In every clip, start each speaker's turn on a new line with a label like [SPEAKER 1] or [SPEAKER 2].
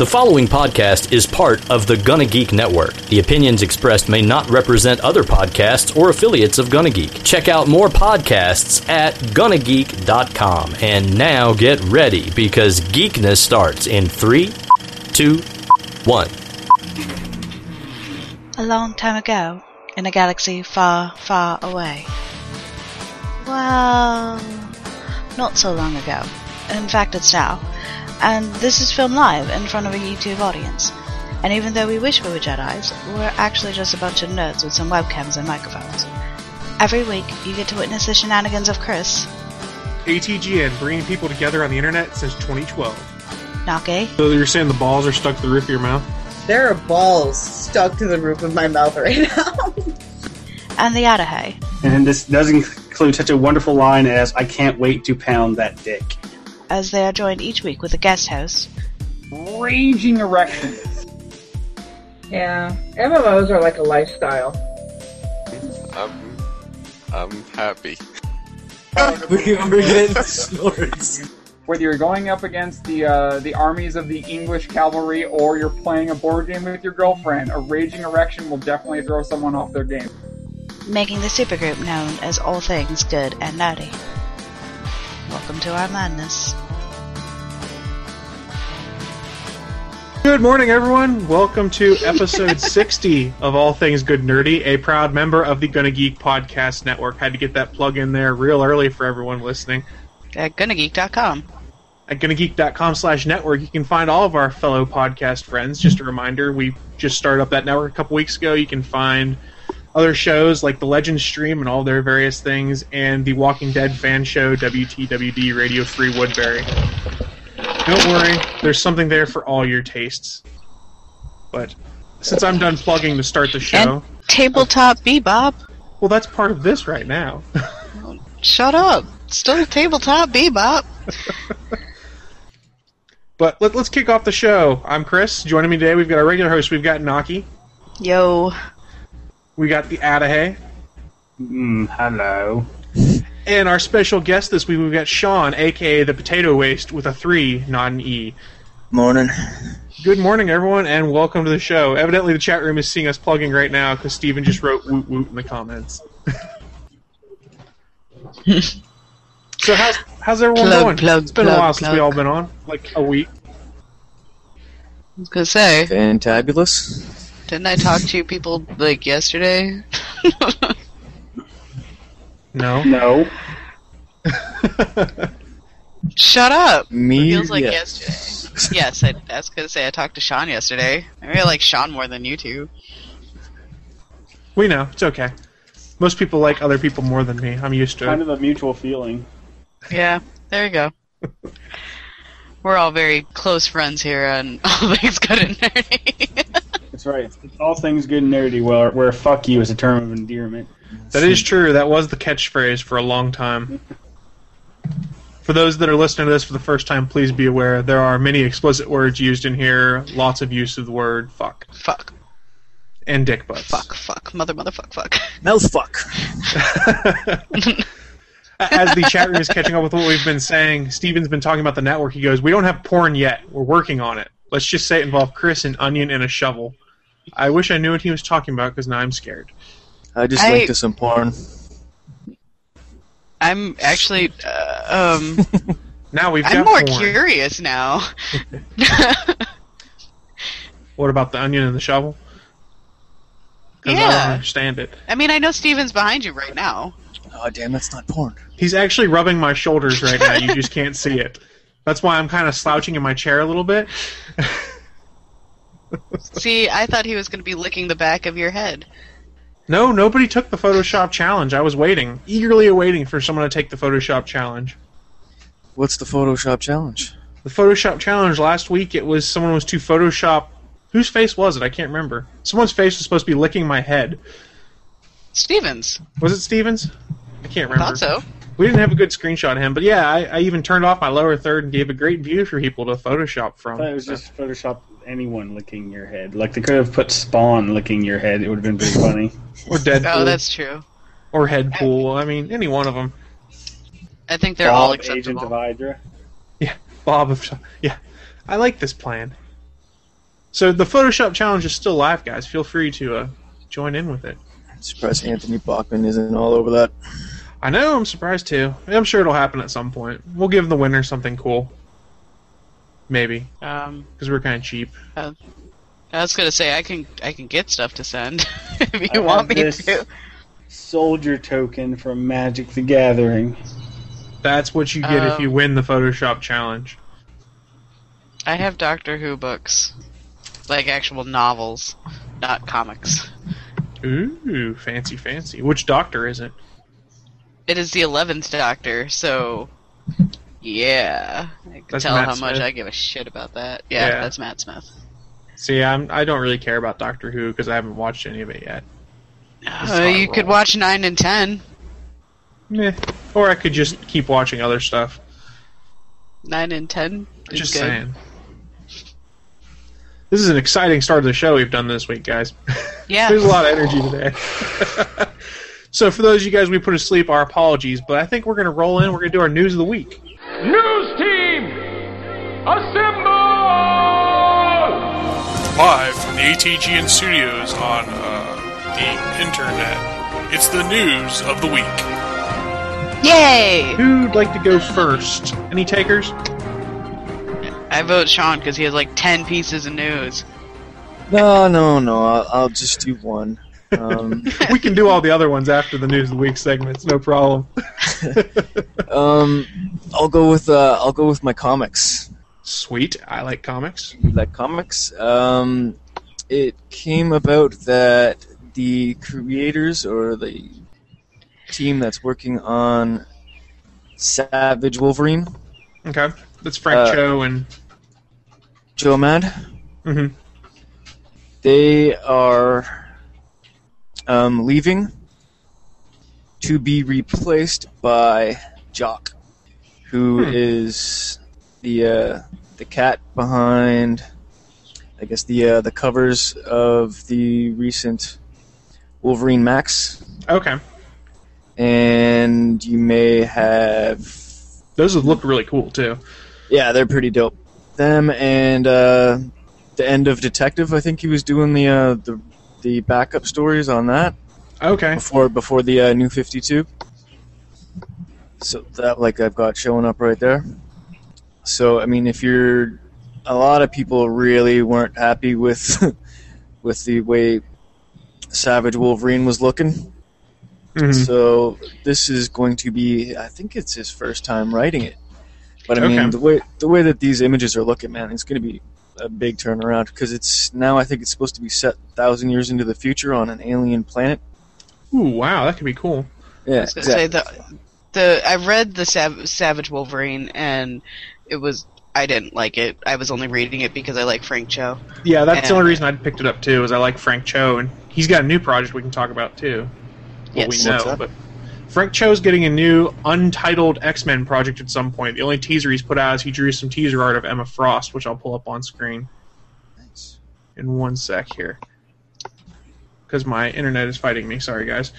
[SPEAKER 1] The following podcast is part of the Gunna Geek Network. The opinions expressed may not represent other podcasts or affiliates of Gunna Geek. Check out more podcasts at GunnaGeek.com. And now get ready because geekness starts in three, two, one.
[SPEAKER 2] A long time ago, in a galaxy far, far away. Well, not so long ago. In fact, it's now. And this is filmed live in front of a YouTube audience. And even though we wish we were Jedi's, we're actually just a bunch of nerds with some webcams and microphones. Every week, you get to witness the shenanigans of Chris,
[SPEAKER 3] ATGN bringing people together on the internet since 2012.
[SPEAKER 2] Naki,
[SPEAKER 3] So you're saying the balls are stuck to the roof of your mouth?
[SPEAKER 4] There are balls stuck to the roof of my mouth right now.
[SPEAKER 2] and the Adahay.
[SPEAKER 5] And this does include such a wonderful line as I can't wait to pound that dick.
[SPEAKER 2] as they are joined each week with a guest host.
[SPEAKER 5] Raging erection.
[SPEAKER 6] Yeah, MMOs are like a lifestyle.
[SPEAKER 7] I'm, I'm happy.
[SPEAKER 8] whether you're going up against the uh, the armies of the English cavalry or you're playing a board game with your girlfriend, a raging erection will definitely throw someone off their game.
[SPEAKER 2] making the supergroup known as All Things Good and Nerdy. Welcome to our madness.
[SPEAKER 3] Good morning, everyone. Welcome to episode 60 of All Things Good Nerdy, a proud member of the Gunna Geek Podcast Network. Had to get that plug in there real early for everyone listening.
[SPEAKER 2] At GunnaGeek.com.
[SPEAKER 3] At GunnaGeek.com slash network, you can find all of our fellow podcast friends. Just a reminder, we just started up that network a couple weeks ago. You can find other shows like the Legends Stream and all their various things, and the Walking Dead fan show, WTWD Radio Free Woodbury. Don't worry, there's something there for all your tastes. But since I'm done plugging to start the show,
[SPEAKER 2] And Tabletop Bebop.
[SPEAKER 3] well, that's part of this right now.
[SPEAKER 2] Shut up. Still Tabletop Bebop.
[SPEAKER 3] but let, let's kick off the show. I'm Chris. Joining me today, we've got our regular host. We've got Naki.
[SPEAKER 2] Yo.
[SPEAKER 3] We got the Adahay.
[SPEAKER 5] Mm, hello.
[SPEAKER 3] And our special guest this week, we've got Sean, aka the Potato Waste, with a three, not an E.
[SPEAKER 9] Morning.
[SPEAKER 3] Good morning, everyone, and welcome to the show. Evidently, the chat room is seeing us plugging right now because Steven just wrote woot woot in the comments. so, how's, how's everyone
[SPEAKER 10] Plug,
[SPEAKER 3] going?
[SPEAKER 10] plug,
[SPEAKER 3] it's been a
[SPEAKER 10] plug,
[SPEAKER 3] while since we
[SPEAKER 10] plug.
[SPEAKER 3] all been on, like a week.
[SPEAKER 10] I was gonna say,
[SPEAKER 9] Fantabulous.
[SPEAKER 10] didn't I talk to you people like yesterday?
[SPEAKER 3] No.
[SPEAKER 5] No.
[SPEAKER 10] Shut up.
[SPEAKER 9] Me.
[SPEAKER 10] Feels like
[SPEAKER 9] yeah.
[SPEAKER 10] yesterday. yes, I, I was gonna say I talked to Sean yesterday. Maybe I like Sean more than you two.
[SPEAKER 3] We know. It's okay. Most people like other people more than me. I'm used to
[SPEAKER 5] Kind
[SPEAKER 3] it.
[SPEAKER 5] of a mutual feeling.
[SPEAKER 10] Yeah, there you go. We're all very close friends here, and all things good and nerdy.
[SPEAKER 5] That's right. It's all things good and nerdy, where, where fuck you is a term of endearment.
[SPEAKER 3] That is true. That was the catchphrase for a long time. For those that are listening to this for the first time, please be aware there are many explicit words used in here, lots of use of the word fuck,
[SPEAKER 10] fuck,
[SPEAKER 3] and dick butts.
[SPEAKER 10] fuck, fuck, mother, mother, fuck, fuck.
[SPEAKER 9] Mouth fuck.
[SPEAKER 3] As the chat room is catching up with what we've been saying, Steven's been talking about the network. He goes, We don't have porn yet. We're working on it. Let's just say it involved Chris, an onion, and a shovel. I wish I knew what he was talking about because now I'm scared.
[SPEAKER 9] I just
[SPEAKER 10] I-
[SPEAKER 9] linked to some porn.
[SPEAKER 10] I'm actually, uh, um,
[SPEAKER 3] Now we've
[SPEAKER 10] I'm
[SPEAKER 3] got
[SPEAKER 10] more
[SPEAKER 3] porn.
[SPEAKER 10] curious now.
[SPEAKER 3] What about the onion and the shovel? 'Cause I
[SPEAKER 10] Yeah.
[SPEAKER 3] don't understand it.
[SPEAKER 10] I mean, I know Steven's behind you right now.
[SPEAKER 9] Oh damn, that's not porn.
[SPEAKER 3] He's actually rubbing my shoulders right now. You just can't see it. That's why I'm kind of slouching in my chair a little bit.
[SPEAKER 10] See, I thought he was going to be licking the back of your head.
[SPEAKER 3] No, nobody took the Photoshop challenge. I was waiting, eagerly awaiting for someone to take the Photoshop challenge.
[SPEAKER 9] What's the Photoshop challenge?
[SPEAKER 3] The Photoshop challenge last week, it was someone was to Photoshop. Whose face was it? I can't remember. Someone's face was supposed to be licking my head.
[SPEAKER 10] Stevens.
[SPEAKER 3] Was it Stevens? I can't remember.
[SPEAKER 10] Thought so.
[SPEAKER 3] We didn't have a good screenshot of him, but yeah, I, I even turned off my lower third and gave a great view for people to Photoshop
[SPEAKER 5] I
[SPEAKER 3] from.
[SPEAKER 5] thought it was just Photoshop anyone licking your head. Like, they could have put Spawn licking your head. It would have been pretty funny.
[SPEAKER 3] or Deadpool.
[SPEAKER 10] Oh, that's true.
[SPEAKER 3] or Headpool. I mean, any one of them.
[SPEAKER 10] I think they're all
[SPEAKER 5] Bob, Agent of
[SPEAKER 10] acceptable.
[SPEAKER 5] Hydra.
[SPEAKER 3] Bob of yeah, I like this plan. So the Photoshop challenge is still live, guys. Feel free to uh, join in with it.
[SPEAKER 9] I'm surprised Anthony Bachman isn't all over that.
[SPEAKER 3] I know. I'm surprised too. I'm sure it'll happen at some point. We'll give the winner something cool. Maybe.
[SPEAKER 10] Um,
[SPEAKER 3] because we're kind of cheap.
[SPEAKER 10] Uh, I was gonna say I can I can get stuff to send if you
[SPEAKER 5] I
[SPEAKER 10] want
[SPEAKER 5] have
[SPEAKER 10] me
[SPEAKER 5] this
[SPEAKER 10] to.
[SPEAKER 5] Soldier token from Magic the Gathering.
[SPEAKER 3] That's what you get if you
[SPEAKER 10] Um,
[SPEAKER 3] win the Photoshop challenge.
[SPEAKER 10] I have Doctor Who books, like actual novels, not comics.
[SPEAKER 3] Ooh, fancy, fancy. Which doctor is it?
[SPEAKER 10] It is the eleventh Doctor, so yeah, I can
[SPEAKER 3] That's
[SPEAKER 10] tell
[SPEAKER 3] Matt
[SPEAKER 10] how much
[SPEAKER 3] Smith.
[SPEAKER 10] I give a shit about that. Yeah,
[SPEAKER 3] Yeah.
[SPEAKER 10] that's Matt Smith.
[SPEAKER 3] See, I'm, I don't really care about Doctor Who because I haven't watched any of it yet. It's
[SPEAKER 10] Uh,
[SPEAKER 3] not
[SPEAKER 10] you
[SPEAKER 3] wrong.
[SPEAKER 10] could watch nine and ten.
[SPEAKER 3] Meh. Or I could just keep watching other stuff.
[SPEAKER 10] Nine and ten. Is
[SPEAKER 3] Just
[SPEAKER 10] good.
[SPEAKER 3] saying. This is an exciting start of the show we've done this week, guys.
[SPEAKER 10] Yeah.
[SPEAKER 3] There's a lot of energy today. so for those of you guys we put asleep, our apologies, but I think we're gonna roll in. We're gonna do our news of the week.
[SPEAKER 11] News team, assemble!
[SPEAKER 12] Live from the ATGN studios on uh, the internet, it's the news of the week.
[SPEAKER 10] Yay!
[SPEAKER 3] Who'd like to go first? Any takers?
[SPEAKER 10] I vote Sean because he has like ten pieces of news.
[SPEAKER 9] No, no, no. I'll, I'll just do one. Um,
[SPEAKER 3] we can do all the other ones after the news of the week segments, no problem.
[SPEAKER 9] um, I'll go with uh, I'll go with my comics.
[SPEAKER 3] Sweet, I like comics.
[SPEAKER 9] You like comics? Um, it came about that the creators or the team that's working on Savage Wolverine,
[SPEAKER 3] Okay. That's Frank
[SPEAKER 9] Uh,
[SPEAKER 3] Cho and
[SPEAKER 9] Joe Mad,
[SPEAKER 3] Mhm.
[SPEAKER 9] they are um, leaving to be replaced by Jock, who is
[SPEAKER 3] Hmm.
[SPEAKER 9] the uh, the cat behind, I guess the uh, the covers of the recent Wolverine Max,
[SPEAKER 3] Okay.
[SPEAKER 9] and you may have
[SPEAKER 3] Those would look really cool too.
[SPEAKER 9] yeah, they're pretty dope. Them and uh, the end of Detective. I think he was doing the uh, the the backup stories on that
[SPEAKER 3] Okay.
[SPEAKER 9] before before the uh, New Fifty Two. So that like I've got showing up right there. So I mean, if you're a lot of people really weren't happy with with the way Savage Wolverine was looking. Mm-hmm.
[SPEAKER 3] Mhm.
[SPEAKER 9] So this is going to be I think it's his first time writing it. But I mean
[SPEAKER 3] Okay.
[SPEAKER 9] the way the way that these images are looking, man, it's going to be a big turnaround because it's now I think it's supposed to be set 1000 years into the future on an alien planet.
[SPEAKER 3] Mm-hmm. Ooh, wow, that could be cool.
[SPEAKER 9] Yeah.
[SPEAKER 10] I was gonna say the the I read the Sav- Savage Wolverine and it was I didn't like it. I was only reading it because I like Frank Cho.
[SPEAKER 3] Yeah, that's the
[SPEAKER 10] And-
[SPEAKER 3] only reason I picked it up too. Is I like Frank Cho, and he's got a new project we can talk about too. Well,
[SPEAKER 10] Yes.
[SPEAKER 3] we
[SPEAKER 10] What's
[SPEAKER 3] know,
[SPEAKER 10] that?
[SPEAKER 3] but Frank Cho's getting a new untitled X Men project at some point. The only teaser he's put out is he drew some teaser art of Emma Frost, which I'll pull up on screen in one sec here, because my internet is fighting me. Sorry, guys.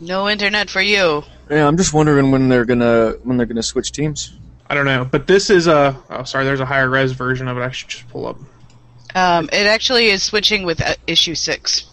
[SPEAKER 10] No internet for you.
[SPEAKER 9] Yeah, I'm just wondering when they're gonna when they're gonna switch teams.
[SPEAKER 3] I don't know, but this is a. Oh, sorry. There's a higher res version of it. I should just pull up.
[SPEAKER 10] Um, it actually is switching with uh, issue six.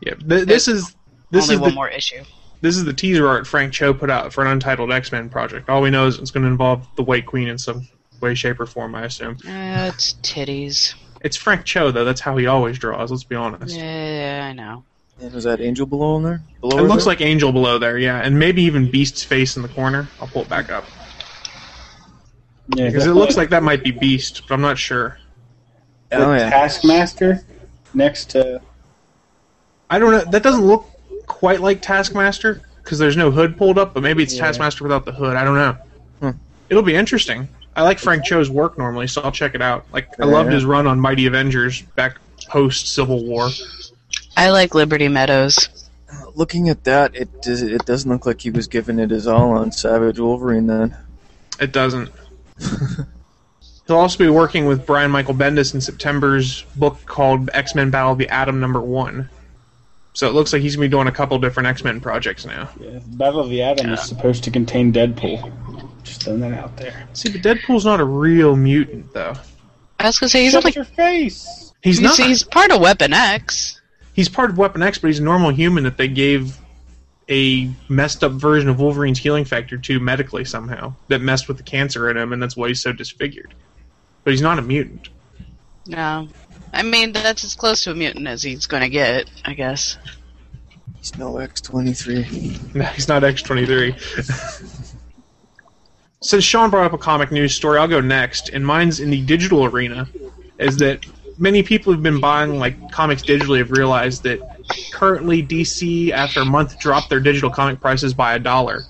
[SPEAKER 3] Yeah, th- this is this
[SPEAKER 10] only
[SPEAKER 3] is
[SPEAKER 10] one
[SPEAKER 3] the,
[SPEAKER 10] more issue.
[SPEAKER 3] this is the teaser art Frank Cho put out for an untitled X Men project. All we know is it's going to involve the White Queen in some way, shape, or form. I assume
[SPEAKER 10] Uh, it's titties.
[SPEAKER 3] it's Frank Cho though. That's how he always draws. Let's be honest.
[SPEAKER 10] Yeah, I know.
[SPEAKER 9] And was that Angel below in there? Below
[SPEAKER 3] It
[SPEAKER 9] her
[SPEAKER 3] looks
[SPEAKER 9] there?
[SPEAKER 3] like Angel below there, yeah, and maybe even Beast's face in the corner. I'll pull it back up
[SPEAKER 5] Yeah,
[SPEAKER 3] because it looks like that might be Beast, but I'm not sure.
[SPEAKER 9] Oh, yeah.
[SPEAKER 5] Taskmaster next to.
[SPEAKER 3] I don't know. That doesn't look quite like Taskmaster because there's no hood pulled up, but maybe it's
[SPEAKER 5] Yeah.
[SPEAKER 3] Taskmaster without the hood. I don't know.
[SPEAKER 9] Hmm.
[SPEAKER 3] It'll be interesting. I like Frank Cho's work normally, so I'll check it out. Like I
[SPEAKER 9] Yeah.
[SPEAKER 3] loved his run on Mighty Avengers back post Civil War.
[SPEAKER 10] I like Liberty Meadows.
[SPEAKER 9] Looking at that, it does, it doesn't look like he was giving it his all on Savage Wolverine. Then
[SPEAKER 3] It doesn't. He'll also be working with Brian Michael Bendis in September's book called X Men Battle of the Atom Number One. So it looks like he's gonna be doing a couple different X Men projects now.
[SPEAKER 5] Yeah, Battle of the Atom is supposed to contain Deadpool. Just throwing that out there.
[SPEAKER 3] See, but Deadpool's not a real mutant though.
[SPEAKER 10] I was gonna say he's
[SPEAKER 5] Shut
[SPEAKER 10] only
[SPEAKER 5] your face.
[SPEAKER 3] He's
[SPEAKER 10] he's,
[SPEAKER 3] not.
[SPEAKER 10] he's part of Weapon X.
[SPEAKER 3] He's part of Weapon X, but he's a normal human that they gave a messed up version of Wolverine's healing factor to medically somehow that messed with the cancer in him, and that's why he's so disfigured. But he's not a mutant.
[SPEAKER 10] No, I mean that's as close to a mutant as he's gonna get, I guess.
[SPEAKER 9] He's no X23.
[SPEAKER 3] No, he's not X23. Since Sean brought up a comic news story, I'll go next, and mine's in the digital arena. Is that many people who've been buying like comics digitally have realized that currently DC, after a month, dropped their digital comic prices by a dollar.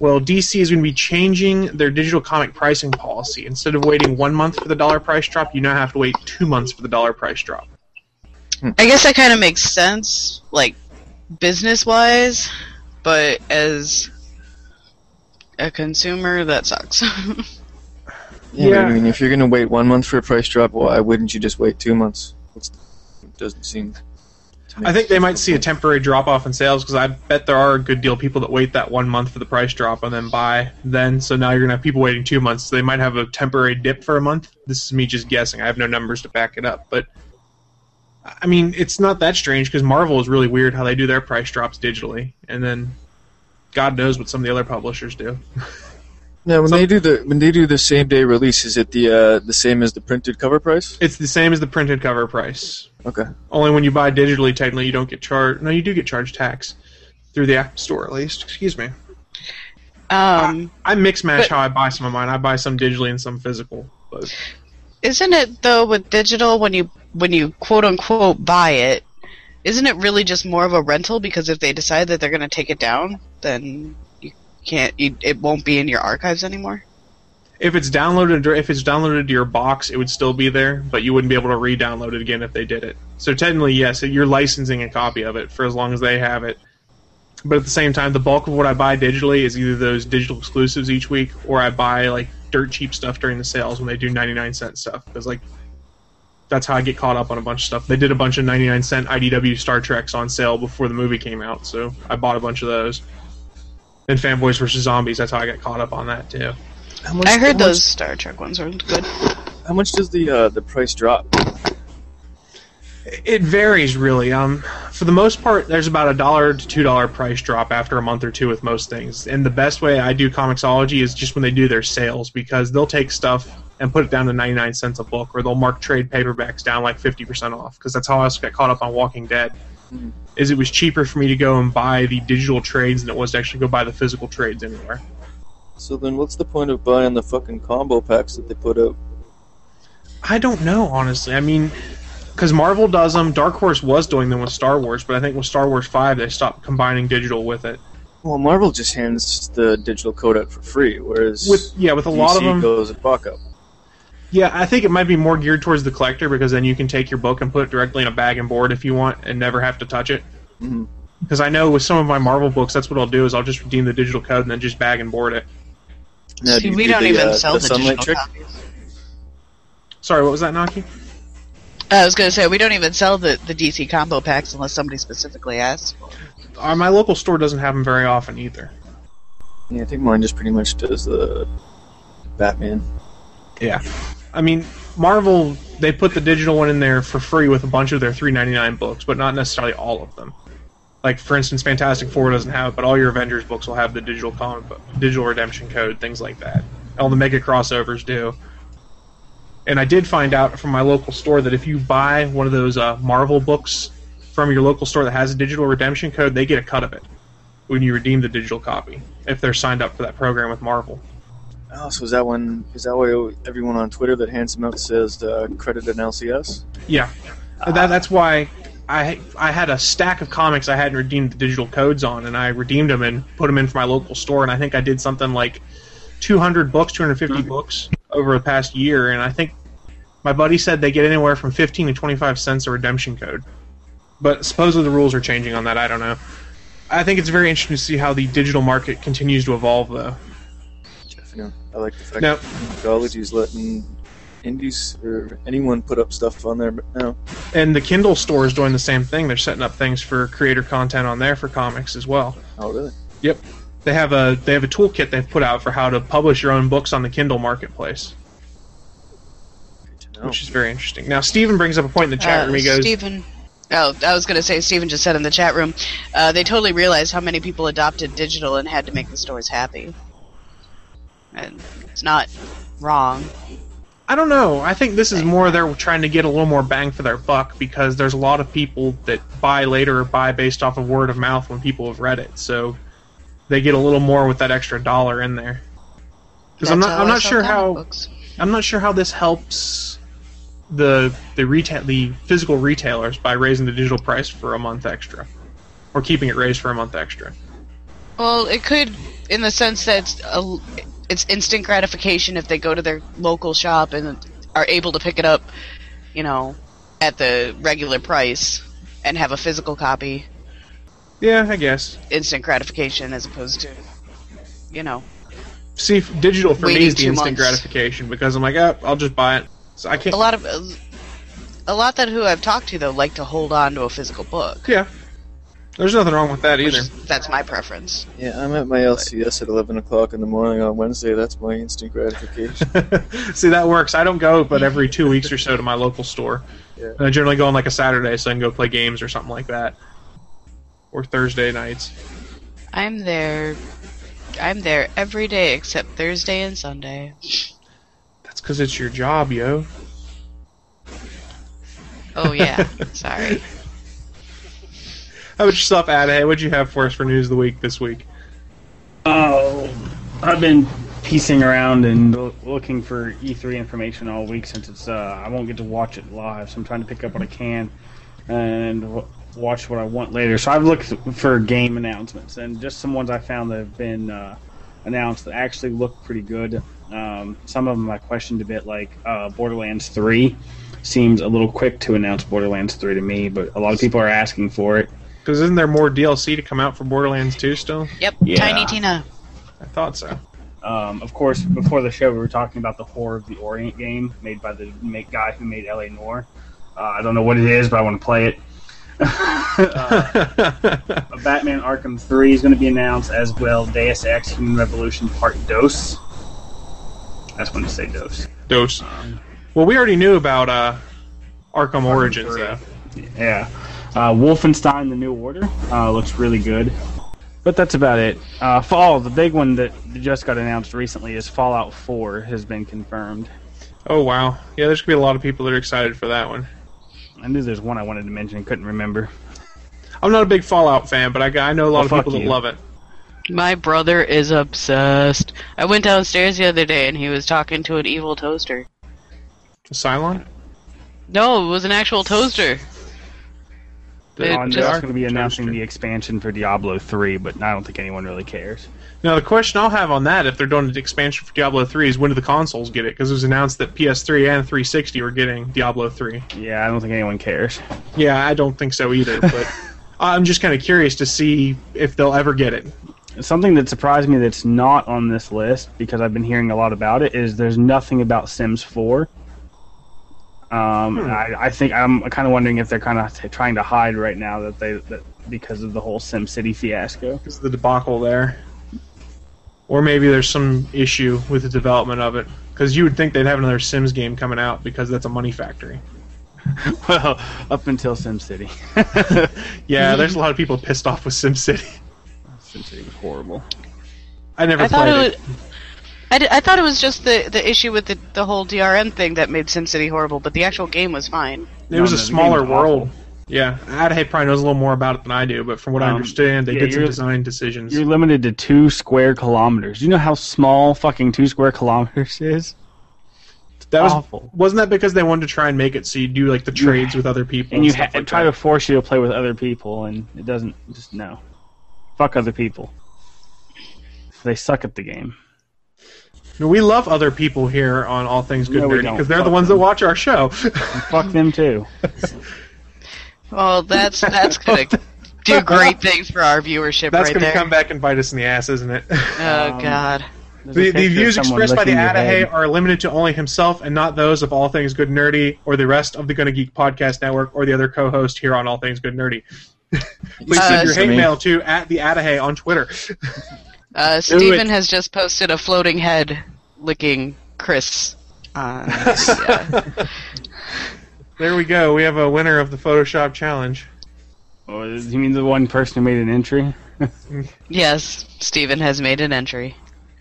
[SPEAKER 3] Well, DC is going to be changing their digital comic pricing policy. Instead of waiting one month for the dollar price drop, you now have to wait two months for the dollar price drop.
[SPEAKER 10] I guess that kind of makes sense, like business wise, but as a consumer, that sucks.
[SPEAKER 9] Yeah. but I
[SPEAKER 10] Yeah.
[SPEAKER 9] mean, if you're going to wait one month for a price drop, why wouldn't you just wait two months? It's, it doesn't seem.
[SPEAKER 3] I think they might see a temporary drop off in sales because I bet there are a good deal of people that wait that one month for the price drop and then buy then. So now you're going to have people waiting two months. So they might have a temporary dip for a month. This is me just guessing. I have no numbers to back it up. But, I mean, it's not that strange because Marvel is really weird how they do their price drops digitally. And then God knows what some of the other publishers do.
[SPEAKER 9] No, when they do the when they do the same day release, is it the uh, the same as the printed cover price?
[SPEAKER 3] It's the same as the printed cover price.
[SPEAKER 9] Okay.
[SPEAKER 3] Only when you buy digitally, technically, you don't get charged. No, you do get charged tax through the App Store, at least. Excuse me.
[SPEAKER 10] um,
[SPEAKER 3] I mix match
[SPEAKER 10] But-
[SPEAKER 3] how I buy some of mine. I buy some digitally and some physical. But
[SPEAKER 10] isn't it though with digital when you when you quote unquote buy it, isn't it really just more of a rental? Because if they decide that they're gonna take it down, then you can't. You, it won't be in your archives anymore.
[SPEAKER 3] if it's downloaded, if it's downloaded to your box, it would still be there, but you wouldn't be able to re-download it again if they did it. So technically, yes, you're licensing a copy of it for as long as they have it. But at the same time, the bulk of what I buy digitally is either those digital exclusives each week, or I buy like dirt cheap stuff during the sales when they do 99 cent stuff. Because like that's how I get caught up on a bunch of stuff. They did a bunch of 99 cent IDW Star Treks on sale before the movie came out, so I bought a bunch of those. And Fanboys vs Zombies, that's how I got caught up on that too.
[SPEAKER 10] I heard those Star Trek ones were good.
[SPEAKER 9] How much does the uh, the price drop?
[SPEAKER 3] It varies really. Um, for the most part, there's about a dollar to two dollar price drop after a month or two with most things. And the best way I do Comixology is just when they do their sales because they'll take stuff and put it down to 99 cents a book, or they'll mark trade paperbacks down like 50% off. Because that's how I got caught up on Walking Dead. Is it was cheaper for me to go and buy the digital trades than it was to actually go buy the physical trades anywhere.
[SPEAKER 9] So then, what's the point of buying the fucking combo packs that they put out?
[SPEAKER 3] I don't know, honestly. I mean, because Marvel does them. Dark Horse was doing them with Star Wars, but I think with Star Wars 5, they stopped combining digital with it.
[SPEAKER 9] Well, Marvel just hands the digital code out for free, whereas
[SPEAKER 3] With- yeah, with a lot of
[SPEAKER 9] DC
[SPEAKER 3] them-
[SPEAKER 9] goes a buck up.
[SPEAKER 3] Yeah, I think it might be more geared towards the collector because then you can take your book and put it directly in a bag and board if you want and never have to touch it. Because I know with some of my Marvel books, that's what I'll do is I'll just redeem the digital code and then just bag and board it.
[SPEAKER 9] Now, do
[SPEAKER 10] See,
[SPEAKER 9] you
[SPEAKER 10] we
[SPEAKER 9] do
[SPEAKER 10] don't
[SPEAKER 9] the,
[SPEAKER 10] even
[SPEAKER 9] uh,
[SPEAKER 10] sell
[SPEAKER 9] the
[SPEAKER 10] the
[SPEAKER 9] sunlight
[SPEAKER 10] digital
[SPEAKER 9] trick?
[SPEAKER 10] copies.
[SPEAKER 3] Sorry, what was that, Naki?
[SPEAKER 10] I was gonna say we don't even sell the, the DC combo packs unless somebody specifically asks.
[SPEAKER 3] Uh, my local store doesn't have them very often either.
[SPEAKER 9] Yeah, I think mine just pretty much does the Batman.
[SPEAKER 3] Yeah. I mean, Marvel they put the digital one in there for free with a bunch of their 3.99 books, but not necessarily all of them. Like for instance, Fantastic Four doesn't have it, but all your Avengers books will have the digital comic book, digital redemption code, things like that. All the mega crossovers do. And I did find out from my local store that if you buy one of those uh, Marvel books from your local store that has a digital redemption code, they get a cut of it when you redeem the digital copy if they're signed up for that program with Marvel.
[SPEAKER 9] Oh, so is that one? Is that why everyone on Twitter that hands them out says uh, credit an LCS?
[SPEAKER 3] Yeah, Uh, that, that's why I I had a stack of comics I hadn't redeemed the digital codes on, and I redeemed them and put them in for my local store, and I think I did something like 200 books, 250 books over the past year, and I think my buddy said they get anywhere from 15 to 25 cents a redemption code, but supposedly the rules are changing on that. I don't know. I think it's very interesting to see how the digital market continues to evolve, though.
[SPEAKER 9] Definitely. I like the fact
[SPEAKER 3] No.
[SPEAKER 9] that Comixology is letting indies or anyone put up stuff on there now.
[SPEAKER 3] And the Kindle store is doing the same thing. They're setting up things for creator content on there for comics as well.
[SPEAKER 9] Oh, really?
[SPEAKER 3] Yep. They have a they have a toolkit they've put out for how to publish your own books on the Kindle marketplace. which is very interesting. Now, Steven brings up a point in the chat room. He
[SPEAKER 10] Uh,
[SPEAKER 13] Uh,
[SPEAKER 3] goes,
[SPEAKER 10] Stephen. Oh, I was going to say, Stephen just said in the chat room, uh, they totally realized how many people adopted digital and had to make the stores happy. And it's not wrong.
[SPEAKER 3] I don't know. I think this is more they're trying to get a little more bang for their buck because there's a lot of people that buy later or buy based off of word of mouth when people have read it. So they get a little more with that extra dollar in there. Because I'm
[SPEAKER 13] That's
[SPEAKER 3] not
[SPEAKER 13] how
[SPEAKER 3] I'm
[SPEAKER 13] I
[SPEAKER 3] not
[SPEAKER 13] sell
[SPEAKER 3] sure
[SPEAKER 13] comic
[SPEAKER 3] how I'm not sure how this helps the the retail the physical retailers by raising the digital price for a month extra or keeping it raised for a month extra.
[SPEAKER 10] Well, it could, in the sense that it's, a, it's instant gratification if they go to their local shop and are able to pick it up, you know, at the regular price and have a physical copy.
[SPEAKER 3] Yeah, I guess.
[SPEAKER 10] Instant gratification as opposed to, you know,
[SPEAKER 3] See, f- digital for me
[SPEAKER 10] Waiting
[SPEAKER 3] is the
[SPEAKER 10] two
[SPEAKER 3] instant
[SPEAKER 10] months.
[SPEAKER 3] gratification because I'm like, oh, I'll just buy it. So I can't.
[SPEAKER 10] a lot of a lot that who I've talked to though like to hold on to a physical book.
[SPEAKER 3] Yeah, there's nothing wrong with that either.
[SPEAKER 10] That's my preference.
[SPEAKER 9] Yeah, I'm at my LCS at 11 o'clock in the morning on Wednesday. That's my instant gratification.
[SPEAKER 3] See, that works. I don't go, but every two weeks or so to my local store.
[SPEAKER 9] Yeah.
[SPEAKER 3] And I generally go on like a Saturday, so I can go play games or something like that, or Thursday nights.
[SPEAKER 10] I'm there. I'm there every day except Thursday and Sunday.
[SPEAKER 3] That's because it's your job, yo.
[SPEAKER 10] Oh yeah, sorry.
[SPEAKER 3] How about yourself, Adahay? What'd you have for us for news of the week this week?
[SPEAKER 5] Oh, I've been piecing around and lo- looking for E3 information all week since it's. Uh, I won't get to watch it live, so I'm trying to pick up what I can and w- watch what I want later. So I've looked for game announcements and just some ones I found that have been uh, announced that actually look pretty good. Um, some of them I questioned a bit, like uh, Borderlands 3 seems a little quick to announce Borderlands 3 to me, but a lot of people are asking for it.
[SPEAKER 3] Because isn't there more DLC to come out for Borderlands 2 still?
[SPEAKER 10] Yep,
[SPEAKER 5] Yeah.
[SPEAKER 10] Tiny Tina.
[SPEAKER 3] I thought so.
[SPEAKER 5] Um, of course, before the show, we were talking about the Horror of the Orient game made by the make guy who made L.A. Noir. Uh, I don't know what it is, but I want to play it. uh, Batman Arkham 3 is going to be announced, as well Deus Ex Human Revolution Part Dos. I just wanted to say Dos.
[SPEAKER 3] Dose. well, we already knew about uh, Arkham Origins, though.
[SPEAKER 5] Yeah. Uh, Wolfenstein: The New Order uh, looks really good, but that's about it. Uh, Fall, the big one that just got announced recently is Fallout 4 has been confirmed.
[SPEAKER 3] Oh wow! Yeah, there's gonna be a lot of people that are excited for that one.
[SPEAKER 5] I knew there's one I wanted to mention, couldn't remember.
[SPEAKER 3] I'm not a big Fallout fan, but I, I know a lot
[SPEAKER 5] Well,
[SPEAKER 3] of
[SPEAKER 5] fuck
[SPEAKER 3] people
[SPEAKER 5] you.
[SPEAKER 3] that love it.
[SPEAKER 10] My brother is obsessed. I went downstairs the other day and he was talking to an evil toaster.
[SPEAKER 3] Cylon?
[SPEAKER 10] No, it was an actual toaster. It
[SPEAKER 5] They're
[SPEAKER 10] just-
[SPEAKER 5] going to be announcing the expansion for Diablo 3, but I don't think anyone really cares.
[SPEAKER 3] Now, the question I'll have on that, if they're doing an expansion for Diablo 3, is when do the consoles get it? Because it was announced that PS3 and 360 were getting Diablo 3.
[SPEAKER 5] Yeah, I don't think anyone cares.
[SPEAKER 3] Yeah, I don't think so either, but I'm just kind of curious to see if they'll ever get it.
[SPEAKER 5] Something that surprised me that's not on this list because I've been hearing a lot about it is there's nothing about Sims 4. Um,
[SPEAKER 3] Hmm.
[SPEAKER 5] I, I think I'm kind of wondering if they're kind of t- trying to hide right now that they that because of the whole Sim City fiasco.
[SPEAKER 3] Because of the debacle there. Or maybe there's some issue with the development of it. Because you would think they'd have another Sims game coming out because that's a money factory.
[SPEAKER 5] well, up until Sim City,
[SPEAKER 3] Yeah, there's a lot of people pissed off with SimCity.
[SPEAKER 5] Sim City was horrible.
[SPEAKER 3] I never
[SPEAKER 10] I
[SPEAKER 3] played
[SPEAKER 10] thought
[SPEAKER 3] it.
[SPEAKER 10] it was. I, di- I thought it was just the, the issue with the, the whole DRM thing that made Sin City horrible, but the actual game was fine.
[SPEAKER 3] It was
[SPEAKER 5] No,
[SPEAKER 3] a
[SPEAKER 5] no, the
[SPEAKER 3] smaller
[SPEAKER 5] game's awful.
[SPEAKER 3] world. Yeah, Adahate probably knows a little more about it than I do, but from what I
[SPEAKER 5] Um,
[SPEAKER 3] understand, they
[SPEAKER 5] yeah,
[SPEAKER 3] did some
[SPEAKER 5] you're-
[SPEAKER 3] design decisions.
[SPEAKER 5] You're limited to two square kilometers. You know how small fucking two square kilometers is?
[SPEAKER 3] That was
[SPEAKER 5] awful.
[SPEAKER 3] wasn't that because they wanted to try and make it so you do like the trades with other people
[SPEAKER 5] And you ha-
[SPEAKER 3] stuff like
[SPEAKER 5] try
[SPEAKER 3] that.
[SPEAKER 5] to force you to play with other people, and it doesn't just no. Fuck other people. They suck at the game.
[SPEAKER 3] I mean, we love other people here on All Things Good
[SPEAKER 5] No, we don't.
[SPEAKER 3] because they're the
[SPEAKER 5] Fuck
[SPEAKER 3] ones
[SPEAKER 5] them.
[SPEAKER 3] that watch our show.
[SPEAKER 5] And fuck them too.
[SPEAKER 10] Well, that's that's gonna do great things for our viewership
[SPEAKER 3] That's
[SPEAKER 10] right
[SPEAKER 3] going to
[SPEAKER 10] there.
[SPEAKER 3] come back and bite us in the ass, isn't it?
[SPEAKER 10] oh God.
[SPEAKER 5] There's a
[SPEAKER 3] The, the
[SPEAKER 5] picture of
[SPEAKER 3] views
[SPEAKER 5] someone
[SPEAKER 3] expressed by the
[SPEAKER 5] licking your
[SPEAKER 3] Adahay
[SPEAKER 5] head.
[SPEAKER 3] are limited to only himself and not those of All Things Good Nerdy or the rest of the Gonna Geek Podcast Network or the other co-host here on All Things Good Nerdy. Please
[SPEAKER 10] Uh,
[SPEAKER 3] send your hate
[SPEAKER 10] Sammy.
[SPEAKER 3] mail to at the Adahay on Twitter.
[SPEAKER 10] Uh,
[SPEAKER 3] Do it.
[SPEAKER 10] Steven has just posted a floating head licking Chris Uh, on.
[SPEAKER 3] There we go. We have a winner of the Photoshop challenge.
[SPEAKER 5] Oh, you mean the one person who made an entry?
[SPEAKER 10] Yes, Steven has made an entry.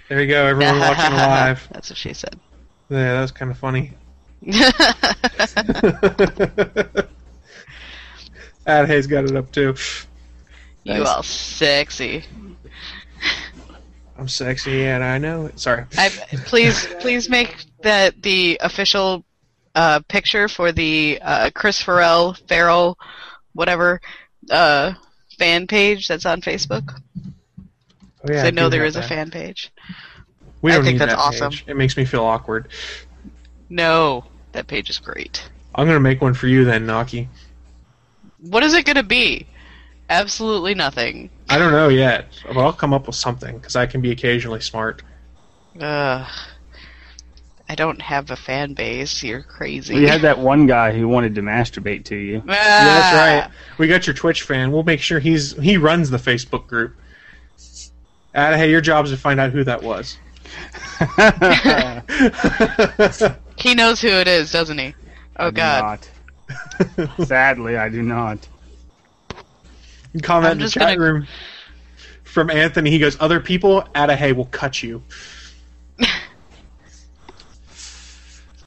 [SPEAKER 3] There you go. Everyone watching live.
[SPEAKER 10] That's what she said.
[SPEAKER 3] Yeah, that was kind of funny. Ad Hayes got it up too.
[SPEAKER 10] You all sexy.
[SPEAKER 3] I'm sexy and I know it. Sorry.
[SPEAKER 10] I, please, please make that the official uh, picture for the uh, Chris Farrell, Farrell, whatever uh, fan page that's on Facebook.
[SPEAKER 3] Oh, yeah,
[SPEAKER 10] I
[SPEAKER 3] I
[SPEAKER 10] know
[SPEAKER 3] do
[SPEAKER 10] there
[SPEAKER 3] have
[SPEAKER 10] is a
[SPEAKER 3] that.
[SPEAKER 10] fan page.
[SPEAKER 3] We
[SPEAKER 10] I
[SPEAKER 3] don't
[SPEAKER 10] think
[SPEAKER 3] need
[SPEAKER 10] that's
[SPEAKER 3] that
[SPEAKER 10] awesome.
[SPEAKER 3] page. It makes me feel awkward.
[SPEAKER 10] No, that page is great.
[SPEAKER 3] I'm gonna make one for you then, Naki.
[SPEAKER 10] What is it going to be? Absolutely nothing.
[SPEAKER 3] I don't know yet, but I'll come up with something because I can be occasionally smart.
[SPEAKER 10] Ugh. I don't have a fan base. You're crazy. Ah.
[SPEAKER 5] Well, you had that one guy who wanted to masturbate to you.
[SPEAKER 3] Yeah, that's right. Ah. We got your Twitch fan. We'll make sure he's he runs the Facebook group. Ad, hey, your job is to find out who that was.
[SPEAKER 10] He knows who it is, doesn't he? Oh
[SPEAKER 5] I do
[SPEAKER 10] God.
[SPEAKER 5] not. Sadly, I do not.
[SPEAKER 3] Comment
[SPEAKER 10] I'm
[SPEAKER 3] in the
[SPEAKER 10] just
[SPEAKER 3] chat room from Anthony. He goes, "Other people, Ada Hey will cut you."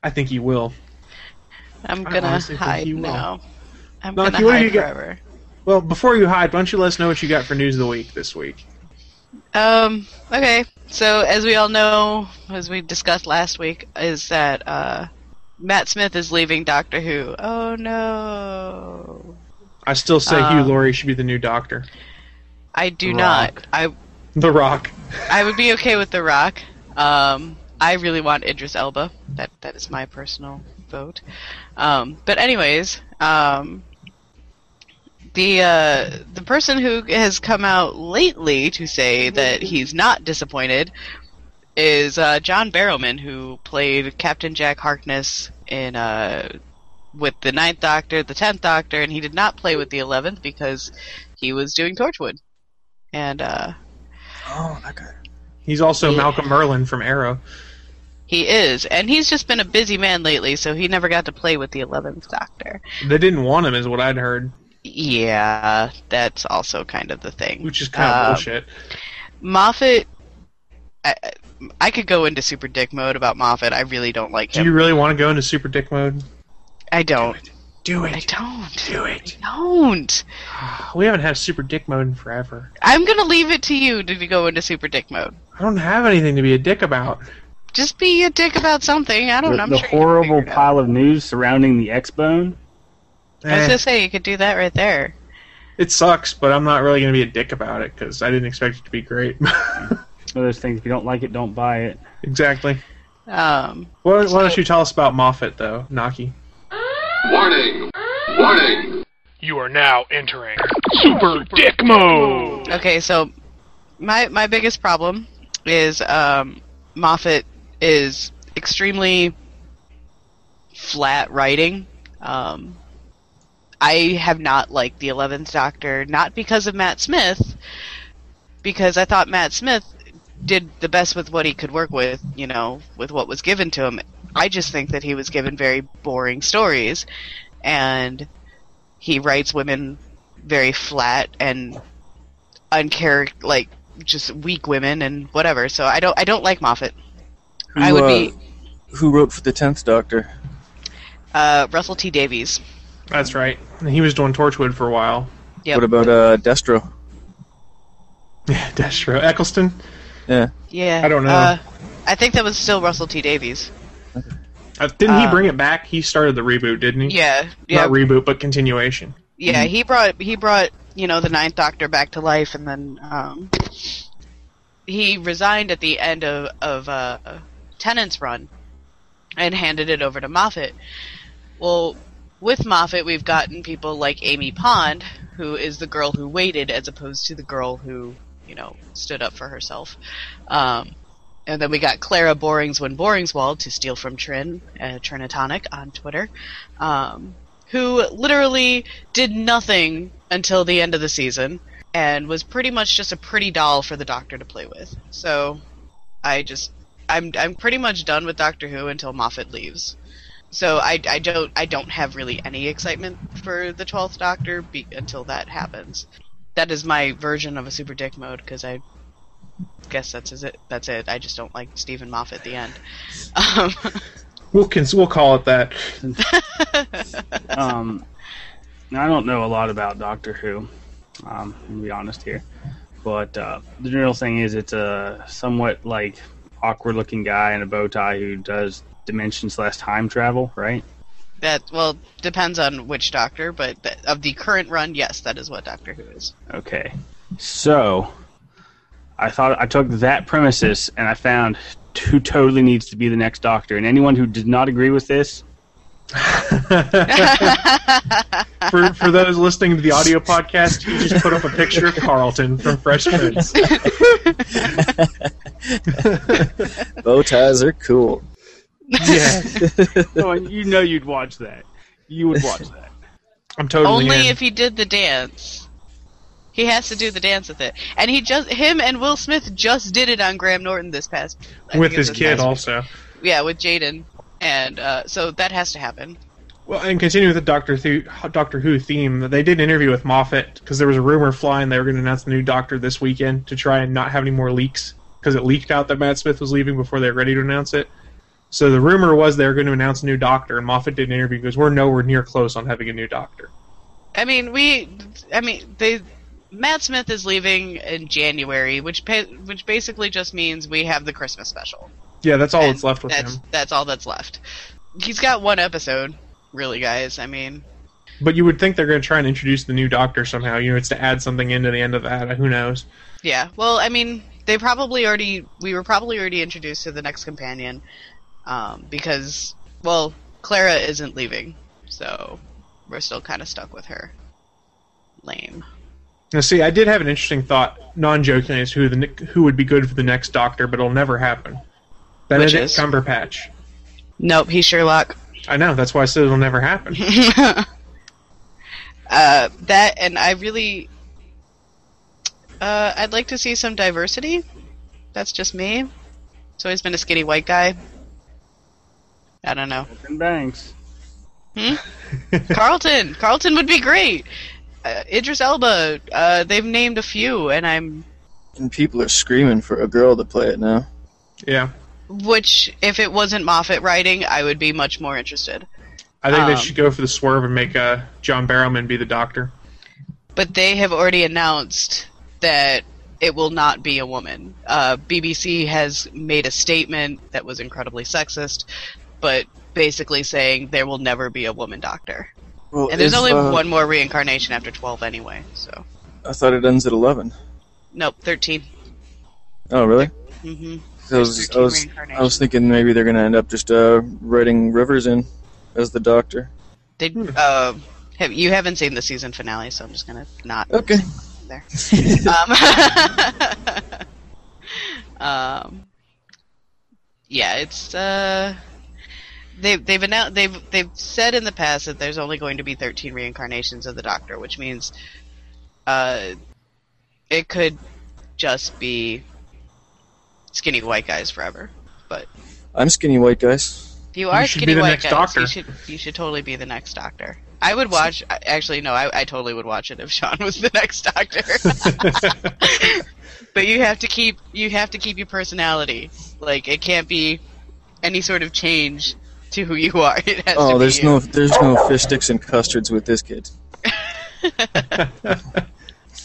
[SPEAKER 3] I think he will.
[SPEAKER 10] I'm
[SPEAKER 3] I
[SPEAKER 10] gonna
[SPEAKER 3] honestly think
[SPEAKER 10] hide
[SPEAKER 3] he will.
[SPEAKER 10] now. I'm
[SPEAKER 3] Knock,
[SPEAKER 10] gonna
[SPEAKER 3] what have
[SPEAKER 10] hide
[SPEAKER 3] you got-
[SPEAKER 10] forever.
[SPEAKER 3] Well, before you hide, why don't you let us know what you got for news of the week this week?
[SPEAKER 10] Um, okay. So as we all know, as we discussed last week, is that uh, Matt Smith is leaving Doctor Who. Oh no.
[SPEAKER 3] I still say
[SPEAKER 10] Um,
[SPEAKER 3] Hugh Laurie should be the new Doctor.
[SPEAKER 10] I do
[SPEAKER 3] Rock.
[SPEAKER 10] not. I
[SPEAKER 3] The Rock.
[SPEAKER 10] I would be okay with The Rock. Um, I really want Idris Elba. That that is my personal vote. Um, but anyways, um, the uh, the person who has come out lately to say that he's not disappointed is uh, John Barrowman, who played Captain Jack Harkness in uh, with the Ninth Doctor, the Tenth Doctor, and he did not play with the Eleventh because he was doing Torchwood, and. Uh,
[SPEAKER 9] Oh, that guy.
[SPEAKER 3] He's also Malcolm Merlin from Arrow.
[SPEAKER 10] He is, and he's just been a busy man lately, so he never got to play with the Eleventh Doctor.
[SPEAKER 3] They didn't want him, is what I'd heard,
[SPEAKER 10] Yeah, that's also kind of the thing.
[SPEAKER 3] which is kind of
[SPEAKER 10] Um,
[SPEAKER 3] bullshit.
[SPEAKER 10] Moffat, I, I could go into super dick mode about Moffat. I really don't like
[SPEAKER 3] Do
[SPEAKER 10] him.
[SPEAKER 3] you really want to go into super dick mode?
[SPEAKER 10] I don't.
[SPEAKER 3] Do
[SPEAKER 10] I don't.
[SPEAKER 3] Do it.
[SPEAKER 10] I don't.
[SPEAKER 3] We haven't had super dick mode in forever.
[SPEAKER 10] I'm gonna leave it to you to go into super dick mode.
[SPEAKER 3] I don't have anything to be a dick about.
[SPEAKER 10] Just be a dick about something. I don't know.
[SPEAKER 5] The,
[SPEAKER 10] I'm
[SPEAKER 5] the
[SPEAKER 10] sure.
[SPEAKER 5] horrible pile of news surrounding the X Bone.
[SPEAKER 10] I was
[SPEAKER 3] Eh,
[SPEAKER 10] gonna say you could do that right there.
[SPEAKER 3] it sucks, but I'm not really going to be a dick about it because I didn't expect it to be great.
[SPEAKER 5] One of those things. If you don't like it, don't buy it.
[SPEAKER 3] exactly.
[SPEAKER 10] Um,
[SPEAKER 3] Why, why don't you tell us about Moffat, though, Naki?
[SPEAKER 11] Warning! Warning! You are now entering Super Dick Mode!
[SPEAKER 10] Okay, so my my biggest problem is um, Moffat is extremely flat writing. Um, I have not liked the Eleventh Doctor, not because of Matt Smith, because I thought Matt Smith did the best with what he could work with, you know, with what was given to him. I just think that he was given very boring stories, and he writes women very flat and uncharacter like just weak women and whatever. So I don't I don't like Moffat.
[SPEAKER 9] Who,
[SPEAKER 10] I would
[SPEAKER 9] uh,
[SPEAKER 10] be
[SPEAKER 9] Who wrote for the tenth Doctor?
[SPEAKER 10] uh, Russell T Davies.
[SPEAKER 3] That's right. He was doing Torchwood for a while.
[SPEAKER 10] Yep.
[SPEAKER 9] What about uh, Destro?
[SPEAKER 3] Yeah, Destro. Eccleston?
[SPEAKER 9] Yeah.
[SPEAKER 10] yeah.
[SPEAKER 3] I don't know.
[SPEAKER 10] Uh, I think that was still Russell T Davies.
[SPEAKER 3] Uh, didn't he
[SPEAKER 10] Uh,
[SPEAKER 3] bring it back? He started the reboot, didn't he?
[SPEAKER 10] Yeah. Yeah.
[SPEAKER 3] Not reboot, but continuation.
[SPEAKER 10] yeah. He brought he brought you know the Ninth Doctor back to life, and then um, he resigned at the end of of uh, Tennant's run, and handed it over to Moffat. Well, with Moffat, we've gotten people like Amy Pond, who is the girl who waited, as opposed to the girl who you know stood up for herself. Um, and then we got Clara Borings when Boringswald to steal from Trin, uh, Trinitonic on Twitter, um, who literally did nothing until the end of the season and was pretty much just a pretty doll for the Doctor to play with. So I just I'm I'm pretty much done with Doctor Who until Moffat leaves. So I, I don't I don't have really any excitement for the Twelfth Doctor be, until that happens. That is my version of a super dick mode because I guess that's is it. That's it. I just don't like Stephen Moffat at the end. Um,
[SPEAKER 3] We'll cons- we'll call it that.
[SPEAKER 5] um, I don't know a lot about Doctor Who. Um, to be honest here, but uh, the general thing is it's a somewhat like awkward-looking guy in a bow tie who does dimension slash time travel, right?
[SPEAKER 10] that well depends on which Doctor, but th- of the current run, yes, that is what Doctor Who is.
[SPEAKER 5] Okay. So I thought I took that premises and I found who totally needs to be the next doctor. And anyone who did not agree with this
[SPEAKER 3] For for those listening to the audio podcast, he just put up a picture of Carlton from Fresh Prince.
[SPEAKER 9] Bow ties are cool.
[SPEAKER 5] Yeah. oh, and you know you'd watch that. You would watch that.
[SPEAKER 3] I'm
[SPEAKER 10] Only if he did the dance. He has to do the dance with it, and he just him and Will Smith just did it on Graham Norton this past I
[SPEAKER 3] with
[SPEAKER 10] think it
[SPEAKER 3] his
[SPEAKER 10] was this
[SPEAKER 3] kid
[SPEAKER 10] past-
[SPEAKER 3] also.
[SPEAKER 10] Yeah, with Jaden, and uh, so that has to happen.
[SPEAKER 3] Well, and continuing with the Doctor Who, Doctor Who theme, they did an interview with Moffat because there was a rumor flying they were going to announce the new Doctor this weekend to try and not have any more leaks because it leaked out that Matt Smith was leaving before they were ready to announce it. So the rumor was they were going to announce a new Doctor, and Moffat did an interview because we're nowhere near close on having a new Doctor.
[SPEAKER 10] I mean, we. I mean, they. Matt Smith is leaving in January, which pa- which basically just means we have the Christmas special.
[SPEAKER 3] Yeah, that's all that's left with
[SPEAKER 10] That's
[SPEAKER 3] him.
[SPEAKER 10] that's all that's left. He's got one episode, really, guys. I mean,
[SPEAKER 3] But you would think they're going to try and introduce the new Doctor somehow. You know, it's to add something into the end of that. uh, Who knows?
[SPEAKER 10] yeah. Well, I mean, they probably already we were probably already introduced to the next companion, um, because well, Clara isn't leaving, so we're still kind of stuck with her. Lame.
[SPEAKER 3] Now, see, I did have an interesting thought, non-joking, is who the ne- who would be good for the next Doctor, but it'll never happen. Benedict
[SPEAKER 10] is?
[SPEAKER 3] Cumberpatch.
[SPEAKER 10] Nope, he's Sherlock.
[SPEAKER 3] I know. That's why I said it'll never happen.
[SPEAKER 10] uh, that and I really, uh, I'd like to see some diversity. That's just me. It's always been a skinny white guy. I don't know.
[SPEAKER 5] Open banks.
[SPEAKER 10] Hmm? Carlton. Carlton would be great. Uh, Idris Elba. Uh, they've named a few, and I'm.
[SPEAKER 9] And people are screaming for a girl to play it now.
[SPEAKER 3] Yeah.
[SPEAKER 10] Which, if it wasn't Moffat writing, I would be much more interested.
[SPEAKER 3] I think
[SPEAKER 10] Um,
[SPEAKER 3] they should go for the swerve and make uh, John Barrowman be the Doctor.
[SPEAKER 10] but they have already announced that it will not be a woman. Uh, BBC has made a statement that was incredibly sexist, but basically saying there will never be a woman doctor.
[SPEAKER 9] Well,
[SPEAKER 10] and there's
[SPEAKER 9] if,
[SPEAKER 10] only
[SPEAKER 9] uh,
[SPEAKER 10] one more reincarnation after 12 anyway, so.
[SPEAKER 9] I thought it ends at 11.
[SPEAKER 10] Nope, 13.
[SPEAKER 9] Oh, really?
[SPEAKER 10] hmm
[SPEAKER 9] I was, I was, I was thinking maybe they're going to end up just uh, writing Rivers in as the doctor.
[SPEAKER 10] They, uh, have, you haven't seen the season finale, so I'm just gonna not.
[SPEAKER 9] Okay.
[SPEAKER 10] say anything There. um, um, yeah, it's uh, they, they've announced they've they've said in the past that there's only going to be 13 reincarnations of the Doctor, which means, uh, it could just be skinny white guys forever. But
[SPEAKER 9] I'm skinny white, guys.
[SPEAKER 10] you are
[SPEAKER 9] You should
[SPEAKER 10] skinny
[SPEAKER 9] be the
[SPEAKER 10] white
[SPEAKER 9] next
[SPEAKER 10] guys.
[SPEAKER 9] Doctor.
[SPEAKER 10] You should you should totally be the next doctor. I would watch. I- Actually, no, I, I totally would watch it if Sean was the next doctor. but you have to keep you have to keep your personality. Like it can't be any sort of change to who you are. It has to
[SPEAKER 9] Oh,
[SPEAKER 10] be
[SPEAKER 9] there's
[SPEAKER 10] you.
[SPEAKER 9] no, there's no fish sticks and custards with this kid.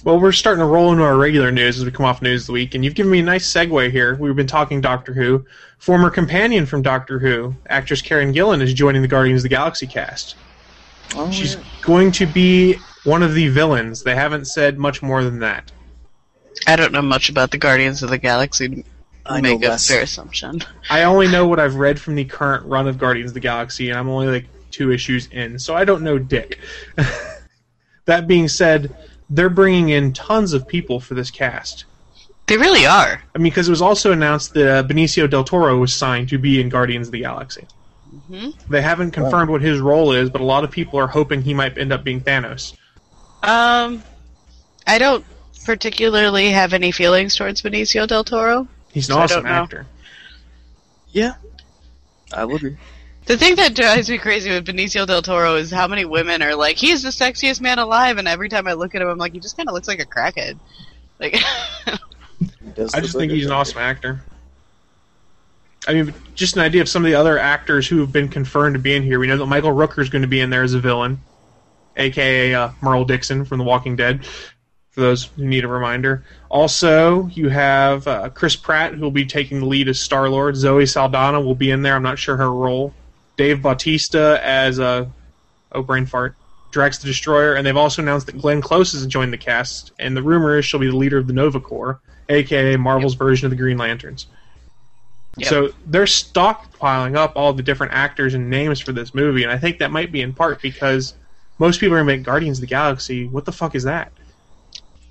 [SPEAKER 3] Well, we're starting to roll into our regular news as we come off News of the Week, and you've given me a nice segue here. We've been talking Doctor Who. Former companion from Doctor Who, actress Karen Gillan, is joining the Guardians of the Galaxy cast.
[SPEAKER 10] Oh,
[SPEAKER 3] She's going to be one of the villains. They haven't said much more than that.
[SPEAKER 10] I don't know much about the Guardians of the Galaxy.
[SPEAKER 3] I know
[SPEAKER 10] make a
[SPEAKER 3] less.
[SPEAKER 10] fair assumption.
[SPEAKER 3] I only know what I've read from the current run of Guardians of the Galaxy, and I'm only like two issues in, so I don't know dick. that being said, they're bringing in tons of people for this cast.
[SPEAKER 10] They really are.
[SPEAKER 3] I mean, because it was also announced that uh, Benicio del Toro was signed to be in Guardians of the Galaxy.
[SPEAKER 10] hmm
[SPEAKER 3] They haven't confirmed what his role is, but a lot of people are hoping he might end up being Thanos.
[SPEAKER 10] Um, I don't particularly have any feelings towards Benicio del Toro.
[SPEAKER 3] He's an
[SPEAKER 10] so I
[SPEAKER 3] awesome
[SPEAKER 10] don't know.
[SPEAKER 3] actor.
[SPEAKER 9] Yeah, I would be.
[SPEAKER 10] The thing that drives me crazy with Benicio del Toro is how many women are like, "He's the sexiest man alive," and every time I look at him, I'm like, "He just kind of looks like a crackhead." Like,
[SPEAKER 3] I just think he's an awesome actor. I mean, just an idea of some of the other actors who have been confirmed to be in here. We know that Michael Rooker is going to be in there as a villain, aka uh, Merle Dixon from The Walking Dead. For those who need a reminder, also you have uh, Chris Pratt who will be taking the lead as Star Lord. Zoe Saldana will be in there. I'm not sure her role. Dave Bautista as uh, oh brain fart Drax the Destroyer, and they've also announced that Glenn Close has joined the cast. And the rumor is she'll be the leader of the Nova Corps, aka Marvel's version of the Green Lanterns.
[SPEAKER 11] Yep.
[SPEAKER 3] So they're stockpiling up all the different actors and names for this movie, and I think that might be in part because most people are going to make Guardians of the Galaxy. What the fuck is that?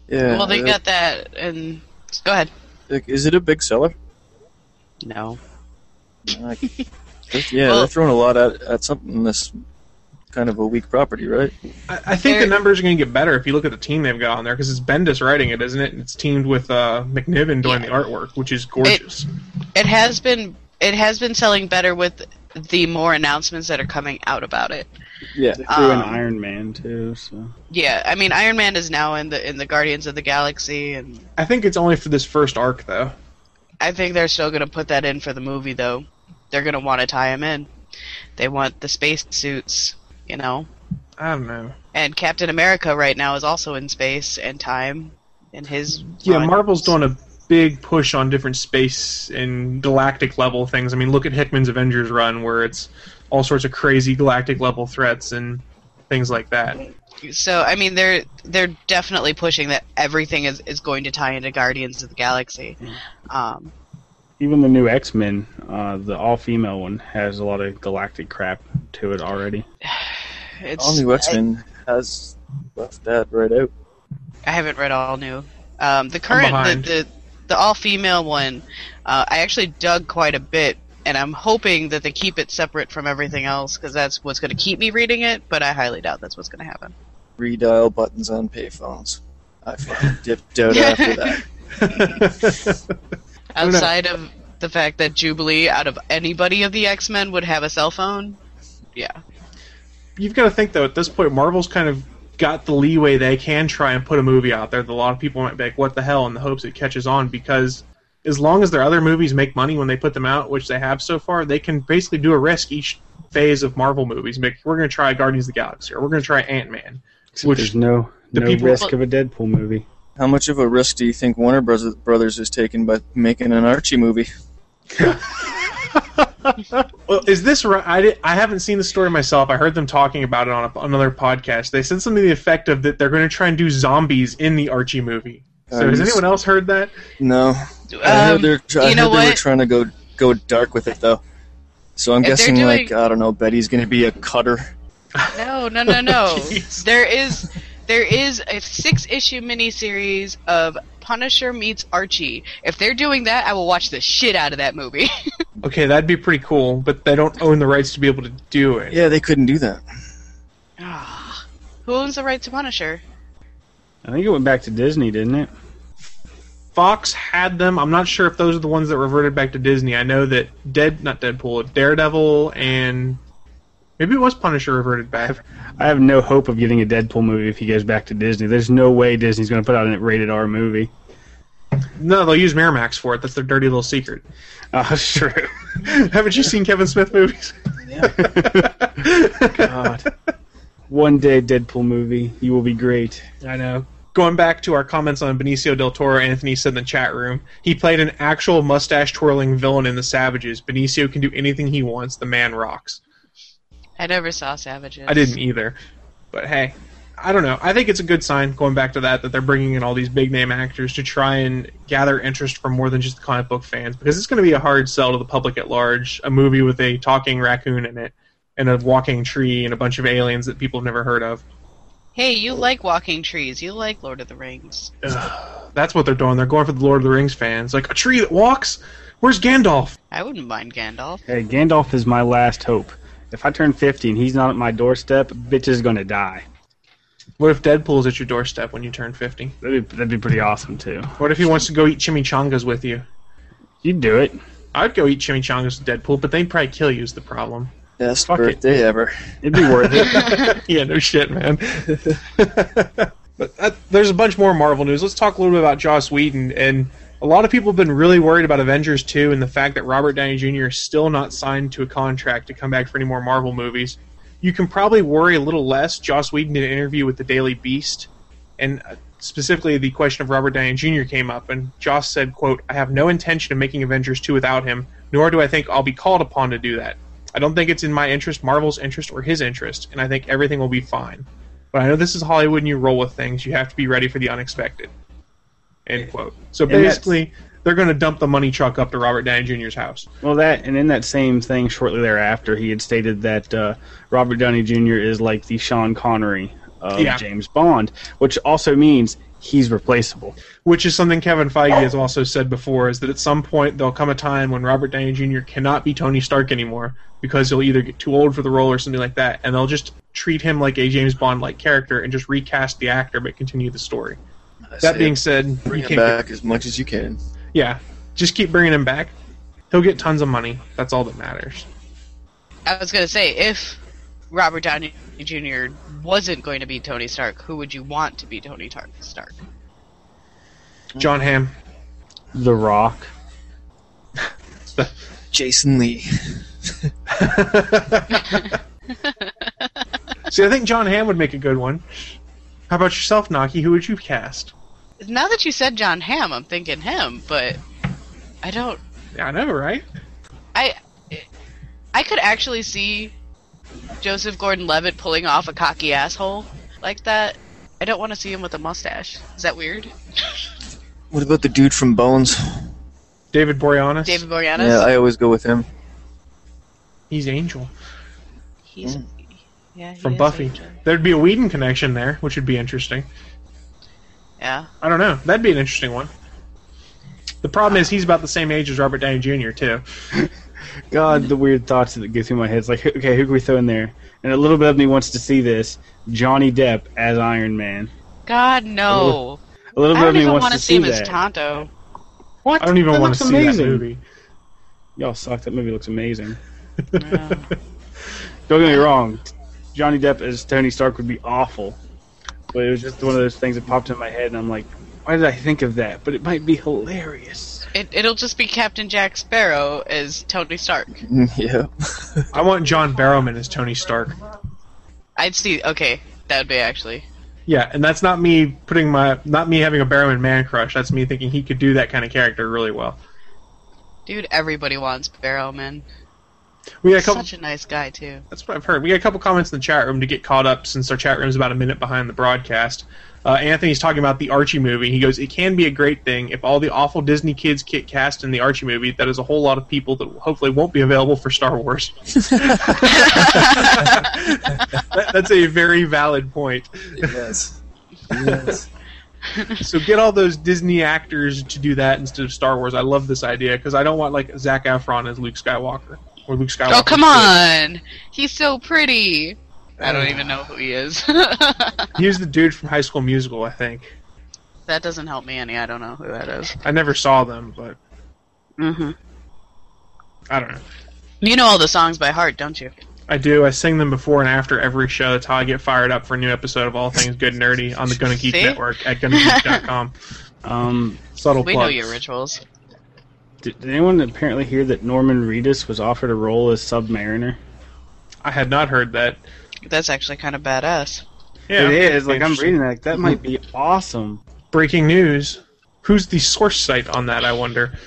[SPEAKER 9] Yeah.
[SPEAKER 10] well, they
[SPEAKER 9] uh,
[SPEAKER 10] got that, and go ahead.
[SPEAKER 9] like, Is it a big seller?
[SPEAKER 10] No.
[SPEAKER 9] Like, that's- yeah, they're throwing a lot at, at something that's kind of a weak property, right?
[SPEAKER 3] I, I think the numbers are going to get better if you look at the team they've got on there because it's Bendis writing it, isn't it? And It's teamed with uh, McNiven doing the artwork, which is gorgeous.
[SPEAKER 10] It has been it has been selling better with the more announcements that are coming out about it.
[SPEAKER 5] Yeah, they threw in
[SPEAKER 10] Um,
[SPEAKER 5] Iron Man too. So
[SPEAKER 10] Yeah, I mean Iron Man is now in the in the Guardians of the Galaxy, and
[SPEAKER 3] I think it's only for this first arc, though.
[SPEAKER 10] I think they're still gonna put that in for the movie though. They're gonna want to tie him in. They want the space suits, you know.
[SPEAKER 3] I don't know.
[SPEAKER 10] And Captain America right now is also in space and time, and his
[SPEAKER 3] Yeah, Marvel's doing a big push on different space and galactic level things. I mean, look at Hickman's Avengers run, where it's all sorts of crazy galactic level threats and things like that.
[SPEAKER 10] So I mean, they're they're definitely pushing that everything is, is going to tie into Guardians of the Galaxy. Um,
[SPEAKER 5] even the new X Men, uh, the all female one, has a lot of galactic crap to it already.
[SPEAKER 10] it's
[SPEAKER 9] All new X Men has left that right out.
[SPEAKER 10] I, I haven't read all new. Um, the current
[SPEAKER 9] behind.
[SPEAKER 10] the, the the all female one, uh, I actually dug quite a bit, and I'm hoping that they keep it separate from everything else because that's what's going to keep me reading it. But I highly doubt that's what's going to happen.
[SPEAKER 9] Redial buttons on payphones. I fucking dipped out after that.
[SPEAKER 10] Outside of the fact that Jubilee, out of anybody of the X Men, would have a cell phone. Yeah.
[SPEAKER 3] You've got to think though, at this point, Marvel's kind of got the leeway they can try and put a movie out there that a lot of people might be like, "What the hell?" in the hopes it catches on because. As long as their other movies make money when they put them out, which they have so far, they can basically do a risk each phase of Marvel movies. Make we're going to try Guardians of the Galaxy, or we're going to try Ant Man.
[SPEAKER 5] Except there's no
[SPEAKER 3] the
[SPEAKER 5] no
[SPEAKER 3] people-
[SPEAKER 5] risk of a Deadpool movie.
[SPEAKER 9] How much of a risk do you think Warner Bros- Brothers is taking by making an Archie movie?
[SPEAKER 3] Well, is this right? I, di- I haven't seen the story myself. I heard them talking about it on a, another podcast. They said something to the effect of that they're going to try and do zombies in the Archie movie. So
[SPEAKER 9] Um,
[SPEAKER 3] has anyone else heard that?
[SPEAKER 9] No, I heard, they're, I
[SPEAKER 10] Um, you
[SPEAKER 9] heard
[SPEAKER 10] know
[SPEAKER 9] they were
[SPEAKER 10] what?
[SPEAKER 9] trying to go go dark with it though. So I'm
[SPEAKER 10] If they're
[SPEAKER 9] guessing
[SPEAKER 10] doing-
[SPEAKER 9] like I don't know, Betty's gonna be a cutter.
[SPEAKER 10] No, no, no, no. there is there is a six issue miniseries of Punisher meets Archie. If they're doing that, I will watch the shit out of that movie.
[SPEAKER 3] Okay, that'd be pretty cool, but they don't own the rights to be able to do it.
[SPEAKER 9] Yeah, they couldn't do that.
[SPEAKER 10] Who owns the right to Punisher?
[SPEAKER 5] I think it went back to Disney, didn't it?
[SPEAKER 3] Fox had them. I'm not sure if those are the ones that reverted back to Disney. I know that Dead, not Deadpool, Daredevil, and maybe it was Punisher reverted back.
[SPEAKER 5] I have no hope of getting a Deadpool movie if he goes back to Disney. There's no way Disney's going to put out a rated R movie.
[SPEAKER 3] No, they'll use Miramax for it. That's their dirty little secret.
[SPEAKER 5] Oh, that's true.
[SPEAKER 3] Haven't you seen Kevin Smith movies?
[SPEAKER 5] God. One day, Deadpool movie, you will be great.
[SPEAKER 3] I know. Going back to our comments on Benicio del Toro, Anthony said in the chat room, he played an actual mustache twirling villain in The Savages. Benicio can do anything he wants. The man rocks.
[SPEAKER 10] I never saw Savages.
[SPEAKER 3] I didn't either. But hey, I don't know. I think it's a good sign, going back to that, that they're bringing in all these big name actors to try and gather interest from more than just the comic book fans, because it's going to be a hard sell to the public at large a movie with a talking raccoon in it, and a walking tree, and a bunch of aliens that people have never heard of.
[SPEAKER 10] Hey, you like walking trees. You like Lord of the Rings.
[SPEAKER 3] That's what they're doing. They're going for the Lord of the Rings fans. Like a tree that walks. Where's Gandalf?
[SPEAKER 10] I wouldn't mind Gandalf.
[SPEAKER 5] Hey, Gandalf is my last hope. If I turn 50 and he's not at my doorstep, bitch is going to die.
[SPEAKER 3] What if Deadpool's at your doorstep when you turn fifty?
[SPEAKER 5] That'd be, that'd be pretty awesome, too.
[SPEAKER 3] What if he wants to go eat chimichangas with you?
[SPEAKER 5] You'd do it.
[SPEAKER 3] I'd go eat chimichangas with Deadpool, but they'd probably kill you. Is the problem?
[SPEAKER 9] Best birthday ever.
[SPEAKER 5] It'd be worth
[SPEAKER 3] it. yeah, no shit, man. but that, there's a bunch more Marvel news. Let's talk a little bit about Joss Whedon. And a lot of people have been really worried about Avengers 2 and the fact that Robert Downey Jr. is still not signed to a contract to come back for any more Marvel movies. You can probably worry a little less. Joss Whedon did an interview with the Daily Beast, and uh, specifically the question of Robert Downey Jr. came up, and Joss said, quote, I have no intention of making Avengers 2 without him, nor do I think I'll be called upon to do that. I don't think it's in my interest, Marvel's interest, or his interest, and I think everything will be fine. But I know this is Hollywood and you roll with things. You have to be ready for the unexpected. End quote. So
[SPEAKER 5] And that's-
[SPEAKER 3] basically, they're going to dump the money truck up to Robert Downey Jr.'s house.
[SPEAKER 5] Well, that and in that same thing, shortly thereafter, he had stated that uh, Robert Downey Jr. is like the Sean Connery of
[SPEAKER 3] Yeah.
[SPEAKER 5] James Bond, which also means he's replaceable.
[SPEAKER 3] Which is something Kevin Feige has also said before is that at some point there'll come a time when Robert Downey Jr. cannot be Tony Stark anymore because he'll either get too old for the role or something like that, and they'll just treat him like a James Bond like character and just recast the actor but continue the story. that
[SPEAKER 9] see
[SPEAKER 3] being
[SPEAKER 9] it.
[SPEAKER 3] said,
[SPEAKER 9] Bring
[SPEAKER 3] you
[SPEAKER 9] him
[SPEAKER 3] can't
[SPEAKER 9] back as much as you can.
[SPEAKER 3] Yeah, just keep bringing him back. He'll get tons of money. That's all that matters.
[SPEAKER 10] I was gonna say if Robert Downey Jr. wasn't going to be Tony Stark, who would you want to be Tony Tar- Stark?
[SPEAKER 3] John Hamm,
[SPEAKER 5] The Rock,
[SPEAKER 9] Jason Lee.
[SPEAKER 3] See, I think John Hamm would make a good one. How about yourself, Naki? Who would you cast?
[SPEAKER 10] Now that you said John Hamm, I'm thinking him, but I don't.
[SPEAKER 3] Yeah, I know, right?
[SPEAKER 10] I I could actually see Joseph Gordon-Levitt pulling off a cocky asshole like that. I don't want to see him with a mustache. Is that weird?
[SPEAKER 9] What about the dude from Bones?
[SPEAKER 3] David Boreanaz.
[SPEAKER 10] David Boreanaz.
[SPEAKER 9] Yeah, I always go with him.
[SPEAKER 3] He's Angel
[SPEAKER 10] He's yeah. he
[SPEAKER 3] from
[SPEAKER 10] is
[SPEAKER 3] Buffy.
[SPEAKER 10] Angel.
[SPEAKER 3] There'd be a Whedon connection there, which would be interesting.
[SPEAKER 10] Yeah.
[SPEAKER 3] I don't know. That'd be an interesting one. The problem is he's about the same age as Robert Downey Jr. too.
[SPEAKER 5] God, the weird thoughts that go through my head. It's like, okay, who can we throw in there? And a little bit of me wants to see this Johnny Depp as Iron Man.
[SPEAKER 10] God no.
[SPEAKER 5] A little
[SPEAKER 10] I
[SPEAKER 5] bit of
[SPEAKER 10] don't
[SPEAKER 5] me
[SPEAKER 10] even
[SPEAKER 5] wants
[SPEAKER 10] want
[SPEAKER 5] to
[SPEAKER 10] to see him
[SPEAKER 5] that.
[SPEAKER 10] as Tonto.
[SPEAKER 5] What?
[SPEAKER 3] I don't even
[SPEAKER 5] That
[SPEAKER 3] want
[SPEAKER 5] looks
[SPEAKER 3] to see
[SPEAKER 5] amazing.
[SPEAKER 3] that movie.
[SPEAKER 5] Y'all suck. That movie looks amazing. Don't get me wrong. Johnny Depp as Tony Stark would be awful. But it was just one of those things that popped in my head, and I'm like, why did I think of that? But it might be hilarious.
[SPEAKER 10] It, it'll just be Captain Jack Sparrow as Tony Stark.
[SPEAKER 9] yeah.
[SPEAKER 3] I want John Barrowman as Tony Stark.
[SPEAKER 10] I'd see. Okay, that would be actually.
[SPEAKER 3] Yeah, and that's not me putting my not me having a Barrowman man crush. That's me thinking he could do that kind of character really well.
[SPEAKER 10] Dude, everybody wants Sparrow, man.
[SPEAKER 3] We got a couple.
[SPEAKER 10] Such a nice guy too.
[SPEAKER 3] That's what I've heard. We got a couple comments in the chat room to get caught up since our chat room is about a minute behind the broadcast. Uh, Anthony's talking about the Archie movie. He goes, "It can be a great thing if all the awful Disney kids get cast in the Archie movie. That is a whole lot of people that hopefully won't be available for Star Wars." That- that's a very valid point.
[SPEAKER 9] Yes. Yes.
[SPEAKER 3] so get all those Disney actors to do that instead of Star Wars. I love this idea because I don't want like Zach Efron as Luke Skywalker or Luke Skywalker.
[SPEAKER 10] Oh come on, he's so pretty. I don't even know who he is. that
[SPEAKER 3] He was the dude from High School Musical, I think.
[SPEAKER 10] doesn't help me any. I don't know who that is.
[SPEAKER 3] I never saw them, but
[SPEAKER 10] hmm
[SPEAKER 3] I don't know.
[SPEAKER 10] You know all the songs by heart, don't you?
[SPEAKER 3] I do. I sing them before and after every show. That's how I get fired up for a new episode of All Things Good and Nerdy on the Gunna Geek
[SPEAKER 10] See?
[SPEAKER 3] Network at GunnaGeek.com.
[SPEAKER 5] Um,
[SPEAKER 3] Subtle
[SPEAKER 10] We know your rituals.
[SPEAKER 5] Did, did anyone apparently hear that Norman Reedus was offered a role as Submariner?
[SPEAKER 3] I had not heard that.
[SPEAKER 10] That's actually kind of badass.
[SPEAKER 3] Yeah,
[SPEAKER 5] it is. Like I'm
[SPEAKER 3] interesting.
[SPEAKER 5] reading that. Like, that might be awesome.
[SPEAKER 3] Breaking news. Who's the source site on that? I wonder.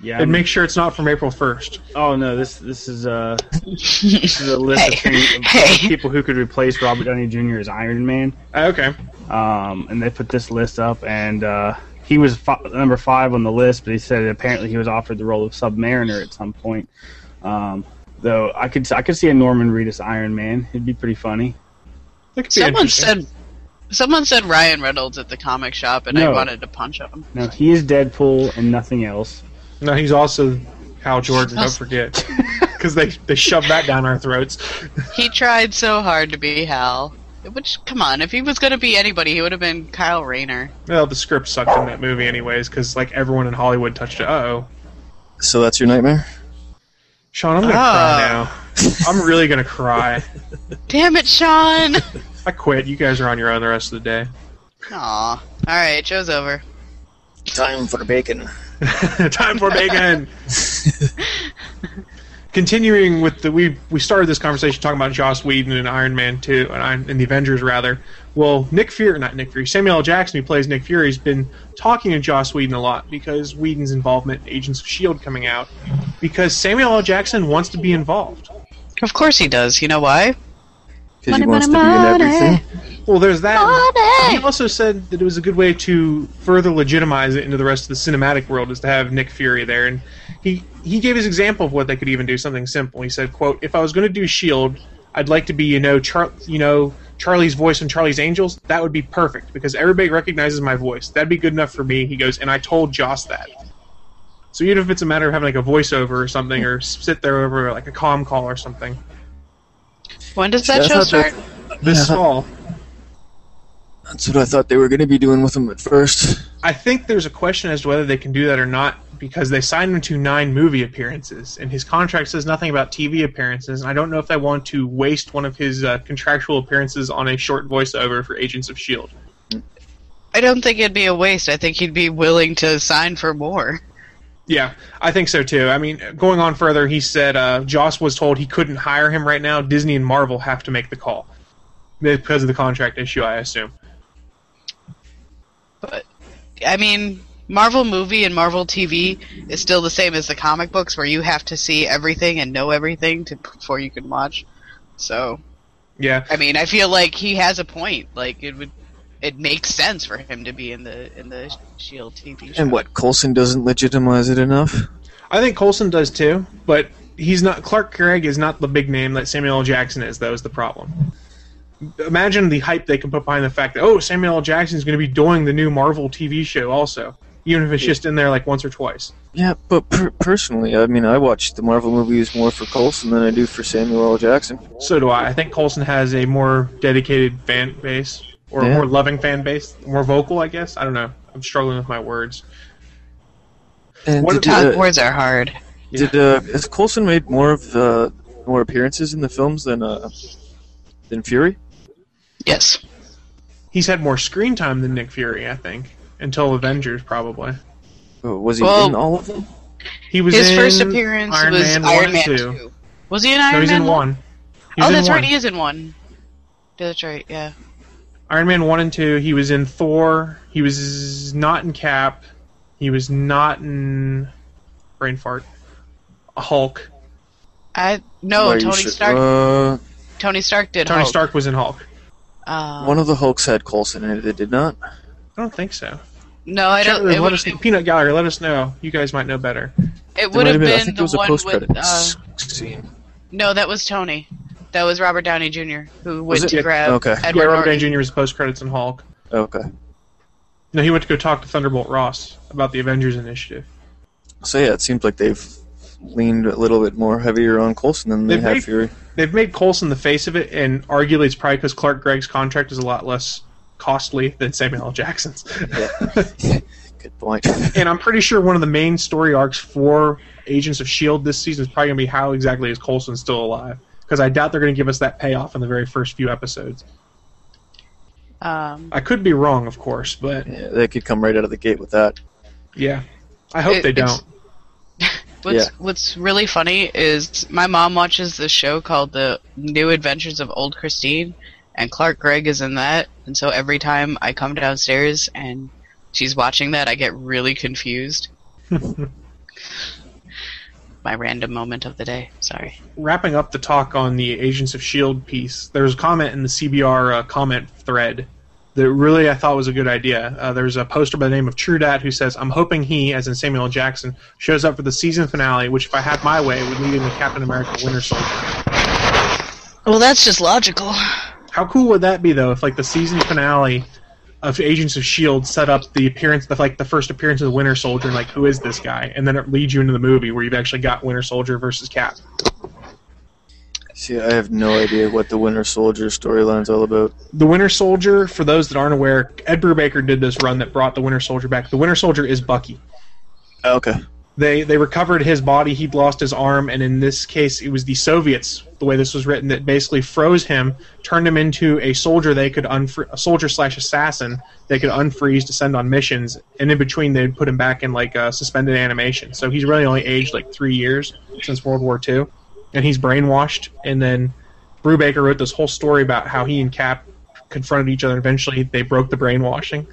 [SPEAKER 5] Yeah.
[SPEAKER 3] And
[SPEAKER 5] I'm-
[SPEAKER 3] make sure it's not from April first.
[SPEAKER 5] Oh no! This this is a this is a list of, things, of people who could replace Robert Downey Jr. as Iron Man.
[SPEAKER 3] Uh, Okay.
[SPEAKER 5] Um, and they put this list up, and uh, he was fi- number five on the list, but he said apparently he was offered the role of Submariner at some point. Um, though I could I could see a Norman Reedus Iron Man. It'd be pretty funny.
[SPEAKER 10] Someone said, someone said Ryan Reynolds at the comic shop, and I
[SPEAKER 5] No.
[SPEAKER 10] wanted to punch him.
[SPEAKER 5] No, he is Deadpool and nothing else.
[SPEAKER 3] No, he's also Hal Jordan. Don't forget, because they they shove that down our throats.
[SPEAKER 10] He tried so hard to be Hal. Which, come on, if he was going to be anybody, he would have been Kyle Rayner.
[SPEAKER 3] Well, the script sucked in that movie, anyways, because like everyone in Hollywood touched it. Uh oh,
[SPEAKER 9] So that's your nightmare?
[SPEAKER 3] Sean, I'm gonna cry now. I'm really gonna cry.
[SPEAKER 10] Damn it, Sean!
[SPEAKER 3] I quit. You guys are on your own the rest of the day.
[SPEAKER 10] Aw. Alright, show's over.
[SPEAKER 9] Time for the bacon.
[SPEAKER 3] Time for bacon. Continuing with the we we started this conversation talking about Joss Whedon and Iron Man two and Iron and the Avengers rather. Well, Nick Fury, not Nick Fury, Samuel L. Jackson, who plays Nick Fury, has been talking to Joss Whedon a lot because Whedon's involvement in Agents of Shield E coming out, because Samuel L. Jackson wants to be involved.
[SPEAKER 10] Of course he does. You know why?
[SPEAKER 9] Because he wants to be in everything.
[SPEAKER 3] Well, there's that. He also said that it was a good way to further legitimize it into the rest of the cinematic world is to have Nick Fury there, and he he gave his example of what they could even do something simple. He said, "quote If I was going to do Shield, I'd like to be you know Char- you know Charlie's voice and Charlie's Angels. That would be perfect because everybody recognizes my voice. That'd be good enough for me." He goes, and I told Joss that. So even if it's a matter of having like a voiceover or something, or sit there over like a com call or something.
[SPEAKER 10] When does that show start?
[SPEAKER 3] This fall.
[SPEAKER 9] That's what I thought they were going to be doing with him at first.
[SPEAKER 3] I think there's a question as to whether they can do that or not because they signed him to nine movie appearances, and his contract says nothing about TV appearances. And I don't know if they want to waste one of his uh, contractual appearances on a short voiceover for Agents of Shield.
[SPEAKER 10] I don't think it'd be a waste. I think he'd be willing to sign for more.
[SPEAKER 3] Yeah, I think so too. I mean, going on further, he said uh, Joss was told he couldn't hire him right now. Disney and Marvel have to make the call because of the contract issue, I assume.
[SPEAKER 10] But I mean, Marvel movie and Marvel TV is still the same as the comic books, where you have to see everything and know everything to, before you can watch. So,
[SPEAKER 3] Yeah,
[SPEAKER 10] I mean, I feel like he has a point. Like it would, it makes sense for him to be in the in the Shield TV show.
[SPEAKER 9] And what, Colson doesn't legitimize it enough?
[SPEAKER 3] I think Colson does too, but he's not. Clark Gregg is not the big name that Samuel L. Jackson is. That was the problem. Imagine the hype they can put behind the fact that oh, Samuel L. Jackson is going to be doing the new Marvel TV show also, even if it's just in there like once or twice.
[SPEAKER 9] Yeah, but per- personally, I mean, I watch the Marvel movies more for Colson than I do for Samuel L. Jackson.
[SPEAKER 3] So do I. I think Colson has a more dedicated fan base, or a
[SPEAKER 9] Yeah.
[SPEAKER 3] more loving fan base, more vocal, I guess. I don't know. I'm struggling with my words.
[SPEAKER 9] And
[SPEAKER 3] What
[SPEAKER 9] did,
[SPEAKER 3] about-
[SPEAKER 9] uh,
[SPEAKER 10] Words are hard.
[SPEAKER 9] Did uh, has Colson made more of uh, more appearances in the films than uh, than Fury?
[SPEAKER 10] Yes.
[SPEAKER 3] He's had more screen time than Nick Fury, I think, until Avengers probably.
[SPEAKER 9] Oh, was he
[SPEAKER 10] Well,
[SPEAKER 9] in all of them?
[SPEAKER 3] He was
[SPEAKER 10] His
[SPEAKER 3] in
[SPEAKER 10] first appearance
[SPEAKER 3] Iron
[SPEAKER 10] was
[SPEAKER 3] Man
[SPEAKER 10] Iron
[SPEAKER 3] 1 and
[SPEAKER 10] Man
[SPEAKER 3] 2.
[SPEAKER 10] 2. Was he in Iron
[SPEAKER 3] no, he's
[SPEAKER 10] Man?
[SPEAKER 3] in
[SPEAKER 10] one?
[SPEAKER 3] one. He's
[SPEAKER 10] oh,
[SPEAKER 3] in
[SPEAKER 10] that's
[SPEAKER 3] one.
[SPEAKER 10] right. He is in one. That's right. Yeah.
[SPEAKER 3] Iron Man one and two. He was in Thor. He was not in Cap. He was not in brain fart. Hulk.
[SPEAKER 10] I no.
[SPEAKER 9] Where you
[SPEAKER 10] oh, Tony
[SPEAKER 9] should-
[SPEAKER 10] Stark.
[SPEAKER 9] uh,
[SPEAKER 10] Tony Stark did.
[SPEAKER 3] Tony
[SPEAKER 10] Hulk.
[SPEAKER 3] Stark was in Hulk.
[SPEAKER 10] Uh,
[SPEAKER 9] one of the Hulks had Colson in it. They did not.
[SPEAKER 3] I don't think so.
[SPEAKER 10] no, I
[SPEAKER 3] Check
[SPEAKER 10] don't.
[SPEAKER 3] with-
[SPEAKER 10] It
[SPEAKER 3] let
[SPEAKER 10] would,
[SPEAKER 3] us Peanut Gallery. Let us know. You guys might know better.
[SPEAKER 10] it would have
[SPEAKER 9] I
[SPEAKER 10] been
[SPEAKER 9] think
[SPEAKER 10] the
[SPEAKER 9] there was a
[SPEAKER 10] one with.
[SPEAKER 9] post-credit
[SPEAKER 10] Uh,
[SPEAKER 9] scene.
[SPEAKER 10] no, that was Tony. That was Robert Downey Jr. who
[SPEAKER 9] Was
[SPEAKER 10] went
[SPEAKER 9] it?
[SPEAKER 10] to grab
[SPEAKER 9] Okay. Yeah,
[SPEAKER 10] Edward
[SPEAKER 3] yeah, Robert
[SPEAKER 10] Norton.
[SPEAKER 3] Downey Jr. was post credits in Hulk.
[SPEAKER 9] Okay.
[SPEAKER 3] No, he went to go talk to Thunderbolt Ross about the Avengers Initiative.
[SPEAKER 9] So yeah, it seems like they've leaned a little bit more heavier on Colson than they
[SPEAKER 3] They've
[SPEAKER 9] had
[SPEAKER 3] made-
[SPEAKER 9] Fury.
[SPEAKER 3] They've made Coulson the face of it, and arguably it's probably because Clark Gregg's contract is a lot less costly than Samuel L. Jackson's.
[SPEAKER 9] Good point.
[SPEAKER 3] and I'm pretty sure one of the main story arcs for Agents of Shield E this season is probably going to be how exactly is Coulson still alive? Because I doubt they're going to give us that payoff in the very first few episodes.
[SPEAKER 10] Um,
[SPEAKER 3] I could be wrong, of course, but
[SPEAKER 9] Yeah, they could come right out of the gate with that.
[SPEAKER 3] yeah, I hope
[SPEAKER 10] It-
[SPEAKER 3] they
[SPEAKER 10] it's-
[SPEAKER 3] don't.
[SPEAKER 10] What's
[SPEAKER 9] Yeah.
[SPEAKER 10] What's really funny is my mom watches this show called The New Adventures of Old Christine, and Clark Gregg is in that. And so every time I come downstairs and she's watching that, I get really confused. my random moment of the day. Sorry.
[SPEAKER 3] wrapping up the talk on the Agents of Shield E piece, there was a comment in the CBR uh, comment thread that really I thought was a good idea. Uh, there's a poster by the name of Trudat who says, "I'm hoping he, as in Samuel L. Jackson, shows up for the season finale, which, if I had my way, would lead him to Captain America: Winter Soldier."
[SPEAKER 10] Well, that's just logical.
[SPEAKER 3] How cool would that be, though, if like the season finale of Agents of Shield E set up the appearance, of, like the first appearance of the Winter Soldier, and like who is this guy, and then it leads you into the movie where you've actually got Winter Soldier versus Cap.
[SPEAKER 9] See, I have no idea what the Winter Soldier storyline's all about.
[SPEAKER 3] The Winter Soldier, for those that aren't aware, Ed Brubaker did this run that brought the Winter Soldier back. The Winter Soldier is Bucky.
[SPEAKER 9] Oh, Okay.
[SPEAKER 3] They they recovered his body. He'd lost his arm, and in this case, it was the Soviets. The way this was written, that basically froze him, turned him into a soldier. They could unfre- a soldier slash assassin. They could unfreeze to send on missions, and in between, they'd put him back in like uh, suspended animation. So he's really only aged like three years since World War II, and he's brainwashed. And then Brubaker wrote this whole story about how he and Cap confronted each other. and Eventually, they broke the brainwashing.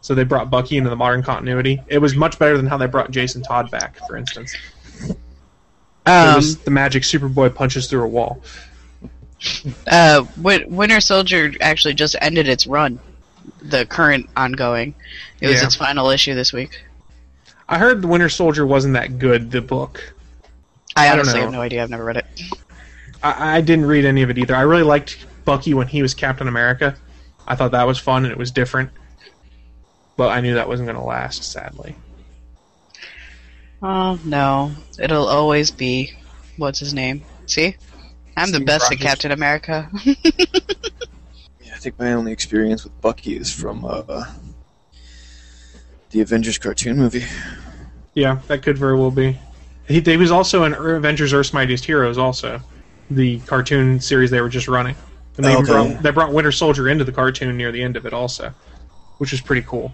[SPEAKER 3] So they brought Bucky into the modern continuity. It was much better than how they brought Jason Todd back, for instance. It
[SPEAKER 10] Um,
[SPEAKER 3] was the magic Superboy punches through a wall.
[SPEAKER 10] uh, Win- Winter Soldier actually just ended its run, the current ongoing. It was
[SPEAKER 3] Yeah.
[SPEAKER 10] its final issue this week.
[SPEAKER 3] I heard the Winter Soldier wasn't that good. The book.
[SPEAKER 10] I
[SPEAKER 3] I don't
[SPEAKER 10] honestly
[SPEAKER 3] know.
[SPEAKER 10] have no idea. I've never read it.
[SPEAKER 3] I, I didn't read any of it either. I really liked Bucky when he was Captain America. I thought that was fun and it was different. But I knew that wasn't going to last, sadly.
[SPEAKER 10] Oh no, it'll always be what's his name? See, I'm the
[SPEAKER 9] Steve
[SPEAKER 10] best
[SPEAKER 9] Rogers.
[SPEAKER 10] at Captain America.
[SPEAKER 9] I think my only experience with Bucky is from uh, the Avengers cartoon movie.
[SPEAKER 3] Yeah, that could very well be. He, he was also in Ur- Avengers: Earth's Mightiest Heroes, also the cartoon series they were just running, and they, even
[SPEAKER 9] Okay.
[SPEAKER 3] brought, they brought Winter Soldier into the cartoon near the end of it, also, which is pretty cool.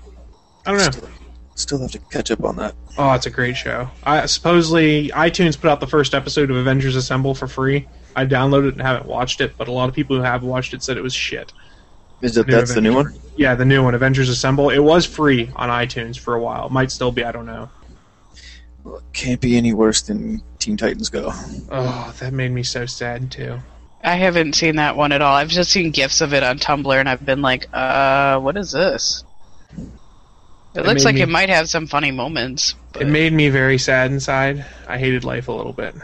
[SPEAKER 3] I don't know.
[SPEAKER 9] Still, still have to catch up on that.
[SPEAKER 3] Oh, it's a great show. I supposedly iTunes put out the first episode of Avengers Assemble for free. I downloaded it and haven't watched it, but a lot of people who have watched it said it was shit.
[SPEAKER 9] Is that that's the new
[SPEAKER 3] Avengers-
[SPEAKER 9] one?
[SPEAKER 3] Yeah, the new one, Avengers Assemble. It was free on iTunes for a while. It might still be. I don't know.
[SPEAKER 9] Can't be any worse than Teen Titans Go.
[SPEAKER 3] Oh, that made me so sad too.
[SPEAKER 10] I haven't seen that one at all. I've just seen gifs of it on Tumblr, and I've been like, uh, what is this? It,
[SPEAKER 3] It
[SPEAKER 10] looks
[SPEAKER 3] made
[SPEAKER 10] like
[SPEAKER 3] me-
[SPEAKER 10] it might have some funny moments.
[SPEAKER 3] It made me very sad inside. I hated life a little bit.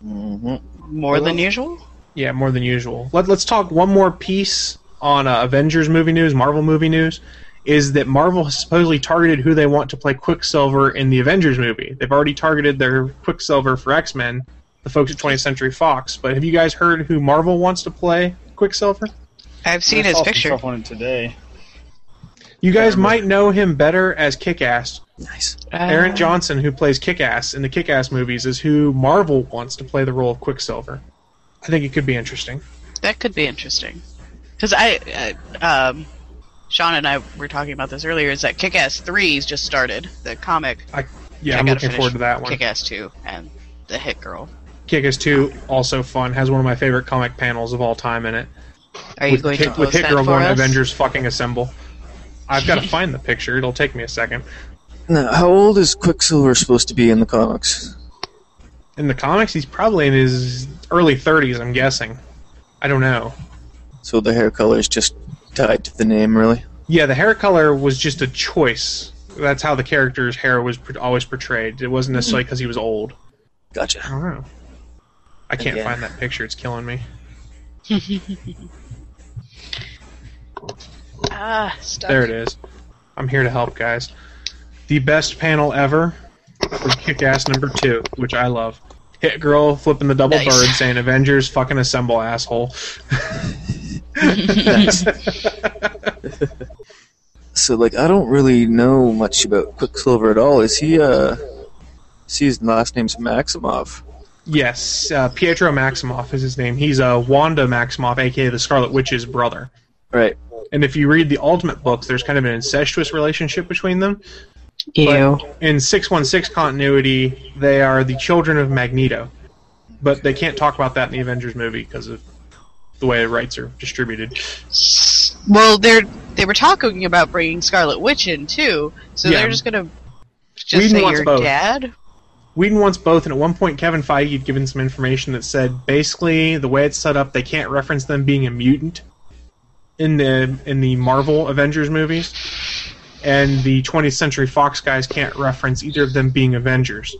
[SPEAKER 10] More than usual?
[SPEAKER 3] Yeah, more than usual. Let, let's talk one more piece on uh, Avengers movie news, Marvel movie news, is that Marvel has supposedly targeted who they want to play Quicksilver in the Avengers movie. They've already targeted their Quicksilver for X Men, the folks at 20th Century Fox. But have you guys heard who Marvel wants to play Quicksilver?
[SPEAKER 10] I've seen
[SPEAKER 5] I
[SPEAKER 10] his
[SPEAKER 5] saw some
[SPEAKER 10] picture.
[SPEAKER 5] stuff on it today.
[SPEAKER 3] You guys might know him better as Kick Ass.
[SPEAKER 9] Nice.
[SPEAKER 10] Uh,
[SPEAKER 3] Aaron Johnson, who plays Kick Ass in the Kick Ass movies, is who Marvel wants to play the role of Quicksilver. I think it could be interesting.
[SPEAKER 10] That could be interesting. Because I, I um, Sean and I were talking about this earlier. Is that Kick-Ass Three's just started the comic?
[SPEAKER 3] I, yeah, I'm looking forward to that one.
[SPEAKER 10] Kick-Ass Two and the Hit Girl.
[SPEAKER 3] Kick Ass 2, also fun, has one of my favorite comic panels of all time in it.
[SPEAKER 10] Are you
[SPEAKER 3] with
[SPEAKER 10] going to
[SPEAKER 3] Kick, with
[SPEAKER 10] post
[SPEAKER 3] Hit
[SPEAKER 10] that
[SPEAKER 3] Girl
[SPEAKER 10] for
[SPEAKER 3] going
[SPEAKER 10] us?
[SPEAKER 3] Avengers fucking assemble? I've got to find the picture. It'll take me a second.
[SPEAKER 9] Now, how old is Quicksilver supposed to be in the comics?
[SPEAKER 3] In the comics, he's probably in his early 30s. I'm guessing. I don't know.
[SPEAKER 9] So the hair color is just tied to the name, really.
[SPEAKER 3] Yeah, the hair color was just a choice. That's how the character's hair was pr- always portrayed. It wasn't necessarily because he was old.
[SPEAKER 9] Gotcha.
[SPEAKER 3] I don't know. I can't
[SPEAKER 9] Again.
[SPEAKER 3] find that picture. It's killing me.
[SPEAKER 10] ah, stuck.
[SPEAKER 3] There it is. I'm here to help, guys. The best panel ever for Kick Ass number two, which I love. Hit Girl flipping the double
[SPEAKER 10] Nice.
[SPEAKER 3] bird saying, Avengers, fucking assemble, asshole.
[SPEAKER 9] So, like, I don't really know much about Quicksilver at all. Is he, uh. See, his last name's Maximov.
[SPEAKER 3] Yes, uh, Pietro Maximoff is his name. He's uh, Wanda Maximoff, aka the Scarlet Witch's brother.
[SPEAKER 9] Right.
[SPEAKER 3] And if you read the Ultimate books, there's kind of an incestuous relationship between them. But in 616 continuity, they are the children of Magneto. But they can't talk about that in the Avengers movie because of the way the rights are distributed.
[SPEAKER 10] Well, they're they were talking about bringing Scarlet Witch in too, so
[SPEAKER 3] Yeah.
[SPEAKER 10] they're just gonna just
[SPEAKER 3] Whedon
[SPEAKER 10] say
[SPEAKER 3] wants
[SPEAKER 10] your
[SPEAKER 3] both.
[SPEAKER 10] dad.
[SPEAKER 3] Whedon wants both, and at one point, Kevin Feige had given some information that said basically the way it's set up, they can't reference them being a mutant in the in the Marvel Avengers movies, and the 20th Century Fox guys can't reference either of them being Avengers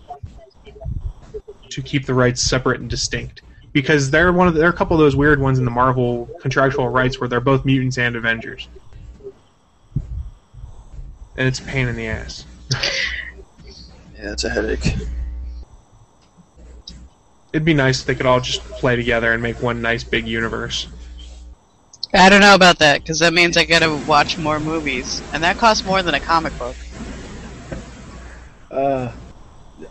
[SPEAKER 3] to keep the rights separate and distinct because they're one of the, they're a couple of those weird ones in the Marvel contractual rights where they're both mutants and Avengers, and it's a pain in the ass.
[SPEAKER 9] Yeah, it's a headache.
[SPEAKER 3] It'd be nice if they could all just play together and make one nice big universe.
[SPEAKER 10] I don't know about that because that means I gotta watch more movies, and that costs more than a comic book.
[SPEAKER 5] Uh,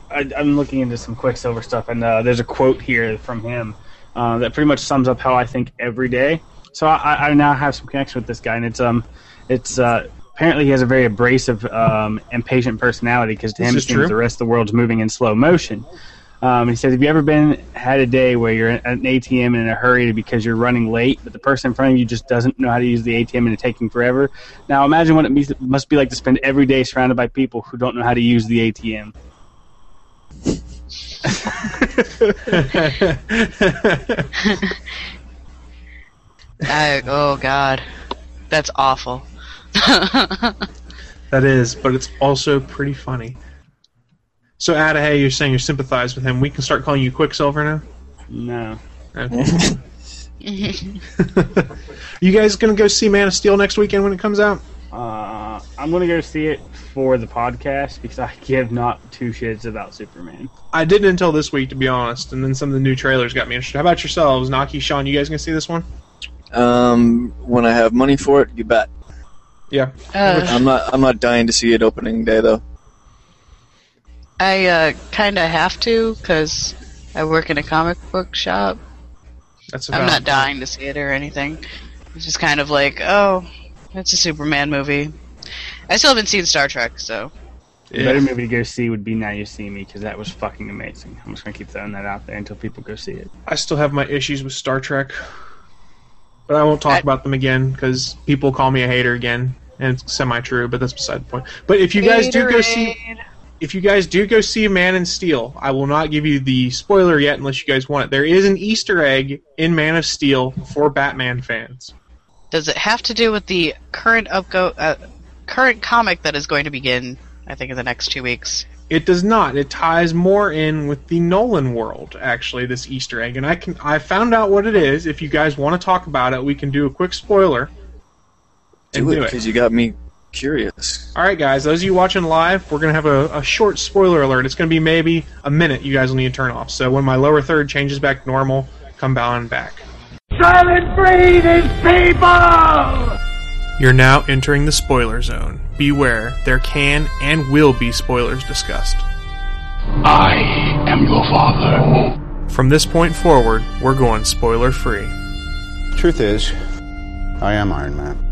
[SPEAKER 5] I, I'm looking into some Quicksilver stuff, and uh, there's a quote here from him uh, that pretty much sums up how I think every day. So I, I now have some connection with this guy, and it's um, it's uh, apparently he has a very abrasive, um, impatient personality because to
[SPEAKER 3] This
[SPEAKER 5] him it
[SPEAKER 3] is
[SPEAKER 5] seems
[SPEAKER 3] true.
[SPEAKER 5] the rest of the world's moving in slow motion. Um, he says, "Have you ever been had a day where you're at an ATM and in a hurry because you're running late, but the person in front of you just doesn't know how to use the ATM and it's taking forever? Now imagine what it means- must be like to spend every day surrounded by people who don't know how to use the ATM."
[SPEAKER 10] I, oh God, that's awful.
[SPEAKER 3] That is, but it's also pretty funny. So, Adahay, you're saying you sympathize with him. We can start calling you Quicksilver now?
[SPEAKER 5] No.
[SPEAKER 3] Okay. you guys going to go see Man of Steel next weekend when it comes out?
[SPEAKER 5] Uh, I'm gonna go see it for the podcast because I give not two shits about Superman.
[SPEAKER 3] I didn't until this week, to be honest, and then some of the new trailers got me interested. How about yourselves, Naki, Sean? You guys going to see this one?
[SPEAKER 9] Um, when I have money for it, you bet.
[SPEAKER 3] Yeah.
[SPEAKER 10] Uh,
[SPEAKER 9] I'm not. I'm not dying to see it opening day though.
[SPEAKER 10] I uh, kind of have to because I work in a comic book shop.
[SPEAKER 3] That's
[SPEAKER 10] I'm
[SPEAKER 3] valid
[SPEAKER 10] not dying to see it or anything. It's just kind of like, oh, it's a Superman movie. I still haven't seen Star Trek, so
[SPEAKER 5] The better movie to go see would be Now You See Me because that was fucking amazing. I'm just gonna keep throwing that out there until people go see it.
[SPEAKER 3] I still have my issues with Star Trek, but I won't talk about them again because people call me a hater again, and it's semi-true. But that's beside the point. But if you guys do go see, if you guys do go see Man and Steel, I will not give you the spoiler yet unless you guys want it. There is an Easter egg in Man of Steel for Batman fans.
[SPEAKER 10] does it have to do with the current upgo- uh, current comic that is going to begin? I think in the next two weeks.
[SPEAKER 3] It does not. It ties more in with the Nolan world, actually, this Easter egg. And I can I found out what it is. If you guys want to talk about it, we can do a quick spoiler. and
[SPEAKER 9] Do it
[SPEAKER 3] do it.
[SPEAKER 9] because you got me curious.
[SPEAKER 3] All right, guys. Those of you watching live, we're gonna have a, a short spoiler alert. It's gonna be maybe a minute. You guys will need to turn off. So when my lower third changes back to normal, come bowing back.
[SPEAKER 11] Silent breathing people!
[SPEAKER 3] You're now entering the spoiler zone. Beware, there can and will be spoilers discussed.
[SPEAKER 11] I am your father.
[SPEAKER 3] From this point forward, we're going spoiler free.
[SPEAKER 13] Truth is, I am Iron Man.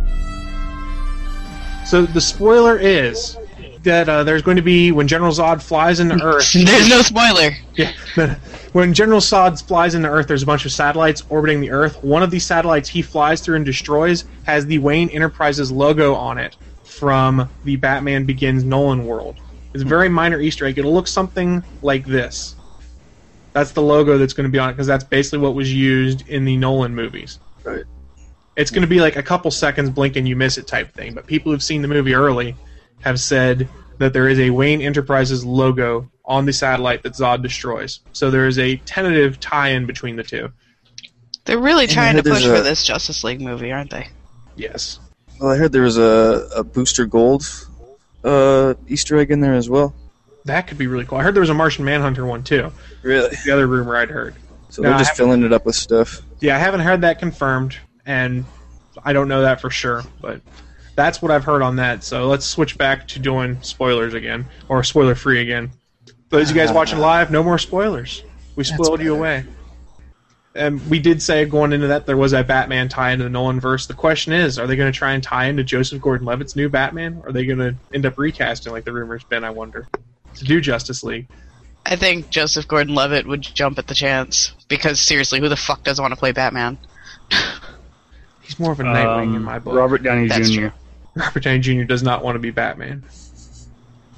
[SPEAKER 3] So the spoiler is that uh, there's going to be when General Zod flies into Earth.
[SPEAKER 10] there's no spoiler.
[SPEAKER 3] Yeah. no, no. When General Zod flies into Earth, there's a bunch of satellites orbiting the Earth. One of these satellites he flies through and destroys has the Wayne Enterprises logo on it from the Batman Begins Nolan world. It's a very minor Easter egg. It'll look something like this. That's the logo that's going to be on it because that's basically what was used in the Nolan movies.
[SPEAKER 9] Right.
[SPEAKER 3] It's going to be like a couple seconds blink and you miss it type thing. But people who've seen the movie early have said that there is a Wayne Enterprises logo on the satellite that Zod destroys. So there is a tentative tie-in between the two.
[SPEAKER 10] They're really
[SPEAKER 9] And
[SPEAKER 10] trying to
[SPEAKER 9] there's
[SPEAKER 10] push for
[SPEAKER 9] a-
[SPEAKER 10] this Justice League movie, aren't they?
[SPEAKER 3] Yes.
[SPEAKER 9] Well, I heard there was a, a Booster Gold uh, Easter egg in there as well.
[SPEAKER 3] That could be really cool. I heard there was a Martian Manhunter one too.
[SPEAKER 9] Really?
[SPEAKER 3] The other rumor I'd heard.
[SPEAKER 9] So
[SPEAKER 3] No,
[SPEAKER 9] they're
[SPEAKER 3] I
[SPEAKER 9] just filling it up with stuff.
[SPEAKER 3] Yeah, I haven't heard that confirmed, and I don't know that for sure, but that's what I've heard on that. So let's switch back to doing spoilers again, or spoiler free again. Those of you guys watching live, no more spoilers. We spoiled you away. And we did say going into that there was a Batman tie into the Nolan verse. The question is, are they going to try and tie into Joseph Gordon-Levitt's new Batman? Or are they going to end up recasting like the rumors been? I wonder to do Justice League.
[SPEAKER 10] I think Joseph Gordon-Levitt would jump at the chance because seriously, who the fuck doesn't want to play Batman?
[SPEAKER 3] He's more of a Nightwing
[SPEAKER 5] Um,
[SPEAKER 3] in my book.
[SPEAKER 5] Robert Downey
[SPEAKER 10] That's
[SPEAKER 5] Jr.
[SPEAKER 3] Robert Downey Jr. does not want to be Batman.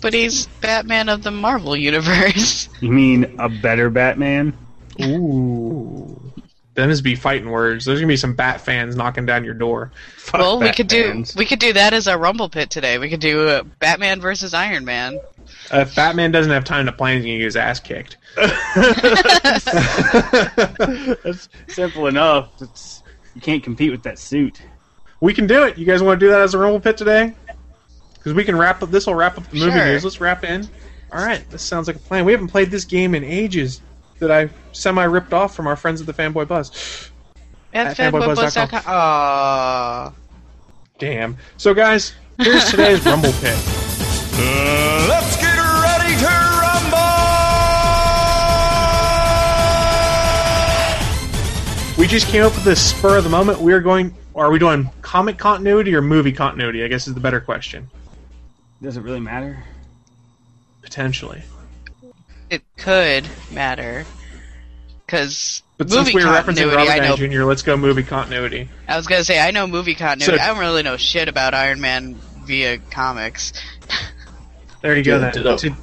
[SPEAKER 10] But he's Batman of the Marvel universe.
[SPEAKER 5] You mean a better Batman?
[SPEAKER 3] Ooh. Them is be fighting words. There's gonna be some bat fans knocking down your door.
[SPEAKER 10] well, we could do we could do that as our Rumble Pit today. We could do uh, Batman versus Iron Man.
[SPEAKER 3] Uh, if Batman doesn't have time to plan, he's gonna get his ass kicked.
[SPEAKER 5] That's simple enough. It's, you can't compete with that suit.
[SPEAKER 3] We can do it. You guys want to do that as a rumble pit today? Because we can wrap up. This will wrap up the movie
[SPEAKER 5] Sure.
[SPEAKER 3] news. Let's wrap in. All right. This sounds like a plan. We haven't played this game in ages. That I semi ripped off from our friends at the Fanboy Buzz.
[SPEAKER 10] At
[SPEAKER 3] fanboybuzz.com.
[SPEAKER 10] fanboybuzz.com. Aw.
[SPEAKER 3] Damn. So guys, here's today's rumble pit.
[SPEAKER 11] Let's get ready to rumble!
[SPEAKER 3] just came up with this spur of the moment. We are going. Are we doing comic continuity or movie continuity? I guess is the better question.
[SPEAKER 5] Does it really matter?
[SPEAKER 3] Potentially.
[SPEAKER 10] It could matter because
[SPEAKER 3] But
[SPEAKER 10] movie
[SPEAKER 3] since we were referencing
[SPEAKER 10] continuity,
[SPEAKER 3] Robert
[SPEAKER 10] I know.
[SPEAKER 3] Downey Jr., let's go movie continuity.
[SPEAKER 10] I was gonna say I know movie continuity.
[SPEAKER 3] So-
[SPEAKER 10] I don't really know shit about Iron Man via comics.
[SPEAKER 3] There you go.
[SPEAKER 10] Dude,
[SPEAKER 3] Then.
[SPEAKER 10] ditto.
[SPEAKER 3] To-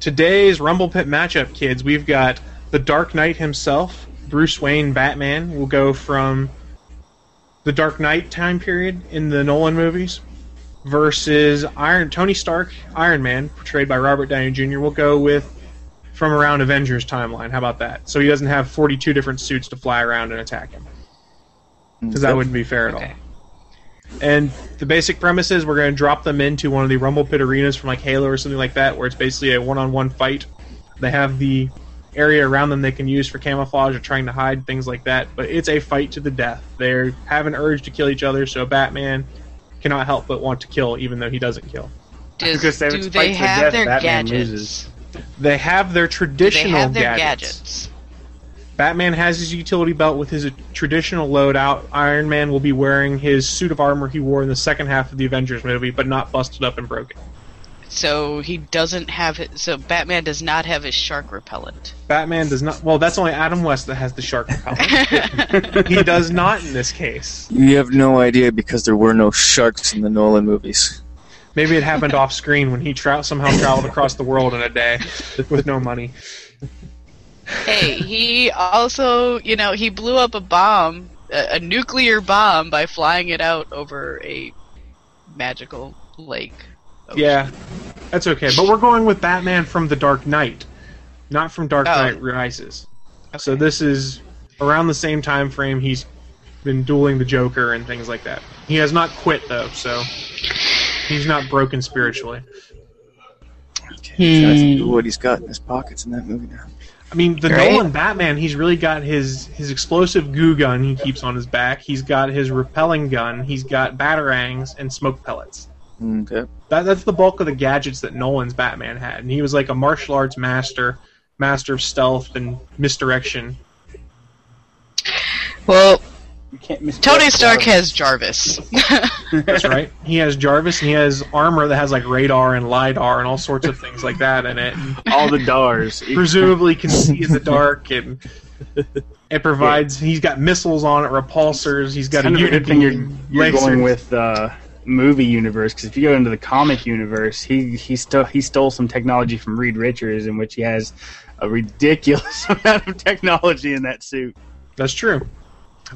[SPEAKER 3] today's Rumble Pit matchup, kids, we've got the Dark Knight himself, Bruce Wayne, Batman. We'll go from the Dark Knight time period in the Nolan movies versus Iron Tony Stark, Iron Man, portrayed by Robert Downey Jr. We'll go with from around Avengers timeline. How about that? So he doesn't have 42 different suits to fly around and attack him. Because that
[SPEAKER 9] Okay.
[SPEAKER 3] wouldn't be fair at all. And the basic premise is we're going to drop them into one of the Rumble Pit arenas from like Halo or something like that, where it's basically a one-on-one fight. They have the area around them they can use for camouflage or trying to hide things like that. But it's a fight to the death. They have an urge to kill each other, so Batman cannot help but want to kill, even though he doesn't kill.
[SPEAKER 10] Does, do they have their gadgets?
[SPEAKER 3] They have their
[SPEAKER 10] Do
[SPEAKER 3] traditional
[SPEAKER 10] they have their
[SPEAKER 3] gadgets.
[SPEAKER 10] gadgets?
[SPEAKER 3] Batman has his utility belt with his uh, traditional loadout. Iron Man will be wearing his suit of armor he wore in the second half of the Avengers movie, but not busted up and broken.
[SPEAKER 10] So he doesn't have. So Batman does not have his shark repellent.
[SPEAKER 3] Batman does not. Well, that's only Adam West that has the shark repellent. he does not in this case.
[SPEAKER 9] You have no idea because there were no sharks in the Nolan movies.
[SPEAKER 3] Maybe it happened off screen when he tra- somehow traveled across the world in a day with no money.
[SPEAKER 10] Hey, he also, you know, he blew up a bomb, a, a nuclear bomb, by flying it out over a magical lake.
[SPEAKER 3] Yeah, that's okay. But we're going with Batman from The Dark Knight, not from Dark Knight Rises. So this is around the same time frame he's been dueling the Joker and things like that. He has not quit though, so he's not broken spiritually. Hmm.
[SPEAKER 9] Trying to think of what he's got in his pockets in that movie now.
[SPEAKER 3] I mean, the
[SPEAKER 9] Right?
[SPEAKER 3] Nolan Batman, he's really got his his explosive goo gun he keeps on his back. He's got his repelling gun. He's got batarangs and smoke pellets.
[SPEAKER 9] Okay.
[SPEAKER 3] That, that's the bulk of the gadgets that Nolan's Batman had, and he was like a martial arts master, master of stealth and misdirection.
[SPEAKER 10] Well,
[SPEAKER 5] You can't miss
[SPEAKER 10] Tony Stark has Jarvis.
[SPEAKER 3] That's right. He has Jarvis, and he has armor that has like radar and lidar and all sorts of things like that in it.
[SPEAKER 5] all the doors.
[SPEAKER 3] Presumably, can see in the dark, and it provides. He's got missiles on it, repulsors. He's got a
[SPEAKER 5] kind of a
[SPEAKER 3] unit
[SPEAKER 5] good thing you're, you're
[SPEAKER 3] laser.
[SPEAKER 5] going with the movie universe because if you go into the comic universe, he he stole he stole some technology from Reed Richards, in which he has a ridiculous amount of technology in that suit.
[SPEAKER 3] That's true.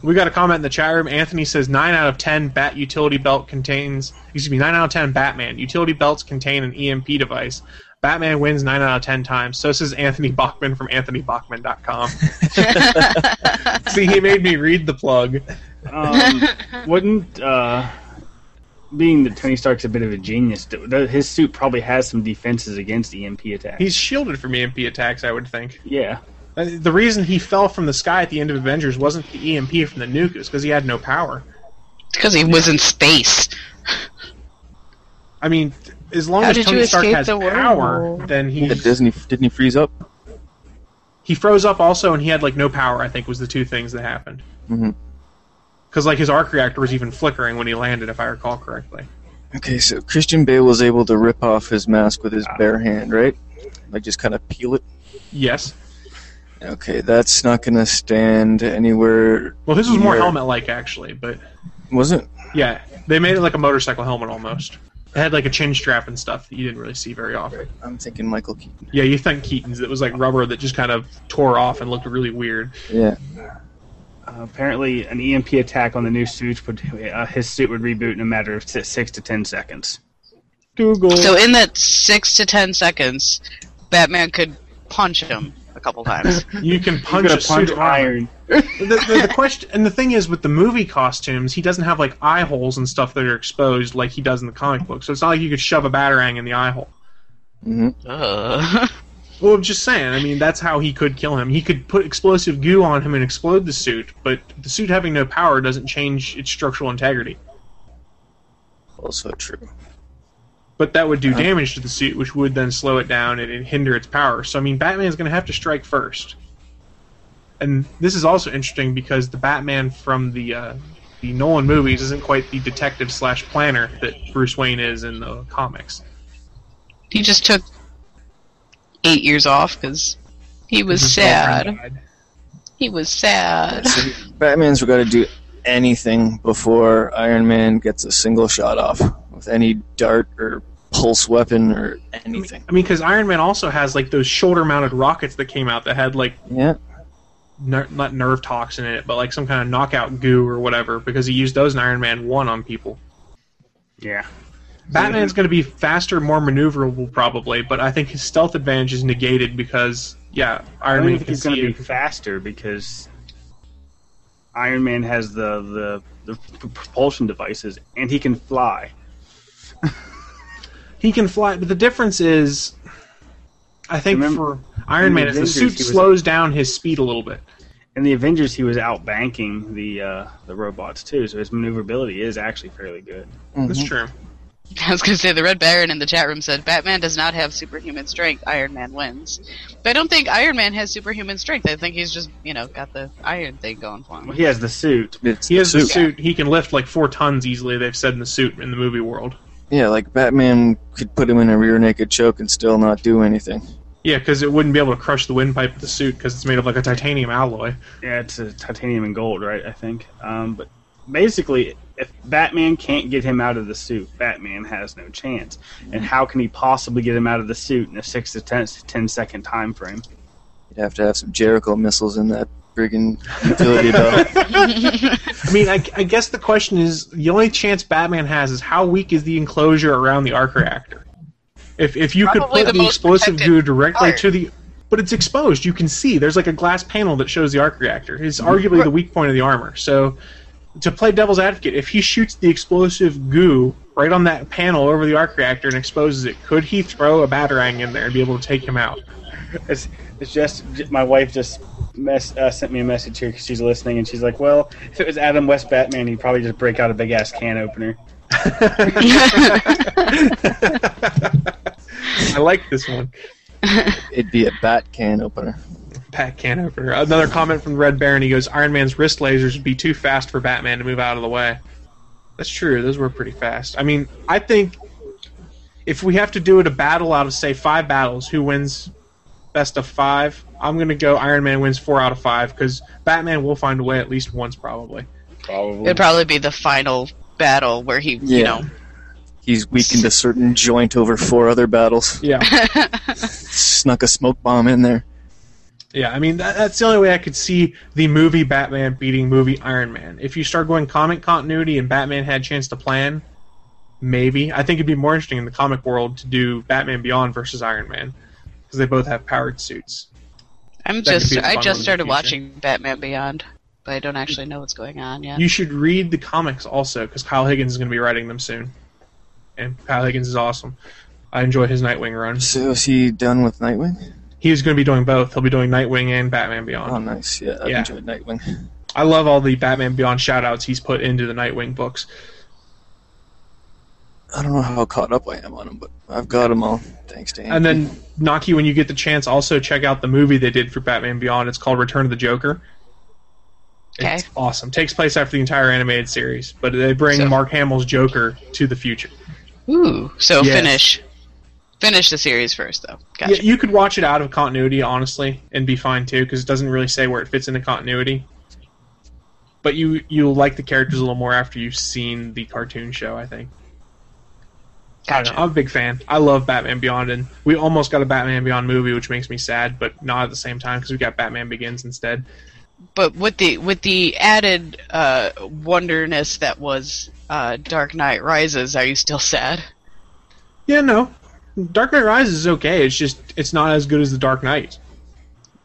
[SPEAKER 3] We got a comment in the chat room. Anthony says nine out of ten bat utility belt contains excuse me, nine out of ten Batman. Utility belts contain an EMP device. Batman wins nine out of ten times. So says Anthony Bachman from AnthonyBachman.com. See, he made me read the plug.
[SPEAKER 5] Um, wouldn't uh, being that Tony Stark's a bit of a genius, th- th- his suit probably has some defenses against E EMP attacks.
[SPEAKER 3] He's shielded from EMP attacks, I would think.
[SPEAKER 5] yeah.
[SPEAKER 3] Uh, The reason he fell from the sky at the end of Avengers wasn't the EMP from the nuke, it was because he had no power.
[SPEAKER 10] Because he was in space.
[SPEAKER 3] I mean, as long
[SPEAKER 10] How
[SPEAKER 3] as
[SPEAKER 10] did
[SPEAKER 3] Tony
[SPEAKER 10] you
[SPEAKER 3] Stark
[SPEAKER 10] escape
[SPEAKER 3] has
[SPEAKER 10] the wormhole?
[SPEAKER 3] power, then he
[SPEAKER 9] Yeah, doesn't he? Didn't he freeze up?
[SPEAKER 3] he froze up also and he had like no power i think was the two things that happened
[SPEAKER 9] hmm
[SPEAKER 3] because like his arc reactor was even flickering when he landed if i recall correctly
[SPEAKER 9] Okay, so Christian Bale was able to rip off his mask with his bare hand, right? Like just kind of peel it.
[SPEAKER 3] yes
[SPEAKER 9] Okay, that's not gonna stand anywhere.
[SPEAKER 3] well his was more
[SPEAKER 9] near-
[SPEAKER 3] helmet like actually but
[SPEAKER 9] Was it?
[SPEAKER 3] yeah they made it like a motorcycle helmet almost it had like a chin strap and stuff that you didn't really see very often
[SPEAKER 9] I'm thinking Michael Keaton.
[SPEAKER 3] yeah you think keaton's it was like rubber that just kind of tore off and looked really weird
[SPEAKER 9] Yeah.
[SPEAKER 5] Uh, apparently, an EMP attack on the new suit would uh, his suit would reboot in a matter of si- six to ten seconds.
[SPEAKER 3] Google.
[SPEAKER 10] So in that six to ten seconds, Batman could punch him a couple times.
[SPEAKER 3] you can punch
[SPEAKER 5] gonna
[SPEAKER 3] a
[SPEAKER 5] punch
[SPEAKER 3] suit of armor.
[SPEAKER 5] iron.
[SPEAKER 3] the, the, the question and the thing is with the movie costumes he doesn't have like eye holes and stuff that are exposed like he does in the comic book so it's not like you could shove a batarang in the eye hole Well, I'm just saying. I mean, that's how he could kill him. He could put explosive goo on him and explode the suit, but the suit having no power doesn't change its structural integrity.
[SPEAKER 9] Also true.
[SPEAKER 3] But that would do damage to the suit, which would then slow it down and, and hinder its power. So, I mean, Batman's going to have to strike first. and this is also interesting because the Batman from the uh, the Nolan movies isn't quite the detective slash planner that Bruce Wayne is in the comics.
[SPEAKER 10] He just took eight years off because he was
[SPEAKER 9] His girlfriend
[SPEAKER 10] sad. He was sad.
[SPEAKER 9] Batman's got to do anything before Iron Man gets a single shot off with any dart or pulse weapon or anything.
[SPEAKER 3] I mean, because Iron Man also has like those shoulder-mounted rockets that came out that had like
[SPEAKER 9] Yeah.
[SPEAKER 3] ner- not nerve toxin in it, but like some kind of knockout goo or whatever, because he used those in Iron Man One on people.
[SPEAKER 5] Yeah.
[SPEAKER 3] Batman's going to be faster, more maneuverable probably, but I think his stealth advantage is negated because yeah, Iron
[SPEAKER 5] I
[SPEAKER 3] Man
[SPEAKER 5] think
[SPEAKER 3] can
[SPEAKER 5] he's going
[SPEAKER 3] see
[SPEAKER 5] to be
[SPEAKER 3] you.
[SPEAKER 5] faster because Iron Man has the, the the p- propulsion devices and he can fly.
[SPEAKER 3] He can fly, but the difference is, I think
[SPEAKER 5] Remember-
[SPEAKER 3] for Iron
[SPEAKER 5] in
[SPEAKER 3] Man, is the
[SPEAKER 5] Avengers,
[SPEAKER 3] suit
[SPEAKER 5] he was-
[SPEAKER 3] slows down his speed a little bit.
[SPEAKER 5] In the Avengers, he was out banking the uh, the robots too, so his maneuverability is actually fairly good.
[SPEAKER 3] That's true.
[SPEAKER 10] I was going to say the Red Baron in the chat room said Batman does not have superhuman strength. Iron Man wins, but I don't think Iron Man has superhuman strength. I think he's just you know got the iron thing going for him.
[SPEAKER 5] He has the suit.
[SPEAKER 3] he has the
[SPEAKER 9] suit.
[SPEAKER 3] suit. He can lift like four tons easily. They've said in the suit in the movie world.
[SPEAKER 9] Yeah, like Batman could put him in a rear naked choke and still not do anything.
[SPEAKER 3] Yeah, because it wouldn't be able to crush the windpipe of the suit because it's made of like a titanium alloy.
[SPEAKER 5] Yeah, it's a titanium and gold, right? I think. Um, but basically, if Batman can't get him out of the suit, Batman has no chance. And how can he possibly get him out of the suit in a six to ten, 10 second time frame?
[SPEAKER 9] You'd have to have some Jericho missiles in that friggin' utility belt.
[SPEAKER 3] I mean, I, I guess the question is the only chance Batman has is how weak is the enclosure around the arc reactor? If if you
[SPEAKER 10] Probably
[SPEAKER 3] could put
[SPEAKER 10] the
[SPEAKER 3] the,
[SPEAKER 10] most
[SPEAKER 3] explosive
[SPEAKER 10] protected
[SPEAKER 3] goo directly
[SPEAKER 10] part.
[SPEAKER 3] to the, but it's exposed. You can see there's like a glass panel that shows the arc reactor. It's arguably the weak point of the armor. So, to play devil's advocate, if he shoots the explosive goo right on that panel over the arc reactor and exposes it, could he throw a batarang in there and be able to take him out?
[SPEAKER 5] It's, it's just j- my wife just mess, uh, sent me a message here because she's listening, and she's like, "Well, if it was Adam West Batman, he'd probably just break out a big ass can opener."
[SPEAKER 3] I like this one.
[SPEAKER 9] It'd be a bat can opener.
[SPEAKER 3] Pat Canover. Another comment from Red Baron. He goes, "Iron Man's wrist lasers would be too fast for Batman to move out of the way." That's true. Those were pretty fast. I mean, I think if we have to do it a battle out of say five battles, who wins best of five? I'm gonna go Iron Man wins four out of five because Batman will find a way at least once probably.
[SPEAKER 10] It'd probably be the final battle where he you
[SPEAKER 9] Yeah.
[SPEAKER 10] know
[SPEAKER 9] He's weakened a certain joint over four other battles.
[SPEAKER 3] Yeah.
[SPEAKER 9] Snuck a smoke bomb in there.
[SPEAKER 3] Yeah, I mean that, that's the only way I could see the movie Batman beating movie Iron Man. If you start going comic continuity and Batman had a chance to plan, maybe I think it'd be more interesting in the comic world to do Batman Beyond versus Iron Man because they both have powered suits.
[SPEAKER 10] I'm
[SPEAKER 3] That could
[SPEAKER 10] just
[SPEAKER 3] be the
[SPEAKER 10] I
[SPEAKER 3] final in
[SPEAKER 10] just
[SPEAKER 3] the
[SPEAKER 10] started
[SPEAKER 3] future.
[SPEAKER 10] watching Batman Beyond, but I don't actually know what's going on yet.
[SPEAKER 3] You should read the comics also because Kyle Higgins is going to be writing them soon, and Kyle Higgins is awesome. I enjoy his Nightwing runs.
[SPEAKER 9] So is he done with Nightwing?
[SPEAKER 3] He's going to be doing both. He'll be doing Nightwing and Batman Beyond.
[SPEAKER 9] Oh, nice. Yeah, I've
[SPEAKER 3] Yeah.
[SPEAKER 9] enjoyed Nightwing.
[SPEAKER 3] I love all the Batman Beyond shoutouts he's put into the Nightwing books.
[SPEAKER 9] I don't know how caught up I am on him, but I've got him all. Thanks, Dan.
[SPEAKER 3] And then Naki, when you get the chance, also check out the movie they did for Batman Beyond. It's called Return of the Joker.
[SPEAKER 10] Okay.
[SPEAKER 3] It's awesome. Takes place after the entire animated series, but they bring
[SPEAKER 10] So-
[SPEAKER 3] Mark Hamill's Joker to the future.
[SPEAKER 10] Ooh, so
[SPEAKER 3] Yes.
[SPEAKER 10] finish finish the series first though. Gotcha.
[SPEAKER 3] Yeah, you could watch it out of continuity, honestly, and be fine too, because it doesn't really say where it fits into continuity. But you you'll like the characters a little more after you've seen the cartoon show. I think. I don't know, I'm a big fan. I love Batman Beyond, and we almost got a Batman Beyond movie, which makes me sad, but not at the same time because we got Batman Begins instead.
[SPEAKER 10] But with the with the added uh, wonderness that was uh, Dark Knight Rises, are you still sad?
[SPEAKER 3] Yeah, no. Dark Knight Rises is okay. It's just it's not as good as the Dark Knight.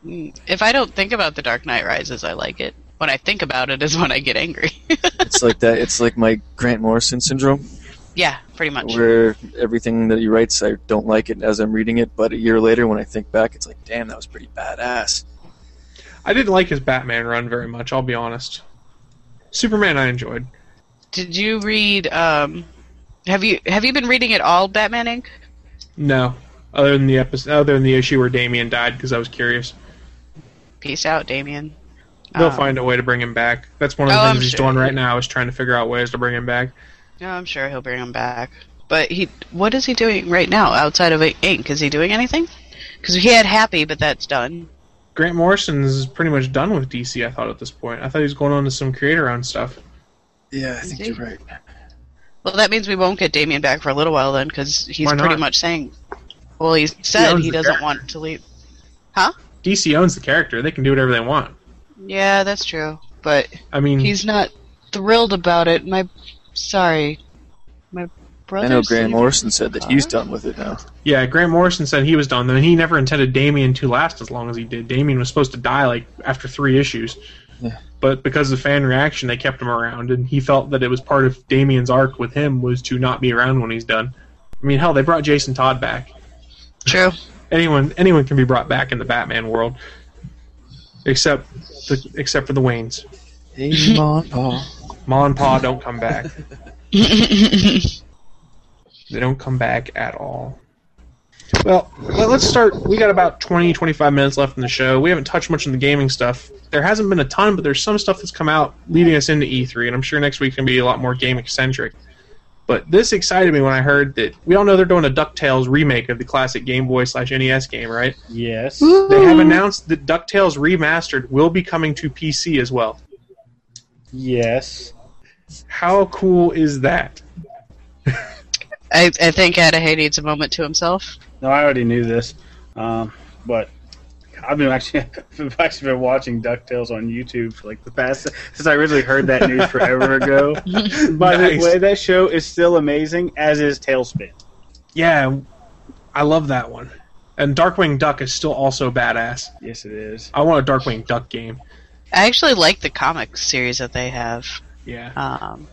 [SPEAKER 10] Mm, If I don't think about the Dark Knight Rises, I like it. When I think about it is when I get angry.
[SPEAKER 9] it's like that. It's like my Grant Morrison syndrome,
[SPEAKER 10] yeah, pretty much.
[SPEAKER 9] where everything that he writes, I don't like it as I'm reading it, but a year later, when I think back, it's like, damn, that was pretty badass.
[SPEAKER 3] I didn't like his Batman run very much. I'll be honest. Superman, I enjoyed.
[SPEAKER 10] Did you read? Um, have you have you been reading at all Batman Inc?
[SPEAKER 3] No, other than the episode, other than the issue where Damien died, because I was curious.
[SPEAKER 10] Peace out, Damien.
[SPEAKER 3] They'll
[SPEAKER 10] Um,
[SPEAKER 3] find a way to bring him back. That's one of the
[SPEAKER 10] Oh,
[SPEAKER 3] things
[SPEAKER 10] I'm
[SPEAKER 3] he's
[SPEAKER 10] sure.
[SPEAKER 3] doing right now. Is trying to figure out ways to bring him back.
[SPEAKER 10] No, I'm sure he'll bring him back. But he, what is he doing right now outside of Ink? Is he doing anything? Because he had Happy, but that's done.
[SPEAKER 3] Grant Morrison is pretty much done with DC. I thought at this point. I thought he was going on to some creator-owned stuff.
[SPEAKER 9] Yeah, I
[SPEAKER 10] think you're
[SPEAKER 9] right.
[SPEAKER 10] Well, that means we won't get Damien back for a little while then, because he's
[SPEAKER 3] Why not?
[SPEAKER 10] pretty much saying, well, he said
[SPEAKER 3] owns
[SPEAKER 10] he
[SPEAKER 3] the
[SPEAKER 10] doesn't
[SPEAKER 3] character.
[SPEAKER 10] want to leave.
[SPEAKER 3] DC owns the character. They can do whatever they want.
[SPEAKER 10] Yeah, that's true. But
[SPEAKER 3] I mean,
[SPEAKER 10] he's not thrilled about it. My, sorry, my brother.
[SPEAKER 9] I know Grant Morrison said that he's done with it now.
[SPEAKER 3] Yeah, Grant Morrison said he was done. Then he never intended Damien to last as long as he did. Damien was supposed to die like after three issues,
[SPEAKER 9] Yeah.
[SPEAKER 3] but because of fan reaction, they kept him around, and he felt that it was part of Damien's arc with him was to not be around when he's done. I mean, hell, they brought Jason Todd back.
[SPEAKER 10] True.
[SPEAKER 3] anyone, anyone can be brought back in the Batman world, except the, except for the Waynes.
[SPEAKER 9] Hey, Ma and Pa.
[SPEAKER 3] Ma and Pa don't come back. they don't come back at all. Well, let- let's start. We got about 20, 25 minutes left in the show. We haven't touched much on the gaming stuff. There hasn't been a ton, but there's some stuff that's come out leading us into E3, and I'm sure next week can be a lot more game eccentric. But this excited me when I heard that we all know they're doing a DuckTales remake of the classic Game Boy slash NES game, right?
[SPEAKER 5] Yes.
[SPEAKER 3] They have announced that DuckTales Remastered will be coming to PC as well.
[SPEAKER 5] Yes.
[SPEAKER 3] How cool is that?
[SPEAKER 10] I, I think Adahay needs a moment to himself.
[SPEAKER 5] No, I already knew this, um, but I've been actually I've actually been watching Ducktales on YouTube for like the past since I originally heard that news forever ago. By
[SPEAKER 3] Nice.
[SPEAKER 5] the way, that show is still amazing, as is Tailspin.
[SPEAKER 3] Yeah, I love that one. And Darkwing Duck is still also badass.
[SPEAKER 5] Yes, it is.
[SPEAKER 3] I want a Darkwing Duck game.
[SPEAKER 10] I actually like the comic series that they have.
[SPEAKER 3] Yeah.
[SPEAKER 10] Um,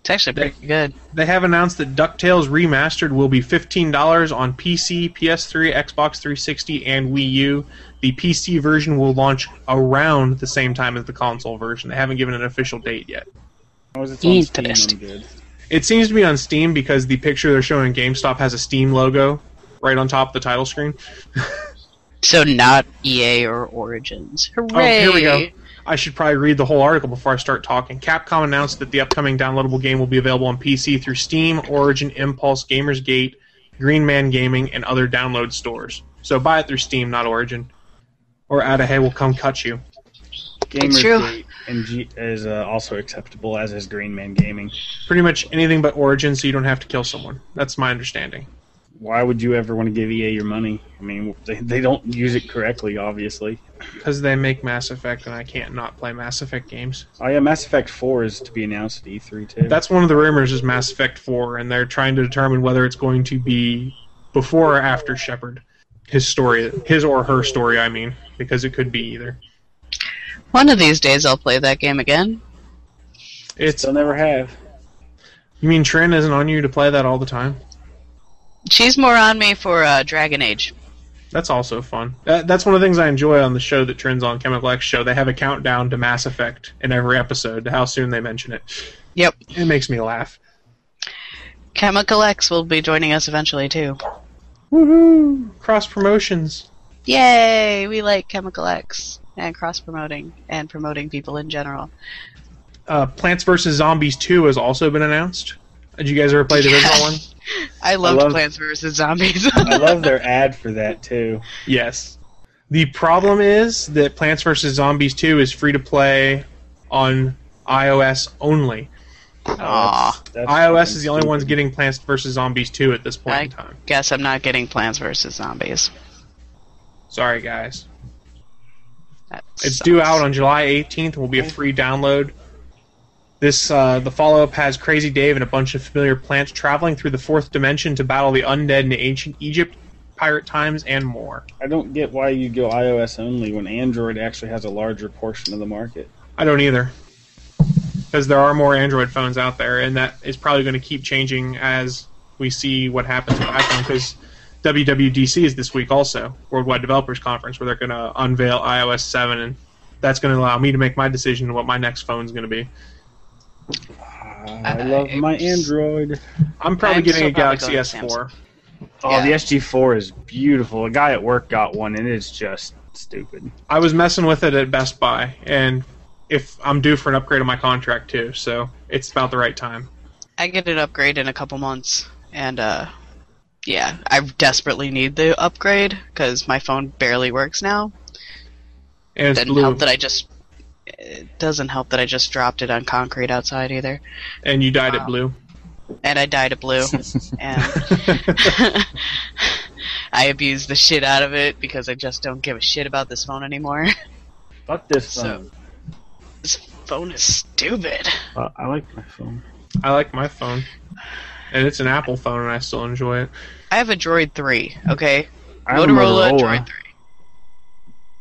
[SPEAKER 10] it's actually pretty good.
[SPEAKER 3] They have announced that DuckTales Remastered will be $15 on PC, PS3, Xbox 360, and Wii U. The PC version will launch around the same time as the console version. They haven't given an official date yet.
[SPEAKER 5] How is it on Steam?
[SPEAKER 10] Interesting.
[SPEAKER 5] I'm good.
[SPEAKER 3] It seems to be on Steam because the picture they're showing GameStop has a Steam logo right on top of the title screen.
[SPEAKER 10] So not EA or Origins. Hooray!
[SPEAKER 3] Oh, here we go. I should probably read the whole article before I start talking. Capcom announced that the upcoming downloadable game will be available on PC through Steam, Origin, Impulse, Gamers Gate, Green Man Gaming, and other download stores. So buy it through Steam, not Origin. Or Adahay will come cut you.
[SPEAKER 10] It's true.
[SPEAKER 5] Gamergate and G- is uh, also acceptable, as is Green Man Gaming.
[SPEAKER 3] Pretty much anything but Origin, so you don't have to kill someone. That's my understanding.
[SPEAKER 5] Why would you ever want to give EA your money? I mean, they, they don't use it correctly, obviously.
[SPEAKER 3] Because they make Mass Effect, and I can't not play Mass Effect games.
[SPEAKER 5] Oh yeah, Mass Effect Four is to be announced at E3 too.
[SPEAKER 3] That's one of the rumors is Mass Effect 4, and they're trying to determine whether it's going to be before or after Shepard. His story, his or her story, I mean, because it could be either.
[SPEAKER 10] One of these days I'll play that game again.
[SPEAKER 3] It's
[SPEAKER 5] they'll never have.
[SPEAKER 3] you mean Trin isn't on you to play that all the time?
[SPEAKER 10] She's more on me for uh, Dragon Age.
[SPEAKER 3] That's also fun. That, that's one of the things I enjoy on the show that Trin's on Chemical X show. They have a countdown to Mass Effect in every episode to how soon they mention it.
[SPEAKER 10] Yep.
[SPEAKER 3] It makes me laugh.
[SPEAKER 10] Chemical X will be joining us eventually too.
[SPEAKER 3] Woohoo! Cross promotions.
[SPEAKER 10] Yay! We like Chemical X and cross promoting and promoting people in general.
[SPEAKER 3] Uh, Plants vs Zombies 2 has also been announced. Did you guys ever play the original one?
[SPEAKER 10] I loved
[SPEAKER 5] love-
[SPEAKER 10] Plants vs Zombies.
[SPEAKER 5] I love their ad for that too.
[SPEAKER 3] Yes. The problem is that Plants vs. Zombies 2 is free to play on iOS only.
[SPEAKER 10] Aw.
[SPEAKER 5] That's
[SPEAKER 3] iOS
[SPEAKER 5] fucking
[SPEAKER 3] is the only ones
[SPEAKER 5] stupid.
[SPEAKER 3] getting Plants vs. Zombies 2 at this point
[SPEAKER 10] I
[SPEAKER 3] in time.
[SPEAKER 10] guess I'm not getting Plants vs Zombies.
[SPEAKER 3] Sorry, guys.
[SPEAKER 10] That
[SPEAKER 3] It's
[SPEAKER 10] sucks.
[SPEAKER 3] due out on July 18th and will be a free download. This uh, the follow up has Crazy Dave and a bunch of familiar plants traveling through the fourth dimension to battle the undead in ancient Egypt, pirate times, and more.
[SPEAKER 5] I don't get why you go iOS only when Android actually has a larger portion of the market.
[SPEAKER 3] I don't either. Because there are more Android phones out there, and that is probably going to keep changing as we see what happens with iPhone. Because WWDC is this week also, Worldwide Developers Conference, where they're going to unveil iOS 7, and that's going to allow me to make my decision on what my next phone's going to be.
[SPEAKER 5] I love my Android.
[SPEAKER 3] I'm probably
[SPEAKER 10] I'm
[SPEAKER 3] getting
[SPEAKER 10] still
[SPEAKER 3] a
[SPEAKER 10] probably
[SPEAKER 3] Galaxy
[SPEAKER 10] going
[SPEAKER 3] S4.
[SPEAKER 5] Oh, the SG4 is beautiful. A guy at work got one, and it's just stupid.
[SPEAKER 3] I was messing with it at Best Buy, and if I'm due for an upgrade on my contract too, so it's about the right time.
[SPEAKER 10] I get an upgrade in a couple months, and uh, yeah, I desperately need the upgrade because my phone barely works now.
[SPEAKER 3] And it's
[SPEAKER 10] doesn't
[SPEAKER 3] blue.
[SPEAKER 10] help that I just it doesn't help that I just dropped it on concrete outside either.
[SPEAKER 3] And you dyed
[SPEAKER 10] Wow.
[SPEAKER 3] it blue.
[SPEAKER 10] and I dyed it blue. and I abuse the shit out of it because I just don't give a shit about this phone anymore.
[SPEAKER 5] Fuck this
[SPEAKER 10] phone.
[SPEAKER 5] Oh.
[SPEAKER 10] this phone is stupid.
[SPEAKER 5] Uh, I like my phone.
[SPEAKER 3] I like my phone, and it's an Apple phone, and I still enjoy it.
[SPEAKER 10] I have a Droid 3, okay?
[SPEAKER 5] I have a
[SPEAKER 10] Motorola,
[SPEAKER 5] Motorola.
[SPEAKER 10] Droid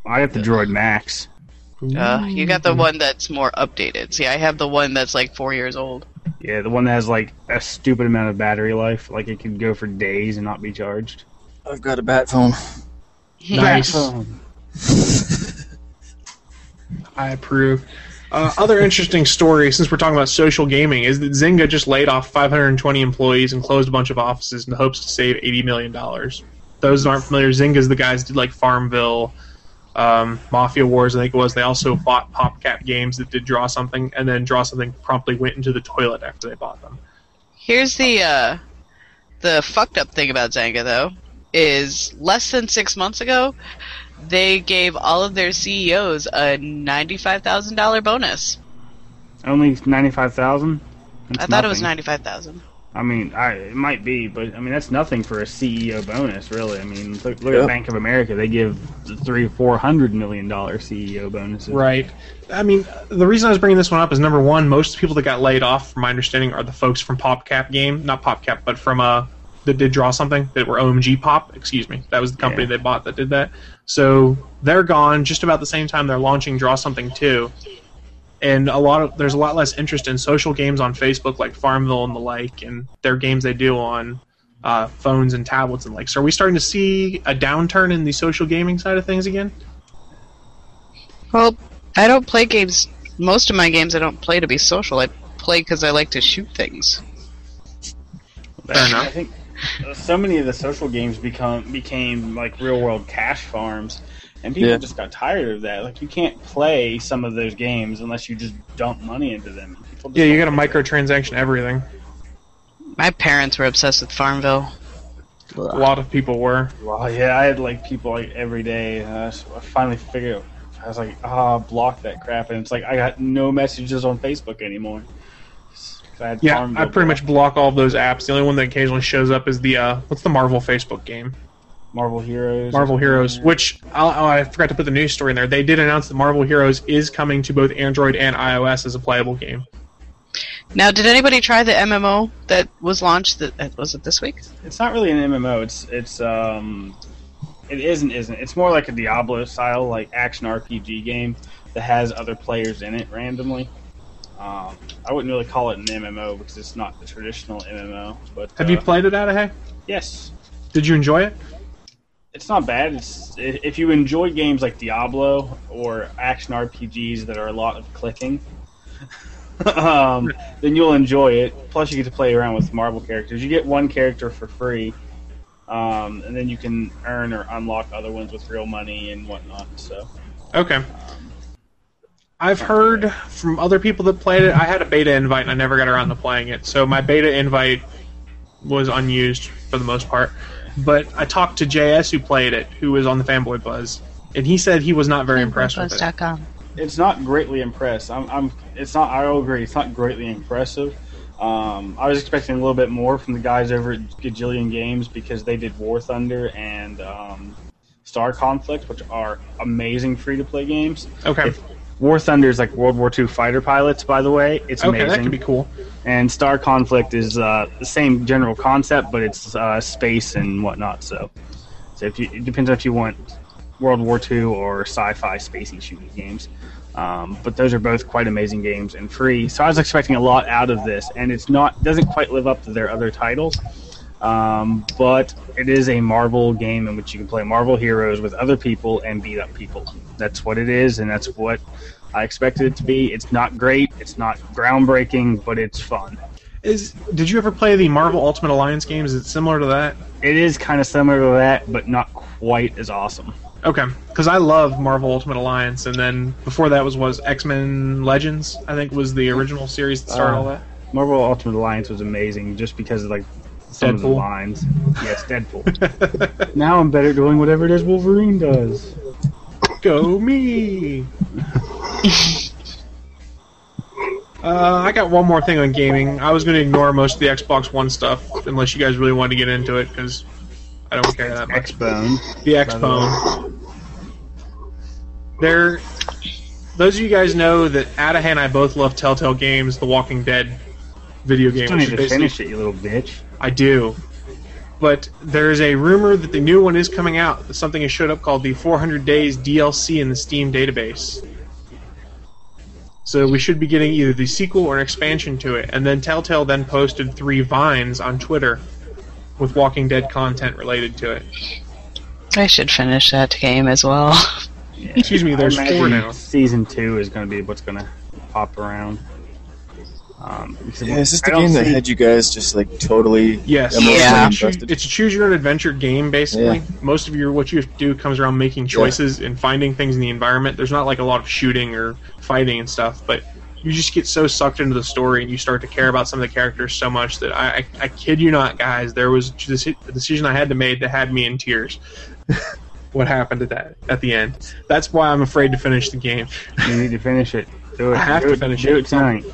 [SPEAKER 5] I got the Droid Max.
[SPEAKER 10] 3. Uh, you got the one that's more updated. See, I have the one that's like four years old.
[SPEAKER 5] Yeah, the one that has like a stupid amount of battery life. Like it could go for days and not be charged.
[SPEAKER 9] I've got a bat phone.
[SPEAKER 3] Nice. I approve. Uh, other interesting story, since we're talking about social gaming, is that Zynga just laid off 520 employees and closed a bunch of offices in the hopes to save 80 million dollars. Those that aren't familiar, Zynga's the guys that did like Farmville, um, Mafia Wars, I think it was. They also bought PopCap games that did Draw Something, and then Draw Something promptly went into the toilet after they bought them.
[SPEAKER 10] Here's the uh, the fucked up thing about Zanga though is less than six months ago, they gave all of their CEOs a ninety-five thousand dollar bonus.
[SPEAKER 5] Only ninety five thousand.
[SPEAKER 10] I thought it was ninety-five thousand.
[SPEAKER 5] I mean, I it might be, but I mean that's nothing for a CEO bonus, really. I mean, look, look
[SPEAKER 3] Yeah.
[SPEAKER 5] at Bank of America; they give three, four hundred million dollar CEO bonuses.
[SPEAKER 3] Right. I mean, the reason I was bringing this one up is number one, most people that got laid off, from my understanding, are the folks from PopCap Game, not PopCap, but from uh that did draw something that were OMG Pop. Excuse me, that was the company they bought that did that. So they're gone just about the same time they're launching Draw Something Two, and a lot of there's a lot less interest in social games on Facebook like Farmville and the like, and their games they do on. Uh, phones and tablets and like. So, are we starting to see a downturn in the social gaming side of things again?
[SPEAKER 10] Well, I don't play games. Most of my games I don't play to be social. I play because I like to shoot things.
[SPEAKER 5] Fair enough. I think uh, so many of the social games become became like real world cash farms, and people
[SPEAKER 9] Yeah.
[SPEAKER 5] just got tired of that. Like you can't play some of those games unless you just dump money into them. People just
[SPEAKER 3] Yeah, you got a microtransaction everything.
[SPEAKER 10] My parents were obsessed with Farmville.
[SPEAKER 3] A lot of people were.
[SPEAKER 5] Well, yeah, I had like people like every day. And I, s- I finally figured. I was like, ah, block that crap, and it's like I got no messages on Facebook anymore. 'Cause I had
[SPEAKER 3] Yeah,
[SPEAKER 5] Farmville
[SPEAKER 3] I pretty much block all of those apps. The only one that occasionally shows up is the uh, what's the Marvel Facebook game,
[SPEAKER 5] Marvel Heroes.
[SPEAKER 3] Marvel Heroes, which I'll, oh, I forgot to put the news story in there. They did announce that Marvel Heroes is coming to both Android and iOS as a playable game.
[SPEAKER 10] Now, did anybody try the MMO that was launched? That uh, was it this week?
[SPEAKER 5] It's not really an MMO. It's it's um, it isn't isn't. It's more like a Diablo style like action RPG game that has other players in it randomly. Um, I wouldn't really call it an MMO because it's not the traditional MMO. But
[SPEAKER 3] Have you
[SPEAKER 5] uh,
[SPEAKER 3] played it, Adahe?
[SPEAKER 5] Yes.
[SPEAKER 3] Did you enjoy it?
[SPEAKER 5] It's not bad. It's i- if you enjoy games like Diablo or action RPGs that are a lot of clicking, um, then you'll enjoy it. Plus, you get to play around with Marvel characters. You get one character for free, um, and then you can earn or unlock other ones with real money and whatnot. So,
[SPEAKER 3] Okay. I've heard from other people that played it. I had a beta invite and I never got around to playing it, so my beta invite was unused for the most part. But I talked to JS who played it, who was on the Fanboy Buzz, and he said he was not very impressed with it.
[SPEAKER 5] it's not greatly impressed. I'm, I'm it's not. I will agree. It's not greatly impressive. Um, I was expecting a little bit more from the guys over at Gajillion Games because they did War Thunder and um, Star Conflict, which are amazing free to play games.
[SPEAKER 3] Okay.
[SPEAKER 5] If- War Thunder is like World War II fighter pilots, by the way. It's
[SPEAKER 3] Okay, that
[SPEAKER 5] amazing.
[SPEAKER 3] could be cool.
[SPEAKER 5] And Star Conflict is uh, the same general concept, but it's uh, space and whatnot. So, so if you, it depends on if you want World War II or sci-fi spacey shooting games. Um, but those are both quite amazing games and free. So I was expecting a lot out of this, and it's not doesn't quite live up to their other titles. Um, but it is a Marvel game in which you can play Marvel heroes with other people and beat up people. That's what it is, and that's what I expected it to be. It's not great, it's not groundbreaking, but it's fun.
[SPEAKER 3] Is did you ever play the Marvel Ultimate Alliance games? Is it similar to that?
[SPEAKER 5] It is kind of similar to that, but not quite as awesome.
[SPEAKER 3] Okay, because I love Marvel Ultimate Alliance, and then before that was was X Men Legends. I think was the original series that started
[SPEAKER 5] Uh,
[SPEAKER 3] all that.
[SPEAKER 5] Marvel Ultimate Alliance was amazing just because of like some of the
[SPEAKER 3] Deadpool.
[SPEAKER 5] lines. Yes, Deadpool. now I'm better at doing whatever it is Wolverine does.
[SPEAKER 3] Go me. Uh, I got one more thing on gaming. I was going to ignore most of the Xbox One stuff unless you guys really wanted to get into it because I don't care that much.
[SPEAKER 5] Xbone.
[SPEAKER 3] The Xbone. There, those of you guys know that Adahan and I both love Telltale Games, The Walking Dead video game.
[SPEAKER 5] Still
[SPEAKER 3] which
[SPEAKER 5] need
[SPEAKER 3] is basically-
[SPEAKER 5] to finish it, you little bitch.
[SPEAKER 3] I do. But there is a rumor that the new one is coming out. Something has showed up called the 400 Days DLC in the Steam database. So we should be getting either the sequel or an expansion to it. And then Telltale then posted three vines on Twitter with Walking Dead content related to it.
[SPEAKER 10] I should finish that game as well.
[SPEAKER 3] Excuse me, there's
[SPEAKER 5] I imagine
[SPEAKER 3] four now.
[SPEAKER 5] Season two is going to be what's going to pop around. Um, because
[SPEAKER 9] Yeah, is this
[SPEAKER 5] I
[SPEAKER 9] the
[SPEAKER 5] don't
[SPEAKER 9] game that
[SPEAKER 5] see-
[SPEAKER 9] had you guys just like totally
[SPEAKER 3] Yes,
[SPEAKER 9] emotionally
[SPEAKER 3] it's, a choo-
[SPEAKER 9] invested?
[SPEAKER 3] it's a choose your own adventure game basically.
[SPEAKER 9] Yeah.
[SPEAKER 3] Most of your what you do comes around making choices and finding things in the environment. There's not like a lot of shooting or fighting and stuff, but you just get so sucked into the story and you start to care about some of the characters so much that I, I, I kid you not, guys. There was this a decision I had to make that had me in tears. what happened at that at the end? That's why I'm afraid to finish the game.
[SPEAKER 5] You need to finish it. Do it.
[SPEAKER 3] I have
[SPEAKER 5] do
[SPEAKER 3] to
[SPEAKER 5] it,
[SPEAKER 3] finish
[SPEAKER 5] do
[SPEAKER 3] it.
[SPEAKER 5] it tonight.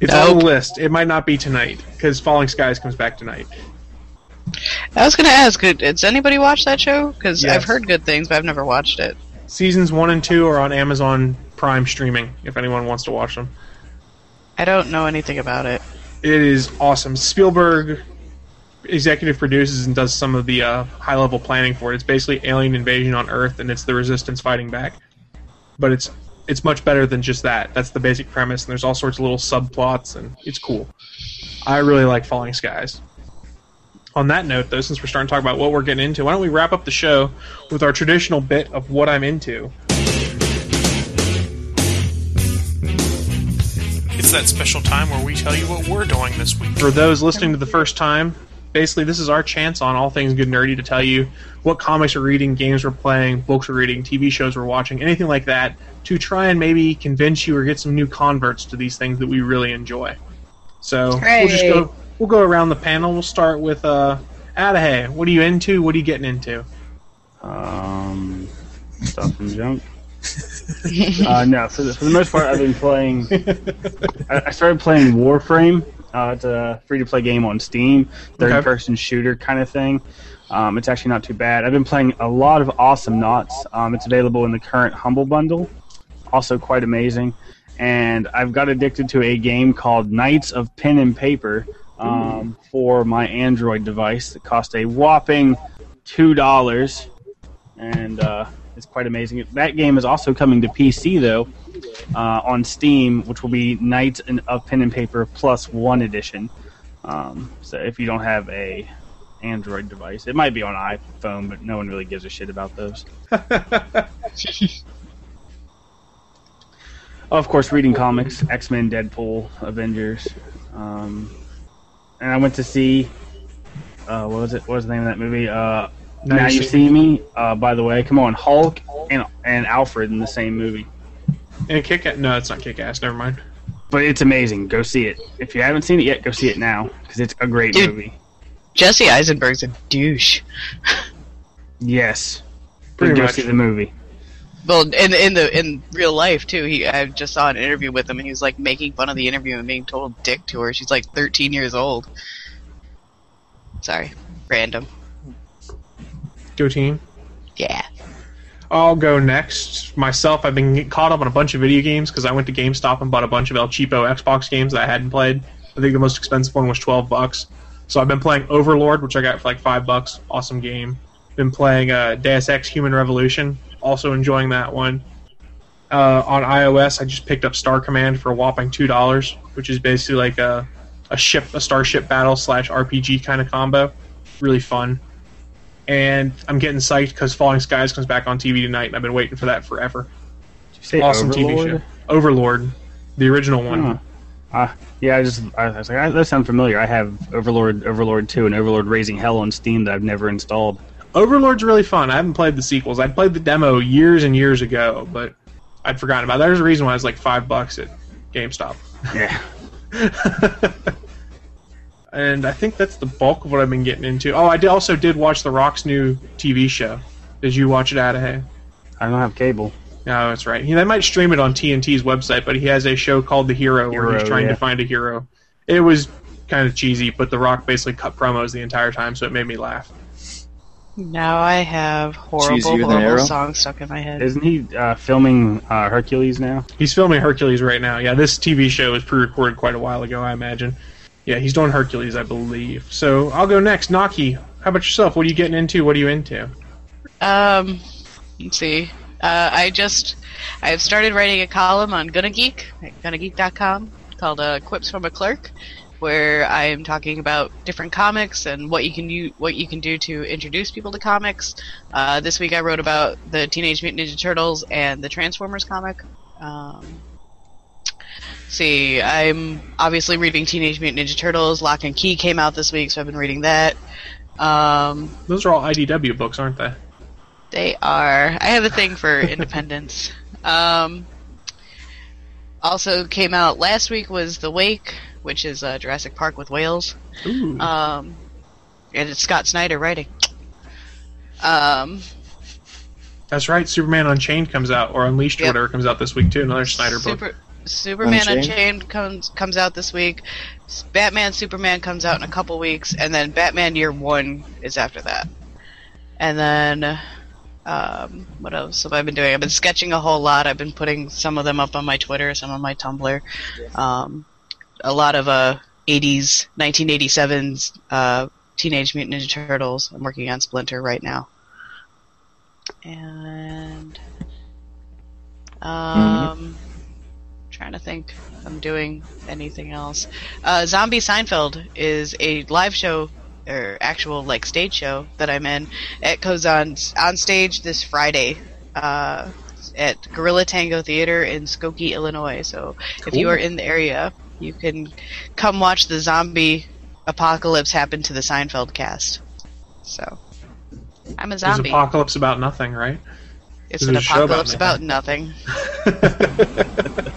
[SPEAKER 3] It's on the list. It might not be tonight because Falling Skies comes back tonight.
[SPEAKER 10] I was gonna ask, did- does anybody watch that show? Because
[SPEAKER 3] Yes.
[SPEAKER 10] I've heard good things, but I've never watched it.
[SPEAKER 3] Seasons one and two are on Amazon Prime streaming. If anyone wants to watch them,
[SPEAKER 10] I don't know anything about it.
[SPEAKER 3] it is awesome. Spielberg executive produces and does some of the uh, high level planning for it. It's basically alien invasion on Earth, and it's the Resistance fighting back. But it's it's much better than just that. That's the basic premise, and there's all sorts of little subplots, and it's cool. I really like Falling Skies. On that note, though, since we're starting to talk about what we're getting into, why don't we wrap up the show with our traditional bit of what I'm into?
[SPEAKER 12] It's that special time where we tell you what we're doing this week.
[SPEAKER 3] for those listening to the first time, basically this is our chance on all things good nerdy to tell you what comics we're reading, games we're playing, books we're reading, TV shows we're watching, anything like that, to try and maybe convince you or get some new converts to these things that we really enjoy. So we'll just
[SPEAKER 6] Hey.
[SPEAKER 3] go we'll go around the panel. We'll start with uh Adahe, what are you into? What are you getting into?
[SPEAKER 5] Um, stuff and junk. uh, no, for the, for the most part, I've been playing. I, I started playing Warframe. Uh, it's a free-to-play game on Steam, third-person shooter kind of thing. Um, it's actually not too bad. I've been playing a lot of Awesome Knots. Um, it's available in the current Humble Bundle, also quite amazing. And I've got addicted to a game called Knights of Pen and Paper um, for my Android device that cost a whopping two dollars and uh, it's quite amazing. That game is also coming to PC though uh, on Steam, which will be Knights and of Pen and Paper Plus One Edition. Um, so if you don't have a Android device, it might be on iPhone, but no one really gives a shit about those. of course, reading comics, X Men, Deadpool, Avengers, um, and I went to see uh, what was it? What was the name of that movie? Uh, now, you see me. Uh, by the way, come on, Hulk and and Alfred in the same movie.
[SPEAKER 3] And kick ass? No, it's not kick ass. Never mind.
[SPEAKER 5] But it's amazing. Go see it. If you haven't seen it yet, go see it now because it's a great
[SPEAKER 10] Dude.
[SPEAKER 5] movie.
[SPEAKER 10] Jesse Eisenberg's a douche.
[SPEAKER 5] Yes,
[SPEAKER 10] Pretty
[SPEAKER 5] Pretty go
[SPEAKER 10] much.
[SPEAKER 5] see the movie.
[SPEAKER 10] Well, in in the in real life too, he I just saw an interview with him, and he was like making fun of the interview and being total dick to her. She's like 13 years old. Sorry, random.
[SPEAKER 3] Go team.
[SPEAKER 10] Yeah.
[SPEAKER 3] I'll go next. Myself, I've been caught up on a bunch of video games because I went to GameStop and bought a bunch of El Cheapo Xbox games that I hadn't played. I think the most expensive one was twelve bucks. So I've been playing Overlord, which I got for like five bucks. Awesome game. Been playing uh, Deus Ex: Human Revolution. Also enjoying that one. Uh, on iOS, I just picked up Star Command for a whopping two dollars, which is basically like a a ship, a starship battle slash RPG kind of combo. Really fun and I'm getting psyched because Falling Skies comes back on TV tonight, and I've been waiting for that forever.
[SPEAKER 5] say
[SPEAKER 3] awesome TV
[SPEAKER 5] Overlord?
[SPEAKER 3] show, Overlord, the original one.
[SPEAKER 5] Huh. Uh, yeah, I just I, I was like "Ah, that sounds familiar. I have Overlord, Overlord Two, and Overlord Raising Hell on Steam that I've never installed.
[SPEAKER 3] Overlord's really fun. I haven't played the sequels. I played the demo years and years ago, but I'd forgotten about. It. There's a reason why it's like five bucks at GameStop.
[SPEAKER 5] Yeah.
[SPEAKER 3] and I think that's the bulk of what I've been getting into. Oh, I did, also did watch The Rock's new TV show. Did you watch it, Adahay?
[SPEAKER 5] I don't have cable.
[SPEAKER 3] No, Oh, that's right. He, they might stream it on TNT's website, but he has a show called The Hero, where he's
[SPEAKER 5] Hero,
[SPEAKER 3] trying
[SPEAKER 5] yeah.
[SPEAKER 3] to find a hero. It was kind of cheesy, but The Rock basically cut promos the entire time, so it made me laugh.
[SPEAKER 10] Now I have
[SPEAKER 5] Cheesier
[SPEAKER 10] horrible,
[SPEAKER 5] than
[SPEAKER 10] horrible
[SPEAKER 5] Arrow?
[SPEAKER 10] songs stuck in my head.
[SPEAKER 5] Isn't he uh, filming uh, Hercules now?
[SPEAKER 3] He's filming Hercules right now. Yeah, this TV show was pre-recorded quite a while ago, I imagine. Yeah, he's doing Hercules, I believe. So I'll go next. Naki, how about yourself? What are you getting into? What are you into?
[SPEAKER 10] Um, let's see. Uh, I just I've started writing a column on Gunna Geek at GunnaGeek.com called uh, "Quips from a Clerk," where I am talking about different comics and what you can do what you can do to introduce people to comics. Uh, this week I wrote about the Teenage Mutant Ninja Turtles and the Transformers comic. Um, see, I'm obviously reading Teenage Mutant Ninja Turtles. Lock and Key came out this week, so I've been reading that. Um,
[SPEAKER 3] Those are all IDW books, aren't they?
[SPEAKER 10] they are. I have a thing for independence. Um, also came out last week was The Wake, which is uh, Jurassic Park with whales.
[SPEAKER 3] Ooh.
[SPEAKER 10] Um, and it's Scott Snyder writing. Um,
[SPEAKER 3] That's right. Superman Unchained comes out, or Unleashed, or
[SPEAKER 10] Yep.
[SPEAKER 3] whatever comes out this week too. Another Snyder book.
[SPEAKER 10] Super, Superman
[SPEAKER 3] Unchained?
[SPEAKER 10] Unchained, comes comes out this week. S- Batman Superman comes out in a couple weeks, and then Batman Year One is after that. And then, um, what else have I been doing? I've been sketching a whole lot. I've been putting some of them up on my Twitter, some on my Tumblr. Um, a lot of uh, 80s, 1987s, uh, Teenage Mutant Ninja Turtles. I'm working on Splinter right now. And um, trying to think. if I'm doing anything else. Uh, Zombie Seinfeld is a live show or actual like stage show that I'm in. It goes on on stage this Friday. Uh, at Gorilla Tango Theater in Skokie, Illinois. So if you
[SPEAKER 14] Cool.
[SPEAKER 10] are in the area, you can come watch the zombie apocalypse happen to the Seinfeld cast. So I'm a
[SPEAKER 3] There's
[SPEAKER 10] zombie.
[SPEAKER 3] Apocalypse about nothing, right?
[SPEAKER 10] it's
[SPEAKER 3] there's
[SPEAKER 10] an
[SPEAKER 3] a show about
[SPEAKER 10] apocalypse
[SPEAKER 3] nothing.
[SPEAKER 10] about nothing.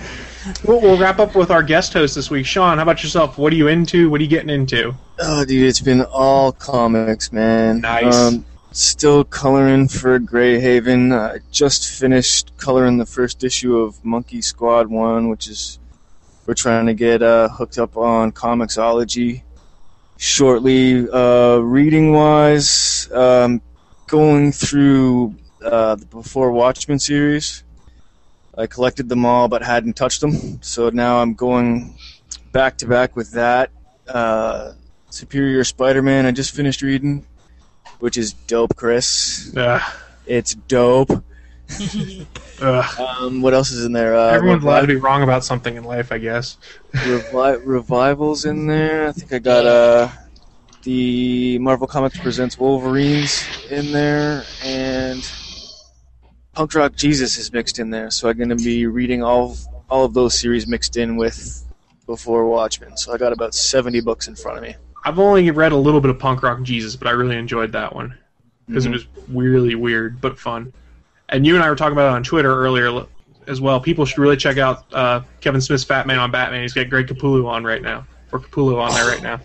[SPEAKER 3] We'll, we'll wrap up with our guest host this week, Sean. How about yourself? What are you into? What are you getting into?
[SPEAKER 9] Oh, dude, it's been all comics, man. Um,
[SPEAKER 3] Nice.
[SPEAKER 9] still coloring for Greyhaven. I just finished coloring the first issue of Monkey Squad One, which is we're trying to get uh, hooked up on comicsology shortly. Uh, reading wise, um, going through uh, the Before Watchmen series. I collected them all, but hadn't touched them. So now I'm going back to back with that. Uh, Superior Spider-Man. I just finished reading, which is dope, Chris.
[SPEAKER 3] Yeah.
[SPEAKER 9] It's dope.
[SPEAKER 3] Ugh.
[SPEAKER 9] Um, what else is in there? Uh,
[SPEAKER 3] Everyone's allowed to be
[SPEAKER 9] Revi-
[SPEAKER 3] wrong about something in life, I guess.
[SPEAKER 9] Revi- revivals in there. I think I got uh, the Marvel Comics Presents Wolverines in there, and Punk Rock Jesus is mixed in there. So I'm going to be reading all of, all of those series mixed in with Before Watchmen. So I got about 70 books in front of me.
[SPEAKER 3] I've only read a little bit of Punk Rock Jesus, but I really enjoyed that one because
[SPEAKER 9] Mhm.
[SPEAKER 3] it was really weird but fun. And you and I were talking about it on Twitter earlier l- as well. People should really check out uh, Kevin Smith's Fat Man on Batman. He's got Greg Capullo on right now, or Capullo on there right now.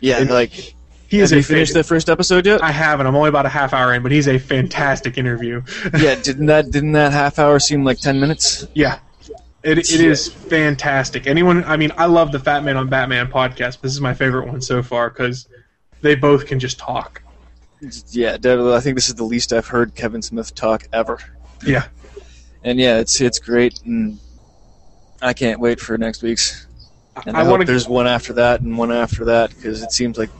[SPEAKER 9] Yeah,
[SPEAKER 3] And
[SPEAKER 9] like
[SPEAKER 3] He is
[SPEAKER 9] have
[SPEAKER 3] a
[SPEAKER 9] you finished
[SPEAKER 3] fan-
[SPEAKER 9] the first episode yet?
[SPEAKER 3] I haven't. I'm only about a half hour in, but he's a fantastic interview.
[SPEAKER 9] yeah, didn't that didn't that half hour seem like ten minutes?
[SPEAKER 3] Yeah. It, it is fantastic. Anyone, I mean, I love the Fat Man on Batman podcast. This is my favorite one so far because they both can just talk.
[SPEAKER 9] Yeah, definitely. I think this is the least I've heard Kevin Smith talk ever.
[SPEAKER 3] Yeah.
[SPEAKER 9] And yeah, it's it's great, and I can't wait for next week's. And
[SPEAKER 3] I
[SPEAKER 9] I, hope
[SPEAKER 3] wanna-
[SPEAKER 9] there's one after that and one after that because it seems like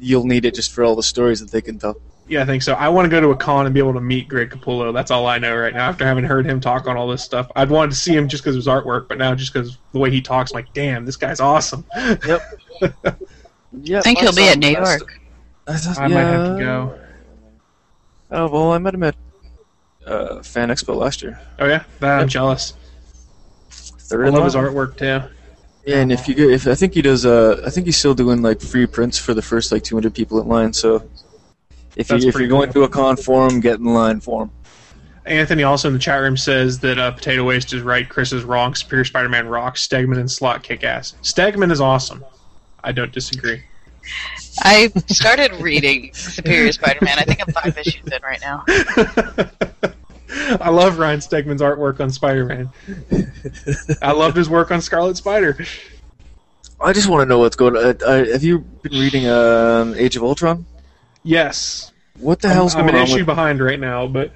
[SPEAKER 9] you'll need it just for all the stories that they can tell.
[SPEAKER 3] Yeah, I think so. I want to go to a con and be able to meet Greg Capullo. That's all I know right now after having heard him talk on all this stuff. I'd wanted to see him just because of his artwork, but now just because the way he talks, I'm like, damn, this guy's awesome.
[SPEAKER 9] Yep. Yeah,
[SPEAKER 10] I think he'll be at New York.
[SPEAKER 9] I, thought-
[SPEAKER 3] I might have to
[SPEAKER 9] yeah.
[SPEAKER 3] go.
[SPEAKER 9] Oh well, I met him at uh, Fan Expo last year.
[SPEAKER 3] Oh, yeah? That, I'm jealous.
[SPEAKER 9] Third
[SPEAKER 3] I love his
[SPEAKER 9] line.
[SPEAKER 3] artwork, too.
[SPEAKER 9] Yeah, and if you get, if I think he does, uh, I think he's still doing like free prints for the first like 200 people in line. So If,
[SPEAKER 3] That's
[SPEAKER 9] you, if
[SPEAKER 3] pretty
[SPEAKER 9] you're going to a con forum, get in line for 'em.
[SPEAKER 3] Anthony also in the chat room says that uh, Potato Waste is right, Chris is wrong, Superior Spider Man rocks, Stegman and Slot kick ass. Stegman is awesome. I don't disagree.
[SPEAKER 10] I started reading Superior Spider-Man. I think I'm five issues in right now.
[SPEAKER 3] I love Ryan Stegman's artwork on Spider Man. I loved his work on Scarlet Spider.
[SPEAKER 9] I just want to know what's going on. Uh, uh, have you been reading um, Age of Ultron?
[SPEAKER 3] Yes.
[SPEAKER 9] What the
[SPEAKER 3] I'm-
[SPEAKER 9] hell's
[SPEAKER 3] I'm,
[SPEAKER 9] going
[SPEAKER 3] an
[SPEAKER 9] on
[SPEAKER 3] issue
[SPEAKER 9] with-
[SPEAKER 3] behind right now, but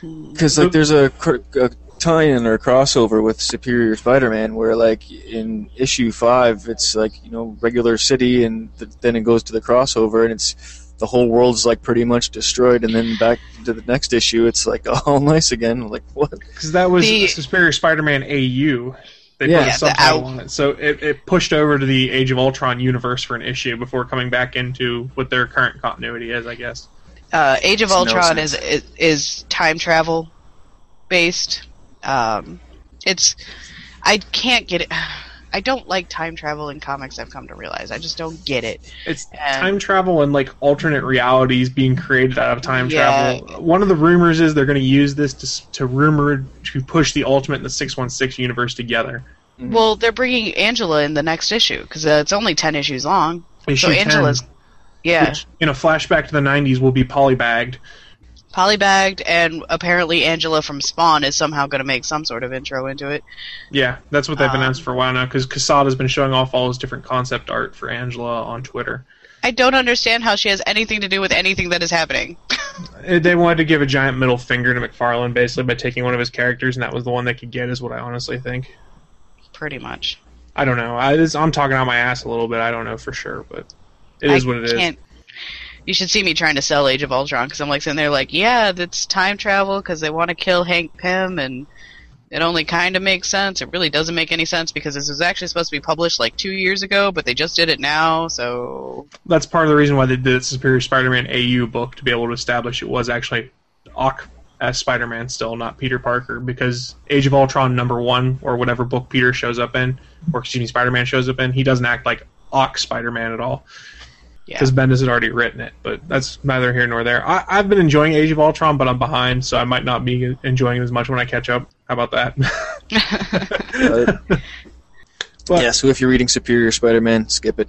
[SPEAKER 9] Because like there's a, cr- a tie-in or crossover with Superior Spider-Man, where like in issue five, it's like you know regular city, and th- then it goes to the crossover, and it's the whole world's like pretty much destroyed, and then back to the next issue, it's like all nice again. I'm like what?
[SPEAKER 3] because that was Superior Spider Man AU. They
[SPEAKER 9] Yeah.
[SPEAKER 3] put a
[SPEAKER 9] Yeah, the
[SPEAKER 3] subtitle on it. So it, it pushed over to the Age of Ultron universe for an issue before coming back into what their current continuity is, I guess.
[SPEAKER 10] Uh, Age of
[SPEAKER 3] It's no
[SPEAKER 10] Ultron
[SPEAKER 3] sense.
[SPEAKER 10] is, is is time travel based. Um, it's I can't get it. I don't like time travel in comics. I've come to realize I just don't get it.
[SPEAKER 3] It's
[SPEAKER 10] And-
[SPEAKER 3] time travel and like alternate realities being created out of time
[SPEAKER 10] Yeah.
[SPEAKER 3] travel. One of the rumors is they're going to use this to, s- to rumor to push the Ultimate and the Six One Six universe together.
[SPEAKER 10] Well, they're bringing Angela in the next issue because uh, it's only ten issues long.
[SPEAKER 3] Issue
[SPEAKER 10] so
[SPEAKER 3] 10,
[SPEAKER 10] Angela's yeah
[SPEAKER 3] which, in a flashback to the '90s, will be polybagged.
[SPEAKER 10] polybagged, and apparently Angela from Spawn is somehow going to make some sort of intro into it.
[SPEAKER 3] Yeah, that's what they've
[SPEAKER 10] Um,
[SPEAKER 3] announced for a while now. Because Casada's been showing off all his different concept art for Angela on Twitter.
[SPEAKER 10] I don't understand how she has anything to do with anything that is happening.
[SPEAKER 3] Uh, They wanted to give a giant middle finger to McFarlane basically by taking one of his characters, and that was the one they could get, is what I honestly think.
[SPEAKER 10] Pretty much.
[SPEAKER 3] I don't know. I, this, I'm talking out my ass a little bit. I don't know for sure, but it is
[SPEAKER 10] I
[SPEAKER 3] what it is.
[SPEAKER 10] can't- You should see me trying to sell Age of Ultron because I'm like sitting there like, yeah, that's time travel because they want to kill Hank Pym and it only kind of makes sense. It really doesn't make any sense because this was actually supposed to be published like two years ago, but they just did it now. So
[SPEAKER 3] That's part of the reason why they did the Superior Spider-Man AU book to be able to establish it was actually Ock as Spider-Man still, not Peter Parker, because Age of Ultron number one or whatever book Peter shows up in, or excuse me, Spider-Man shows up in, he doesn't act like Ock Spider-Man at all.
[SPEAKER 10] Yeah.
[SPEAKER 3] Because Bendis had already written it, but that's neither here nor there. I, I've been enjoying Age of Ultron, but I'm behind, so I might not be enjoying it as much when I catch up. How about that?
[SPEAKER 9] yeah, so if you're reading Superior Spider-Man, skip it.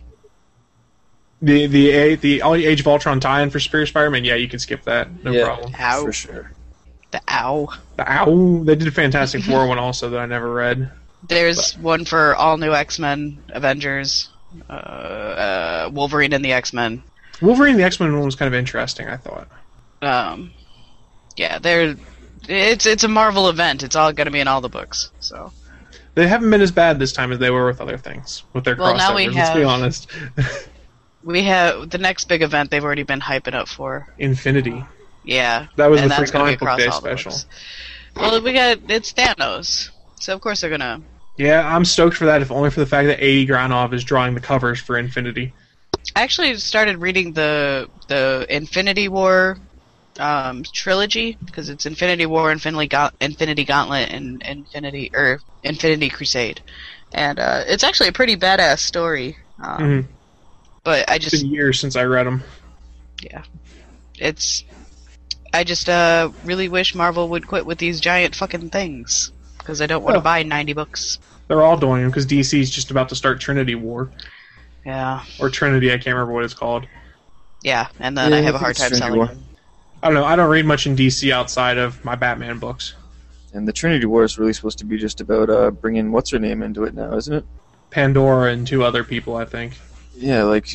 [SPEAKER 3] the the a the Age of Ultron tie-in for Superior Spider-Man, yeah, you can skip that, no
[SPEAKER 9] Yeah,
[SPEAKER 3] problem.
[SPEAKER 10] Ow.
[SPEAKER 9] for sure.
[SPEAKER 10] the ow.
[SPEAKER 3] The ow. They did a Fantastic Four one also that I never read.
[SPEAKER 10] There's one for all new X Men, Avengers, uh, uh, Wolverine and the X Men.
[SPEAKER 3] Wolverine and the X Men one was kind of interesting, I thought.
[SPEAKER 10] Um, yeah, they're it's it's a Marvel event. It's all going to be in all the books. So
[SPEAKER 3] They haven't been as bad this time as they were with other things with their
[SPEAKER 10] Well,
[SPEAKER 3] crossovers.
[SPEAKER 10] now we
[SPEAKER 3] Let's be
[SPEAKER 10] have-
[SPEAKER 3] honest.
[SPEAKER 10] we have the next big event. They've already been hyping up for.
[SPEAKER 3] Infinity.
[SPEAKER 10] Yeah,
[SPEAKER 3] That was
[SPEAKER 10] and
[SPEAKER 3] the free
[SPEAKER 10] that's gonna be
[SPEAKER 3] comic book
[SPEAKER 10] across
[SPEAKER 3] day
[SPEAKER 10] all the
[SPEAKER 3] special.
[SPEAKER 10] books. Well, we got it's Thanos, so of course they're gonna.
[SPEAKER 3] Yeah, I'm stoked for that, if only for the fact that A.E. Granov is drawing the covers for Infinity.
[SPEAKER 10] I actually started reading the the Infinity War um, trilogy because it's Infinity War, Infinity, Gaunt- Infinity Gauntlet, and Infinity or Infinity Crusade, and uh, it's actually a pretty badass story. Um,
[SPEAKER 3] Mhm.
[SPEAKER 10] But I just
[SPEAKER 3] It's been years since I read them.
[SPEAKER 10] yeah it's i just uh really wish marvel would quit with these giant fucking things because i don't want to
[SPEAKER 3] Oh.
[SPEAKER 10] buy 90 books
[SPEAKER 3] They're all doing them because DC's just about to start Trinity War
[SPEAKER 10] yeah
[SPEAKER 3] or Trinity. I can't remember what it's called.
[SPEAKER 10] yeah and then i have a hard time selling them
[SPEAKER 3] I don't know. I don't read much in DC outside of my Batman books.
[SPEAKER 9] And the Trinity War is really supposed to be just about uh, bringing what's her name into it now, isn't it?
[SPEAKER 3] Pandora and two other people, I think.
[SPEAKER 9] Yeah, like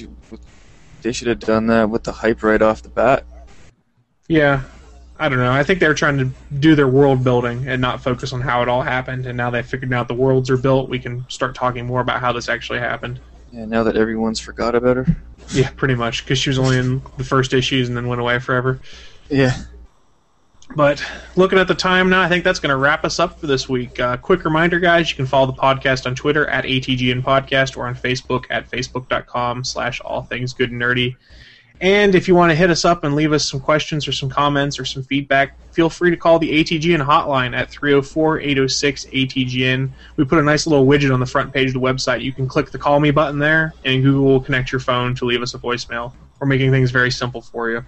[SPEAKER 9] they should have done that with the hype right off the bat.
[SPEAKER 3] Yeah. I don't know. I think they're trying to do their world building and not focus on how it all happened. And now they've figured out the worlds are built, we can start talking more about how this actually happened.
[SPEAKER 9] Yeah, now that everyone's forgot about her.
[SPEAKER 3] Yeah, pretty much, because she was only in the first issues and then went away forever.
[SPEAKER 9] Yeah.
[SPEAKER 3] But looking at the time now, I think that's going to wrap us up for this week. Uh, quick reminder, guys, you can follow the podcast on Twitter at ATGN Podcast or on Facebook at facebook.com slash all things good and nerdy. And if you want to hit us up and leave us some questions or some comments or some feedback, feel free to call the ATGN hotline at 304 806 ATGN. We put a nice little widget on the front page of the website. You can click the call me button there, and Google will connect your phone to leave us a voicemail. We're making things very simple for you.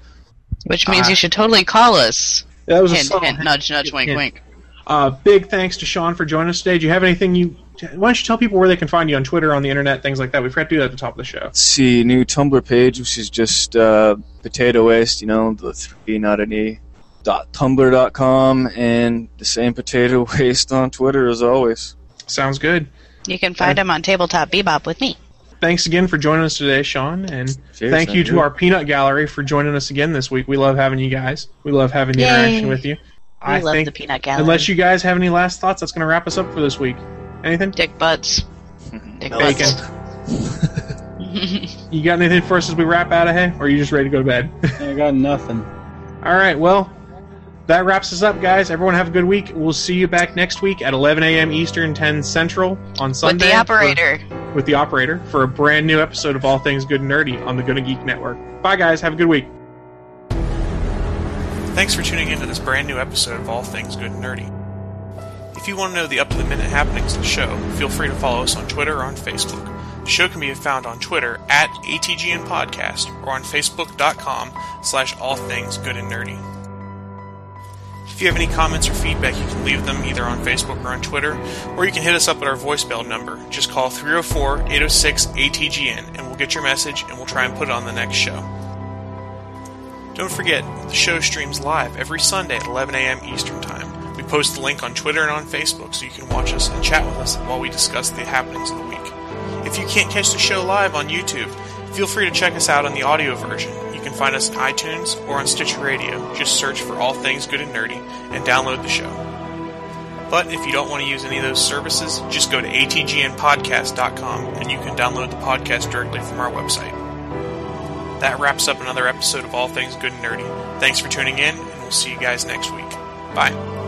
[SPEAKER 10] Which means
[SPEAKER 15] Ah.
[SPEAKER 10] you should totally call us.
[SPEAKER 15] That was a
[SPEAKER 10] hint,
[SPEAKER 15] subtle
[SPEAKER 10] hint, nudge, nudge, wink,
[SPEAKER 15] hint.
[SPEAKER 10] wink.
[SPEAKER 15] Uh, big thanks to Sean for joining us today. Do you have anything you? Why don't you tell people where they can find you on Twitter, on the internet, things like that? We forgot to do that at the top of the show.
[SPEAKER 9] see new Tumblr page, which is just uh, potato waste, you know, the three not an e. Dot tumblr.com and the same potato waste on Twitter as always.
[SPEAKER 15] Sounds good.
[SPEAKER 10] You can find him on Tabletop Bebop with me.
[SPEAKER 15] Thanks again for joining us today, Sean, and
[SPEAKER 9] Cheers,
[SPEAKER 15] thank
[SPEAKER 9] thank
[SPEAKER 15] you to
[SPEAKER 9] you.
[SPEAKER 15] our peanut gallery for joining us again this week. We love having you guys. We love having the
[SPEAKER 10] Yay.
[SPEAKER 15] interaction with you.
[SPEAKER 10] We
[SPEAKER 15] I
[SPEAKER 10] love
[SPEAKER 15] think
[SPEAKER 10] the peanut gallery.
[SPEAKER 15] Unless you guys have any last thoughts, that's going to wrap us up for this week. Anything?
[SPEAKER 10] Dick butts.
[SPEAKER 15] Mm-hmm.
[SPEAKER 10] Dick
[SPEAKER 15] Bacon.
[SPEAKER 10] butts.
[SPEAKER 15] You got anything for us as we wrap out of here, or are you just ready to go to bed?
[SPEAKER 5] I got nothing.
[SPEAKER 15] All right, well, that wraps us up, guys. Everyone have a good week. We'll see you back next week at 11 a.m. Eastern, 10 Central on Sunday.
[SPEAKER 10] the
[SPEAKER 15] for-
[SPEAKER 10] operator.
[SPEAKER 15] with the operator for a brand new episode of All Things Good and Nerdy on the Good and Geek Network. Bye, guys. Have a good week.
[SPEAKER 3] Thanks for tuning in to this brand new episode of All Things Good and Nerdy. If you want to know the up to the minute happenings of the show, feel free to follow us on Twitter or on Facebook. The show can be found on Twitter at ATGN Podcast or on Facebook.com slash All Things Good and Nerdy. If you have any comments or feedback, you can leave them either on Facebook or on Twitter, or you can hit us up at our voicemail number. Just call 304 806 ATGN and we'll get your message and we'll try and put it on the next show. Don't forget, the show streams live every Sunday at 11 a.m. Eastern Time. We post the link on Twitter and on Facebook so you can watch us and chat with us while we discuss the happenings of the week. If you can't catch the show live on YouTube, feel free to check us out on the audio version. You can find us on iTunes or on Stitcher Radio. Just search for All Things Good and Nerdy and download the show. But if you don't want to use any of those services, just go to atgnpodcast.com and you can download the podcast directly from our website. That wraps up another episode of All Things Good and Nerdy. Thanks for tuning in, and we'll see you guys next week. Bye.